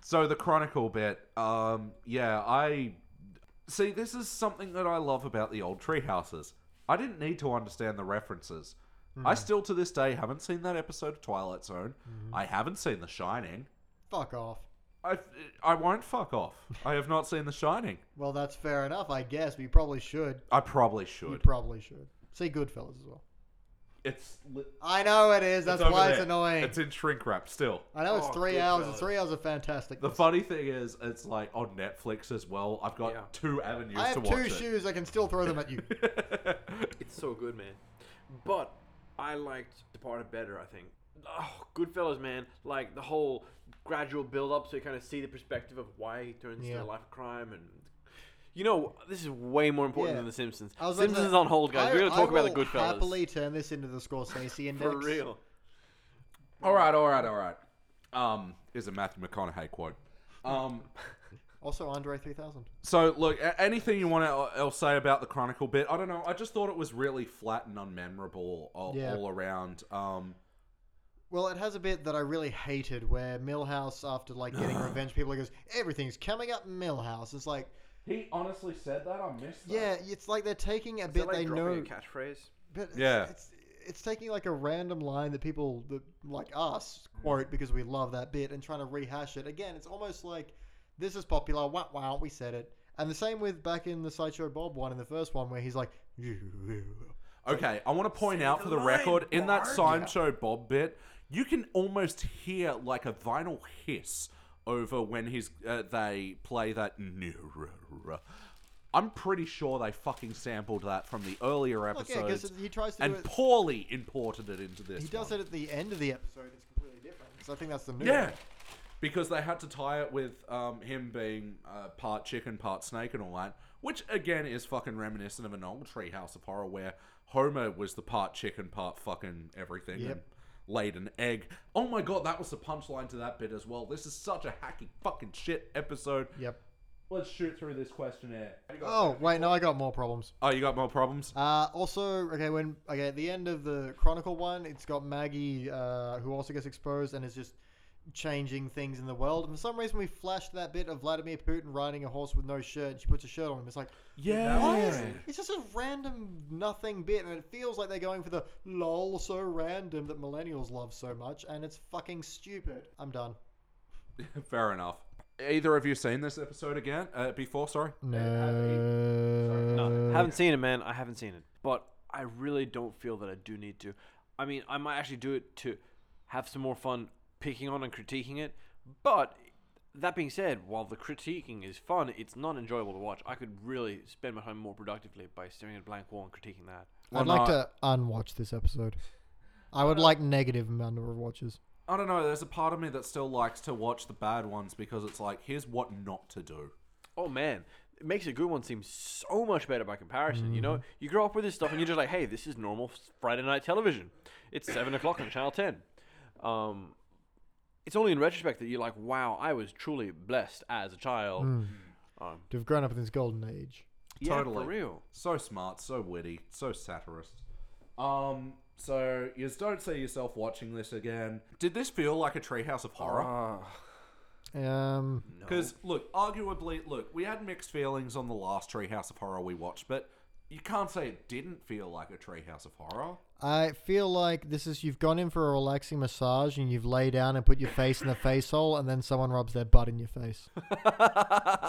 So the Chronicle bit. Um, yeah, I see. This is something that I love about the old Treehouses. I didn't need to understand the references.
Hmm.
I still to this day haven't seen that episode of Twilight Zone. I haven't seen The Shining.
Fuck off.
I, I won't fuck off. I have not seen The Shining.
Well, that's fair enough, I guess. But you probably should.
I probably
You
should.
probably should. See Goodfellas as well.
It's li-
I know it is. That's
over
why it's
there.
annoying.
It's in shrink wrap still.
I know it's
Oh,
three hours.
Goodfellas.
It's three hours of fantastic.
The funny thing is, it's like on Netflix as well. I've got
Yeah.
two avenues
I
to
have
watch
two
it.
shoes. I can still throw
[LAUGHS]
them at you.
It's so good, man. But I liked Departed better, I think. Oh, Goodfellas, man. Like the whole gradual build up so you kind of see the perspective of why he turns
Yeah.
to a life of crime and. You know, this is way more important
Yeah.
than The Simpsons.
I was about to
Simpsons
say,
is on hold, guys.
I-
We're going to talk
I
about the
will
Goodfellas.
Happily turn this into the Scorsese index.
For real.
All right, all right, all right. Um, is a Matthew McConaughey quote. Um,
Also, Andre 3000.
so look, a- anything you want to else say about the Chronicle bit? I don't know. I just thought it was really flat and unmemorable all,
Yeah.
all around. Um,
Well, it has a bit that I really hated where Millhouse, after like getting
[SIGHS]
revenge, people goes, "Everything's coming up, Millhouse." It's like,
he honestly said that. I missed.
yeah, it's like they're taking a
Is
bit
that like
they
dropping
know.
a catchphrase?
But it's,
Yeah.
it's it's taking like a random line that people that like us quote because we love that bit and trying to rehash it again. It's almost like this is popular. Wow, wow, we said it. And the same with back in the sideshow Bob one in the first one where he's like,
Okay, I want to point out for the
the
record
line,
in that
Bard.
sideshow Bob bit, you can almost hear like a vinyl hiss over when he's uh, they play that. [LAUGHS] I'm pretty sure they fucking sampled that from the earlier
Look, yeah, 'cause
episodes
he tries to do
and
it.
poorly imported it into this.
He does
one.
it at the end of the episode. It's completely different. So I think that's the new.
Yeah, because they had to tie it with um, him being uh, part chicken, part snake, and all that, which again is fucking reminiscent of an old Treehouse of Horror where Homer was the part chicken, part fucking everything, and
Yep.
laid an egg. Oh my god, that was the punchline to that bit as well. This is such a hacky fucking shit episode.
Yep.
Let's shoot through this questionnaire.
Oh wait, no, I got more problems.
Oh, you got more problems? [LAUGHS]
Uh, also, okay, when okay at the end of the Chronicle one, it's got Maggie, uh, who also gets exposed and is just changing things in the world. And for some reason, we flashed that bit of Vladimir Putin riding a horse with no shirt. And she puts a shirt on him. It's like,
Yeah.
why is it's just a random nothing bit, and it feels like they're going for the lol so random that millennials love so much, and it's fucking stupid. I'm done.
Fair enough. Either of you seen this episode again uh, before? Sorry.
No.
haven't seen it, man. I haven't seen it, but I really don't feel that I do need to. I mean, I might actually do it to have some more fun picking on and critiquing it. But that being said, while the critiquing is fun, it's not enjoyable to watch. I could really spend my time more productively by staring at a blank wall and critiquing that.
Well,
I'd like
no,
to unwatch this episode. I would like negative number of watches.
I don't know. There's a part of me that still likes to watch the bad ones because it's like, here's what not to do.
Oh man, it makes a good one seem so much better by comparison. You know, you grow up with this stuff and you're just like, hey, this is normal s- Friday night television. It's seven o'clock on Channel Ten. Um, it's only in retrospect that you're like, wow, I was truly blessed as a child. Um,
To have grown up in this golden age.
yeah,
Totally.
for real.
So smart, so witty, so satirist. Um, so you don't see yourself watching this again. Did this feel like a Treehouse of Horror?
Um,
Because look, arguably, look, we had mixed feelings on the last Treehouse of Horror we watched, but you can't say it didn't feel like a Treehouse of Horror.
I feel like this is you've gone in for a relaxing massage and you've lay down and put your face in the face hole and then someone rubs their butt in
[LAUGHS]
your face.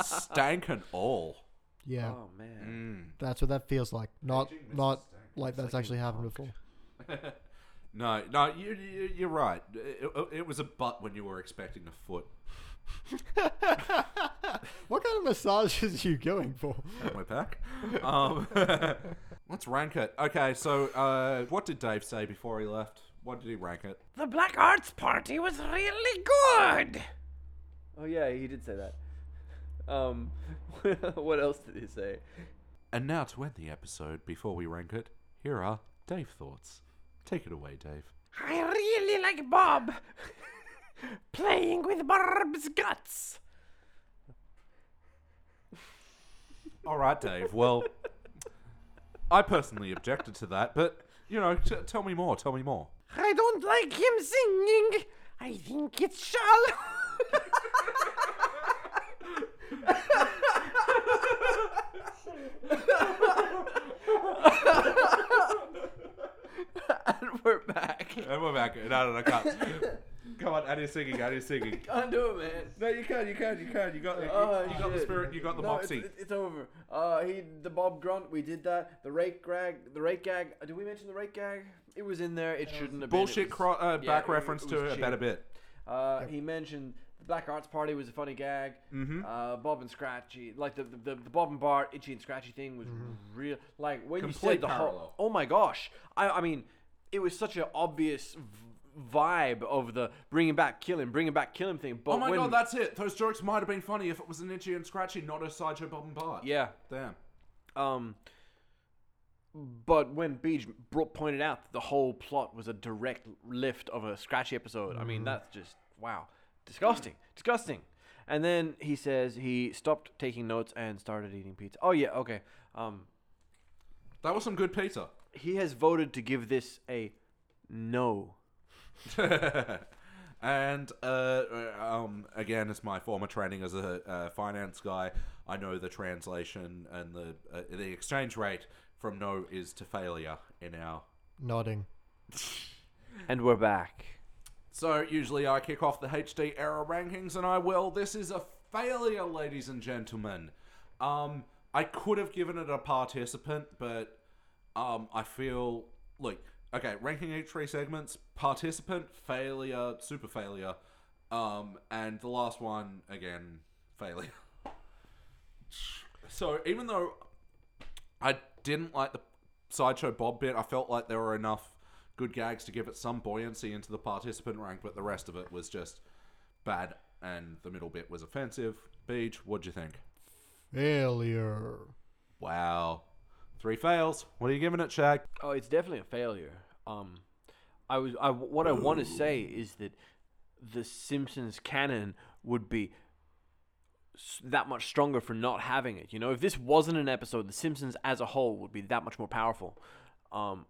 Stank and all.
Yeah,
Um,
Oh man,
that's what that feels like. Not not like that's actually happened before.
No, no, you, you, you're right. It, it, it was a butt when you were expecting a foot.
what kind of massages are you going for?
We're back. Um, [LAUGHS] let's rank it. Okay, so uh, what did Dave say before he left? What did he rank it?
The Black Arts Party was really good.
Oh yeah, he did say that. Um, [LAUGHS] what else did he say?
And now to end the episode, before we rank it, here are Dave thoughts. Take it away, Dave.
I really like Bob [LAUGHS] playing with Barb's
[LAUGHS]
guts.
All right, Dave. Well, I personally objected to that, but you know, t- tell me more. Tell me more.
I don't like him singing. I think it's shallow.
and we're back.
And we're back. No, no, no, can't. Come on, Annie's singing. Annie's singing.
Can't do it, man.
No, you can, you can, you can. You got, you,
[LAUGHS] Oh,
you got the
shit.
spirit. You got the
no,
moxie.
It's, it's over. Uh, he the Bob Grunt. We did that. The rake gag. The rake gag. uh, Did we mention the rake gag? It was in there. It shouldn't have been.
Bullshit
It was-
cro- uh,
yeah,
back
it-
reference
it
to
was
a
shit.
better bit.
Uh, He mentioned the Black Arts Party was a funny gag. Uh, Bob and Scratchy, like the, the the Bob and Bart itchy and scratchy thing was real. Like when you
Complete
said the
parallel.
whole, oh my gosh, I I mean, it was such an obvious v- vibe of the bringing back kill him, bringing back kill him thing. But
Oh my
when,
god, that's it. Those jokes might have been funny if it was an itchy and scratchy, not a sideshow bob and Bart.
yeah.
Damn.
Um, but when Beach brought, pointed out that the whole plot was a direct lift of a scratchy episode, I mean, that's just wow, disgusting, disgusting. And then he says he stopped taking notes and started eating pizza. Oh yeah, okay. Um,
That was some good pizza.
he has voted to give this a no.
[LAUGHS] and uh, um, again, it's my former training as a uh, finance guy. I know the translation and the uh, the exchange rate from no is to failure in our.
Nodding.
And we're back.
So usually I kick off the HD error rankings, and I will. This is a failure, ladies and gentlemen. Um, I could have given it a participant, but um, I feel look okay. Ranking each three segments: participant, failure, super failure, um, and the last one again, failure. [LAUGHS] So even though I didn't like the sideshow Bob bit, I felt like there were enough good gags to give it some buoyancy into the participant rank, but the rest of it was just bad, and the middle bit was offensive. Beach, what'd you think?
Failure.
Wow, three fails. What are you giving it, Shag?
Oh, it's definitely a failure. Um, I was I what I want to say is that the Simpsons canon would be s- that much stronger for not having it. You know, if this wasn't an episode, the Simpsons as a whole would be that much more powerful. Um,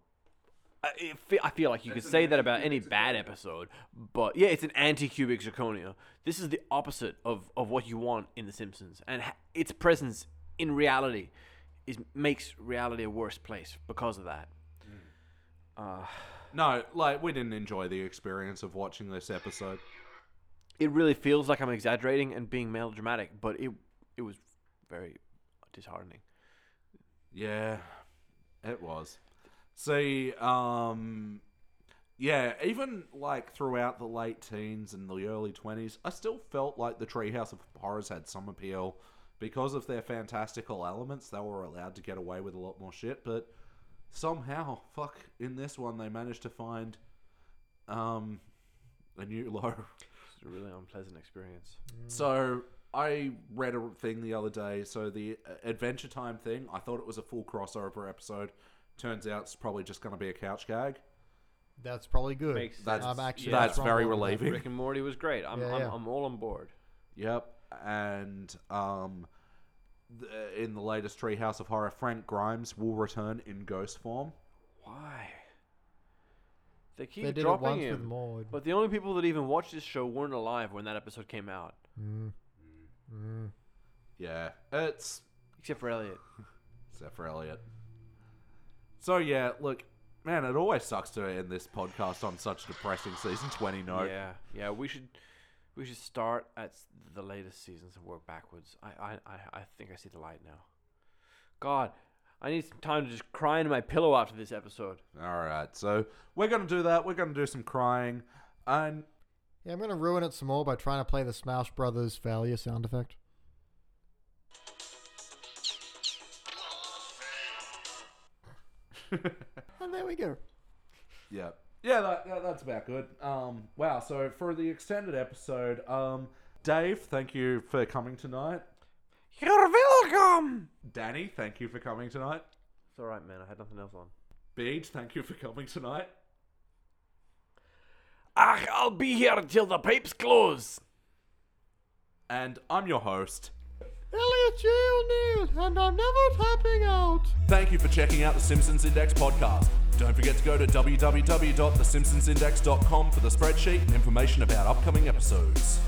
I, it fe- I feel like you could say that about any bad episode, but yeah, it's an anti-cubic zirconia. This is the opposite of, of what you want in The Simpsons, and ha- its presence in reality is makes reality a worse place because of that.
No, like we didn't enjoy the experience of watching this episode.
it really feels like I'm exaggerating and being melodramatic, but it it was very disheartening.
Yeah, it was. See, um, yeah, even like throughout the late teens and the early 20s, I still felt like the Treehouse of Horrors had some appeal because of their fantastical elements. They were allowed to get away with a lot more shit, but somehow, fuck, in this one, they managed to find, um, a new [LAUGHS] low.
It's a really unpleasant
[LAUGHS]
experience.
So I read a thing the other day. So the uh, Adventure Time thing, I thought it was a full crossover episode. Turns out it's probably just going to be a couch gag.
That's probably good.
Makes sense.
That's
I'm actually
that's
strong
very
on that.
relieving.
Rick and Morty was great. I'm
Yeah,
I'm,
yeah.
I'm all on board.
Yep. And um, th- in the latest Treehouse of Horror, Frank Grimes will return in ghost form.
Why? They keep
They did it
dropping
once
him.
with Maud.
But the only people that even watched this show weren't alive when that episode came out,
Yeah, it's
except for Elliot.
except for Elliot. So yeah, look, man, it always sucks to end this podcast on such a depressing season twenty note.
Yeah, yeah. We should we should start at s- the latest seasons and work backwards. I I, I, I think I see the light now. God, I need some time to just cry into my pillow after this episode.
All right, so we're gonna do that. We're gonna do some crying, and
Yeah, I'm going to ruin it some more by trying to play the Smash Brothers failure
[LAUGHS]
sound effect. and there we go.
Yeah. Yeah, that, that, that's about good. Um, wow. So for the extended episode, um, Dave, thank you for coming tonight.
You're welcome.
Danny, thank you for coming tonight.
It's all right, man. I had nothing else on.
Beej, thank you for coming tonight.
Ach, I'll be here till the pipes close.
And I'm your host.
Elliot J. O'Neill, and I'm never tapping out.
Thank you for checking out the Simpsons Index podcast. Don't forget to go to www.thesimpsonsindex.com for the spreadsheet and information about upcoming episodes.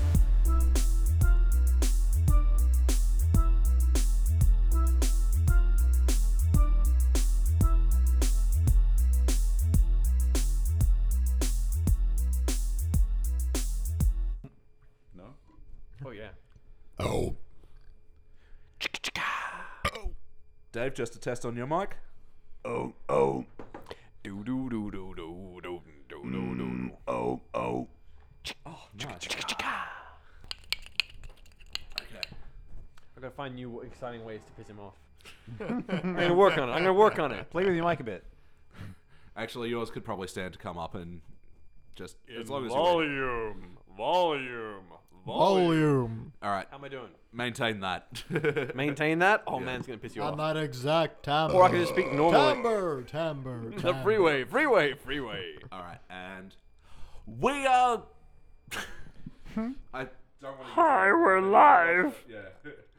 No?
Oh yeah.
Oh.
Dave, just a test on your mic.
Oh, oh,
Do do do do do do do do do.
oh, oh.
Nice. Okay.
I gotta find new exciting ways to piss
[LAUGHS]
him off. I'm gonna work on it. I'm gonna work on it.
Play with your mic a bit.
Actually, yours could probably stand to come up and just as long as you wait.
Volume, volume,
Volume.
All right,
How am I doing?
maintain that. [LAUGHS]
Maintain that. Oh man, it's gonna piss you
On
off.
that exact timbre.
Or I could just speak normally.
Timbre, timbre.
[LAUGHS] The
timbre.
freeway, freeway, freeway.
All right, and we are. I don't want to.
Hi, Hmm? we're live.
Yeah. [LAUGHS]